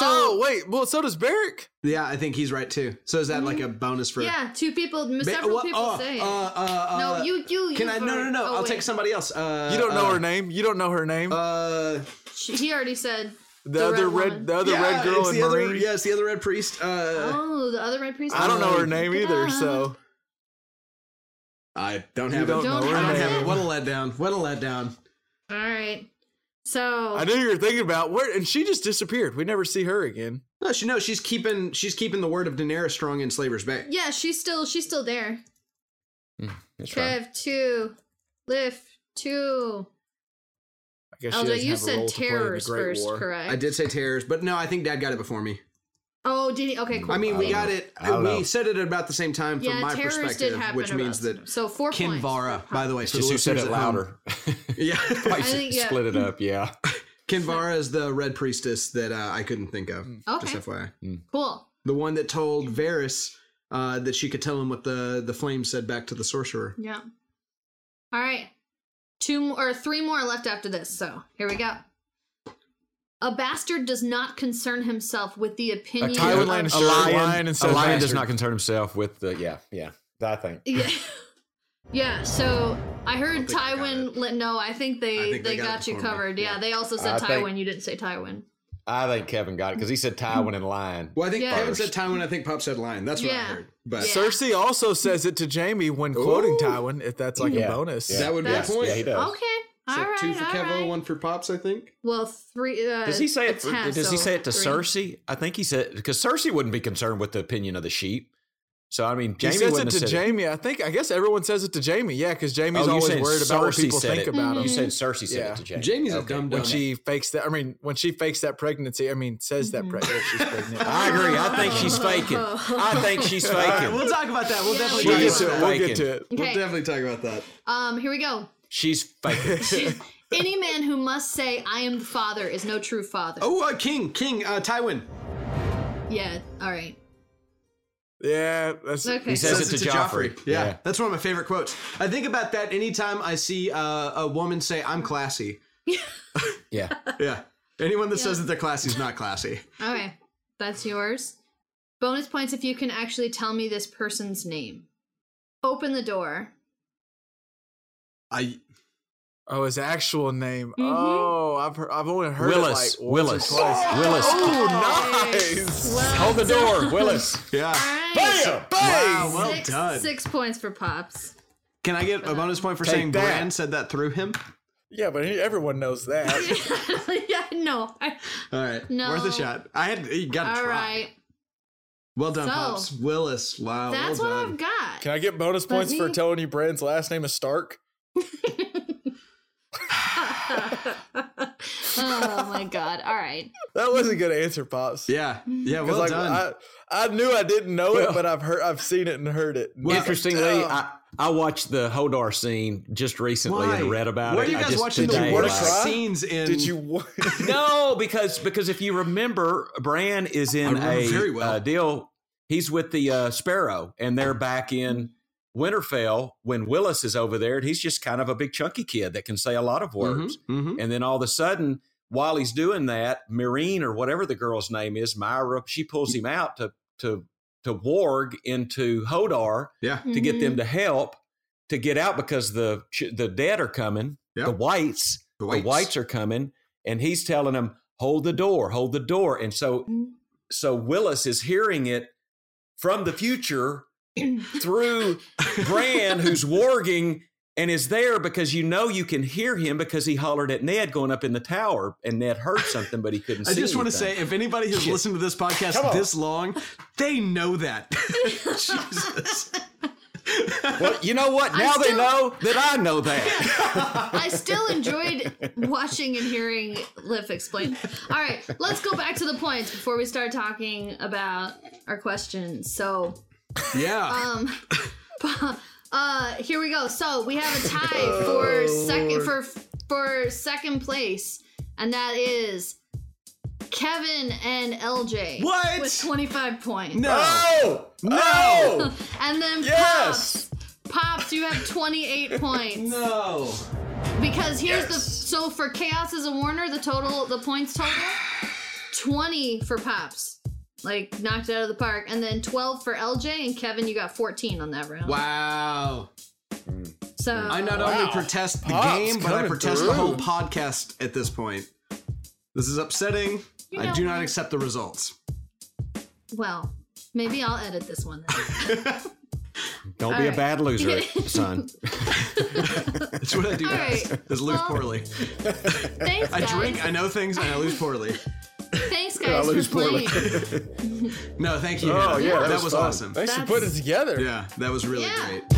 Speaker 2: oh wait, well so does Barrick.
Speaker 3: Yeah, I think he's right too. So is that like a bonus for?
Speaker 4: Mm-hmm. yeah. Two people,
Speaker 3: Ba-
Speaker 4: several
Speaker 3: what-
Speaker 4: people
Speaker 3: oh,
Speaker 4: say. it.
Speaker 3: uh, uh, uh,
Speaker 4: no, you, you,
Speaker 3: Can
Speaker 4: you
Speaker 3: I? No, no, no.
Speaker 4: oh,
Speaker 3: I'll
Speaker 4: wait.
Speaker 3: take somebody else. Uh,
Speaker 2: You don't know
Speaker 3: uh,
Speaker 2: her name. You don't know her name.
Speaker 3: Uh,
Speaker 4: She- He already said.
Speaker 2: the,
Speaker 4: the
Speaker 2: other
Speaker 4: red
Speaker 2: red,
Speaker 4: woman.
Speaker 2: the other
Speaker 3: yeah,
Speaker 2: red girl
Speaker 3: it's
Speaker 2: in
Speaker 3: the other-
Speaker 2: Marine.
Speaker 3: yeah, it's the other red priest. Uh,
Speaker 4: Oh, the other red priest.
Speaker 2: I don't know her
Speaker 3: Um,
Speaker 2: name
Speaker 4: Look it Uh-huh.
Speaker 2: either.
Speaker 4: up.
Speaker 2: So
Speaker 3: I don't
Speaker 2: You
Speaker 3: have
Speaker 2: don't
Speaker 3: it.
Speaker 4: know her
Speaker 3: I don't
Speaker 4: name.
Speaker 3: have it. What a letdown! What a letdown!
Speaker 4: All right. So
Speaker 2: I knew you were thinking about where, and she just disappeared. We never see her again.
Speaker 3: No, she no. She's keeping. She's keeping the word of Daenerys strong in Slaver's Bay.
Speaker 4: Yeah, she's still she's still there.
Speaker 5: That's right.
Speaker 4: Kev two, Lift two.
Speaker 2: I guess she
Speaker 4: Although
Speaker 2: doesn't
Speaker 4: you
Speaker 2: have a role
Speaker 4: said
Speaker 2: to play in the
Speaker 4: terrors
Speaker 2: Great
Speaker 4: first,
Speaker 2: War.
Speaker 4: correct?
Speaker 3: I did say terrors, but no, I think Dad got it before me.
Speaker 4: Oh, did he? Okay, cool.
Speaker 3: I mean, we
Speaker 5: I
Speaker 3: got
Speaker 5: don't-
Speaker 3: it.
Speaker 5: I don't
Speaker 3: we
Speaker 5: know.
Speaker 3: said it at about the same time from
Speaker 4: yeah,
Speaker 3: my
Speaker 4: terrors did
Speaker 3: perspective,
Speaker 4: happen.
Speaker 3: which
Speaker 4: to
Speaker 3: means
Speaker 4: us.
Speaker 3: that
Speaker 4: so four
Speaker 3: Ken
Speaker 4: points.
Speaker 3: Vara, by the way,
Speaker 5: It's
Speaker 3: for the
Speaker 5: just who said
Speaker 3: listeners
Speaker 5: it
Speaker 3: at home-
Speaker 5: louder.
Speaker 3: Yeah,
Speaker 5: Probably
Speaker 4: think, yeah.
Speaker 5: split it up. Yeah.
Speaker 3: Ken Vara is the red priestess that uh, I couldn't think of.
Speaker 4: Mm. Okay,
Speaker 3: Just FYI,
Speaker 4: cool.
Speaker 3: the one that told Varys uh, that she could tell him what the the flame said back to the sorcerer.
Speaker 4: Yeah. All right. Two mo- or three more left after this. So here we go. A bastard does not concern himself with the opinion.
Speaker 2: Tywin
Speaker 4: of-
Speaker 2: Lannister. A
Speaker 5: a lion,
Speaker 2: lion
Speaker 5: a
Speaker 2: instead of
Speaker 5: lion does
Speaker 2: bastard.
Speaker 5: not concern himself with the yeah yeah that thing.
Speaker 4: [laughs] Yeah. yeah. So I heard
Speaker 3: think I got
Speaker 4: Tywwin.
Speaker 3: it.
Speaker 4: Li- no, I think they
Speaker 3: I think
Speaker 4: they,
Speaker 3: they
Speaker 4: got,
Speaker 3: got it
Speaker 4: you
Speaker 3: before me.
Speaker 4: covered. Yeah.
Speaker 3: Yeah.
Speaker 4: They also said
Speaker 5: I
Speaker 4: Tywin.
Speaker 5: think-
Speaker 4: You didn't say Tywin.
Speaker 5: I think Kevin got it because he said Tywin and lion.
Speaker 3: Well, I think
Speaker 4: Yeah.
Speaker 3: Kevin said Tywin. I think Pop said lion. That's what I
Speaker 4: Yeah.
Speaker 3: heard. But
Speaker 4: Yeah.
Speaker 2: Cersei also says it to Jamie when quoting Tywin, if that's like
Speaker 5: Yeah.
Speaker 2: a bonus.
Speaker 5: Yeah.
Speaker 3: that would be a
Speaker 4: That's-
Speaker 3: point.
Speaker 5: Yeah, he does.
Speaker 4: Okay. All
Speaker 3: So
Speaker 4: right.
Speaker 3: two for
Speaker 4: all
Speaker 3: Kevo,
Speaker 4: right.
Speaker 3: one for Pops. I think.
Speaker 4: Well, three. Uh,
Speaker 5: Does he say it?
Speaker 4: it's half,
Speaker 5: does he
Speaker 4: so
Speaker 5: say it to
Speaker 4: three.
Speaker 5: Cersei? I think he said because Cersei wouldn't be concerned with the opinion of the sheep. So I mean,
Speaker 2: He
Speaker 5: Jamie
Speaker 2: says
Speaker 5: wouldn't
Speaker 2: it
Speaker 5: have
Speaker 2: to
Speaker 5: said it. Oh,
Speaker 2: Jamie. I think. I guess everyone says it to Jamie. Yeah, because Jamie's
Speaker 5: you
Speaker 2: always
Speaker 5: said
Speaker 2: worried about what
Speaker 5: Cersei
Speaker 2: people
Speaker 5: said
Speaker 2: think
Speaker 5: it.
Speaker 2: about
Speaker 4: Mm-hmm.
Speaker 2: him.
Speaker 5: You said Cersei said
Speaker 2: Yeah.
Speaker 5: it to Jamie.
Speaker 7: Jamie's a dumb
Speaker 2: When
Speaker 7: dumb.
Speaker 2: she fakes that, I mean, when she fakes that pregnancy, I mean, says
Speaker 4: Mm-hmm.
Speaker 2: that pregnant, she's
Speaker 5: [laughs]
Speaker 2: pregnant.
Speaker 5: I agree. I think
Speaker 4: [laughs]
Speaker 5: she's faking. I think [laughs] she's faking.
Speaker 3: talk about that. We'll
Speaker 4: Yeah,
Speaker 3: definitely
Speaker 4: we
Speaker 2: We'll
Speaker 3: talk
Speaker 2: get
Speaker 5: She's
Speaker 2: to
Speaker 3: about
Speaker 2: it.
Speaker 3: that.
Speaker 2: We'll get to it.
Speaker 3: We'll
Speaker 4: Okay.
Speaker 3: definitely talk about that.
Speaker 4: Um. Here we go.
Speaker 5: She's faking. [laughs]
Speaker 4: Any man who must say "I am the father" is no true father.
Speaker 3: Oh, uh, King, King, uh, Tywin.
Speaker 4: Yeah. All right.
Speaker 2: Yeah, that's
Speaker 4: Okay.
Speaker 5: He says it to Joffrey.
Speaker 3: Yeah.
Speaker 5: Yeah.
Speaker 3: that's one of my favorite quotes. I think about that anytime I see uh, a woman say, "I'm classy."
Speaker 5: Yeah.
Speaker 3: Yeah, anyone that says that they're classy is not classy.
Speaker 4: Okay. That's yours. Bonus points if you can actually tell me this person's name. Open the door.
Speaker 3: I
Speaker 2: oh, his actual name.
Speaker 4: Mm-hmm.
Speaker 2: Oh, I've heard, I've only heard
Speaker 5: Willis.
Speaker 2: It like once or
Speaker 5: Willis.
Speaker 2: twice.
Speaker 5: Willis.
Speaker 2: Oh, nice.
Speaker 5: Hold
Speaker 3: [laughs]
Speaker 5: the door, Ah, Willis.
Speaker 3: yeah.
Speaker 4: All right.
Speaker 3: Wow, well
Speaker 4: six,
Speaker 3: done.
Speaker 4: six points for Pops.
Speaker 5: [laughs]
Speaker 3: Can I get a bonus point for saying
Speaker 2: that.
Speaker 3: Bran said that through him?
Speaker 2: Yeah, but he, everyone knows that.
Speaker 4: [laughs] yeah, no. I-
Speaker 3: All right,
Speaker 4: No.
Speaker 3: worth a shot. I had you got to
Speaker 4: All
Speaker 3: try.
Speaker 4: right.
Speaker 3: Well done,
Speaker 4: So-
Speaker 3: Pops. Willis.
Speaker 5: Ah,
Speaker 3: Wow,
Speaker 4: That's
Speaker 3: well
Speaker 4: what
Speaker 3: done.
Speaker 4: I've got.
Speaker 2: Can I get bonus points for
Speaker 4: me-
Speaker 2: telling you Brand's last name is Stark?
Speaker 4: [laughs] oh my god. All right.
Speaker 2: That was a good answer, pops.
Speaker 3: yeah, yeah, well
Speaker 2: Because like
Speaker 3: done.
Speaker 2: I, I knew I didn't know it, but I've heard, I've seen it and heard it.
Speaker 5: Interestingly,
Speaker 3: uh,
Speaker 5: I, I watched the Hodor scene just recently
Speaker 3: Why?
Speaker 5: and read about
Speaker 3: What
Speaker 5: it.
Speaker 3: are you
Speaker 5: I
Speaker 3: guys
Speaker 5: just,
Speaker 3: watching
Speaker 5: today,
Speaker 3: the worst
Speaker 5: like-
Speaker 2: Cry?
Speaker 3: scenes in?
Speaker 2: Did you? wa-
Speaker 5: [laughs]
Speaker 2: [laughs]
Speaker 5: No, because because if you remember, Bran is
Speaker 3: I
Speaker 5: in
Speaker 3: remember
Speaker 5: a
Speaker 3: very well.
Speaker 5: uh, deal. He's with the uh, Sparrow, and they're back in Winterfell when Willis is over there, and he's just kind of a big chunky kid that can say a lot of words.
Speaker 3: hmm
Speaker 5: And then all of a sudden, while he's doing that, Marine or whatever the girl's name is, Myra, she pulls him out to to to warg into Hodor
Speaker 3: Yeah.
Speaker 5: to get
Speaker 4: Mhm.
Speaker 5: them to help to get out because the ch- the dead are coming,
Speaker 3: Yep.
Speaker 5: the whites,
Speaker 3: The
Speaker 5: the whites are coming, and he's telling them, "Hold the door, hold the door." And so
Speaker 4: Mhm.
Speaker 5: so Willis is hearing it from the future through Bran, who's warging and is there because you know you can hear him because he hollered at Ned going up in the tower, and Ned heard something, but he couldn't.
Speaker 3: I
Speaker 5: see
Speaker 3: just want to
Speaker 5: anything.
Speaker 3: say, if anybody has
Speaker 5: Shit.
Speaker 3: listened to this podcast this long, they know
Speaker 4: [laughs]
Speaker 3: that. [laughs] Jesus.
Speaker 5: Well, you know what?
Speaker 4: I
Speaker 5: Now they
Speaker 4: still-
Speaker 5: know that I know that.
Speaker 4: I still enjoyed watching and hearing Liv explain. All right, let's go back to the points before we start talking about our questions. So,
Speaker 3: Yeah.
Speaker 4: um, [laughs] uh, here we go. So we have a
Speaker 3: [laughs] Oh,
Speaker 4: tie for second for for second place, and that is Kevin and LJ.
Speaker 3: What?
Speaker 4: with twenty five points?
Speaker 3: no.
Speaker 5: Oh no!
Speaker 4: [laughs] And then
Speaker 5: Yes!
Speaker 4: Pops, Pops, you have
Speaker 3: [laughs]
Speaker 4: 28 points.
Speaker 3: No.
Speaker 4: Because here's the so for chaos as a Warner, the total the points total 20 for Pops. Like knocked it out of the park. And then 12 for LJ and Kevin, you got 14 on that round.
Speaker 3: Wow.
Speaker 4: So
Speaker 3: I not only protest the
Speaker 2: Pops
Speaker 3: game, but I
Speaker 2: coming
Speaker 3: protest
Speaker 2: through.
Speaker 3: the whole podcast at this point. This is upsetting.
Speaker 4: You
Speaker 3: I
Speaker 4: know
Speaker 3: do
Speaker 4: what?
Speaker 3: not accept the results.
Speaker 4: well, maybe I'll edit this
Speaker 3: [laughs]
Speaker 4: one then.
Speaker 5: Don't
Speaker 4: All
Speaker 5: be
Speaker 4: right.
Speaker 5: a bad loser, son.
Speaker 3: That's what I do
Speaker 4: All
Speaker 3: best. [laughs]
Speaker 4: right.
Speaker 3: Is lose
Speaker 4: Well,
Speaker 3: poorly.
Speaker 4: Thanks
Speaker 3: I
Speaker 4: guys.
Speaker 3: drink, I know things, and I lose poorly.
Speaker 4: Thanks guys for playing.
Speaker 3: No, thank you. Hannah.
Speaker 2: yeah,
Speaker 3: that,
Speaker 2: Oh, that
Speaker 3: was,
Speaker 2: was fun.
Speaker 3: awesome.
Speaker 2: Thanks for
Speaker 4: That's-
Speaker 2: putting it together.
Speaker 3: Yeah, that was really
Speaker 4: Yeah.
Speaker 3: great.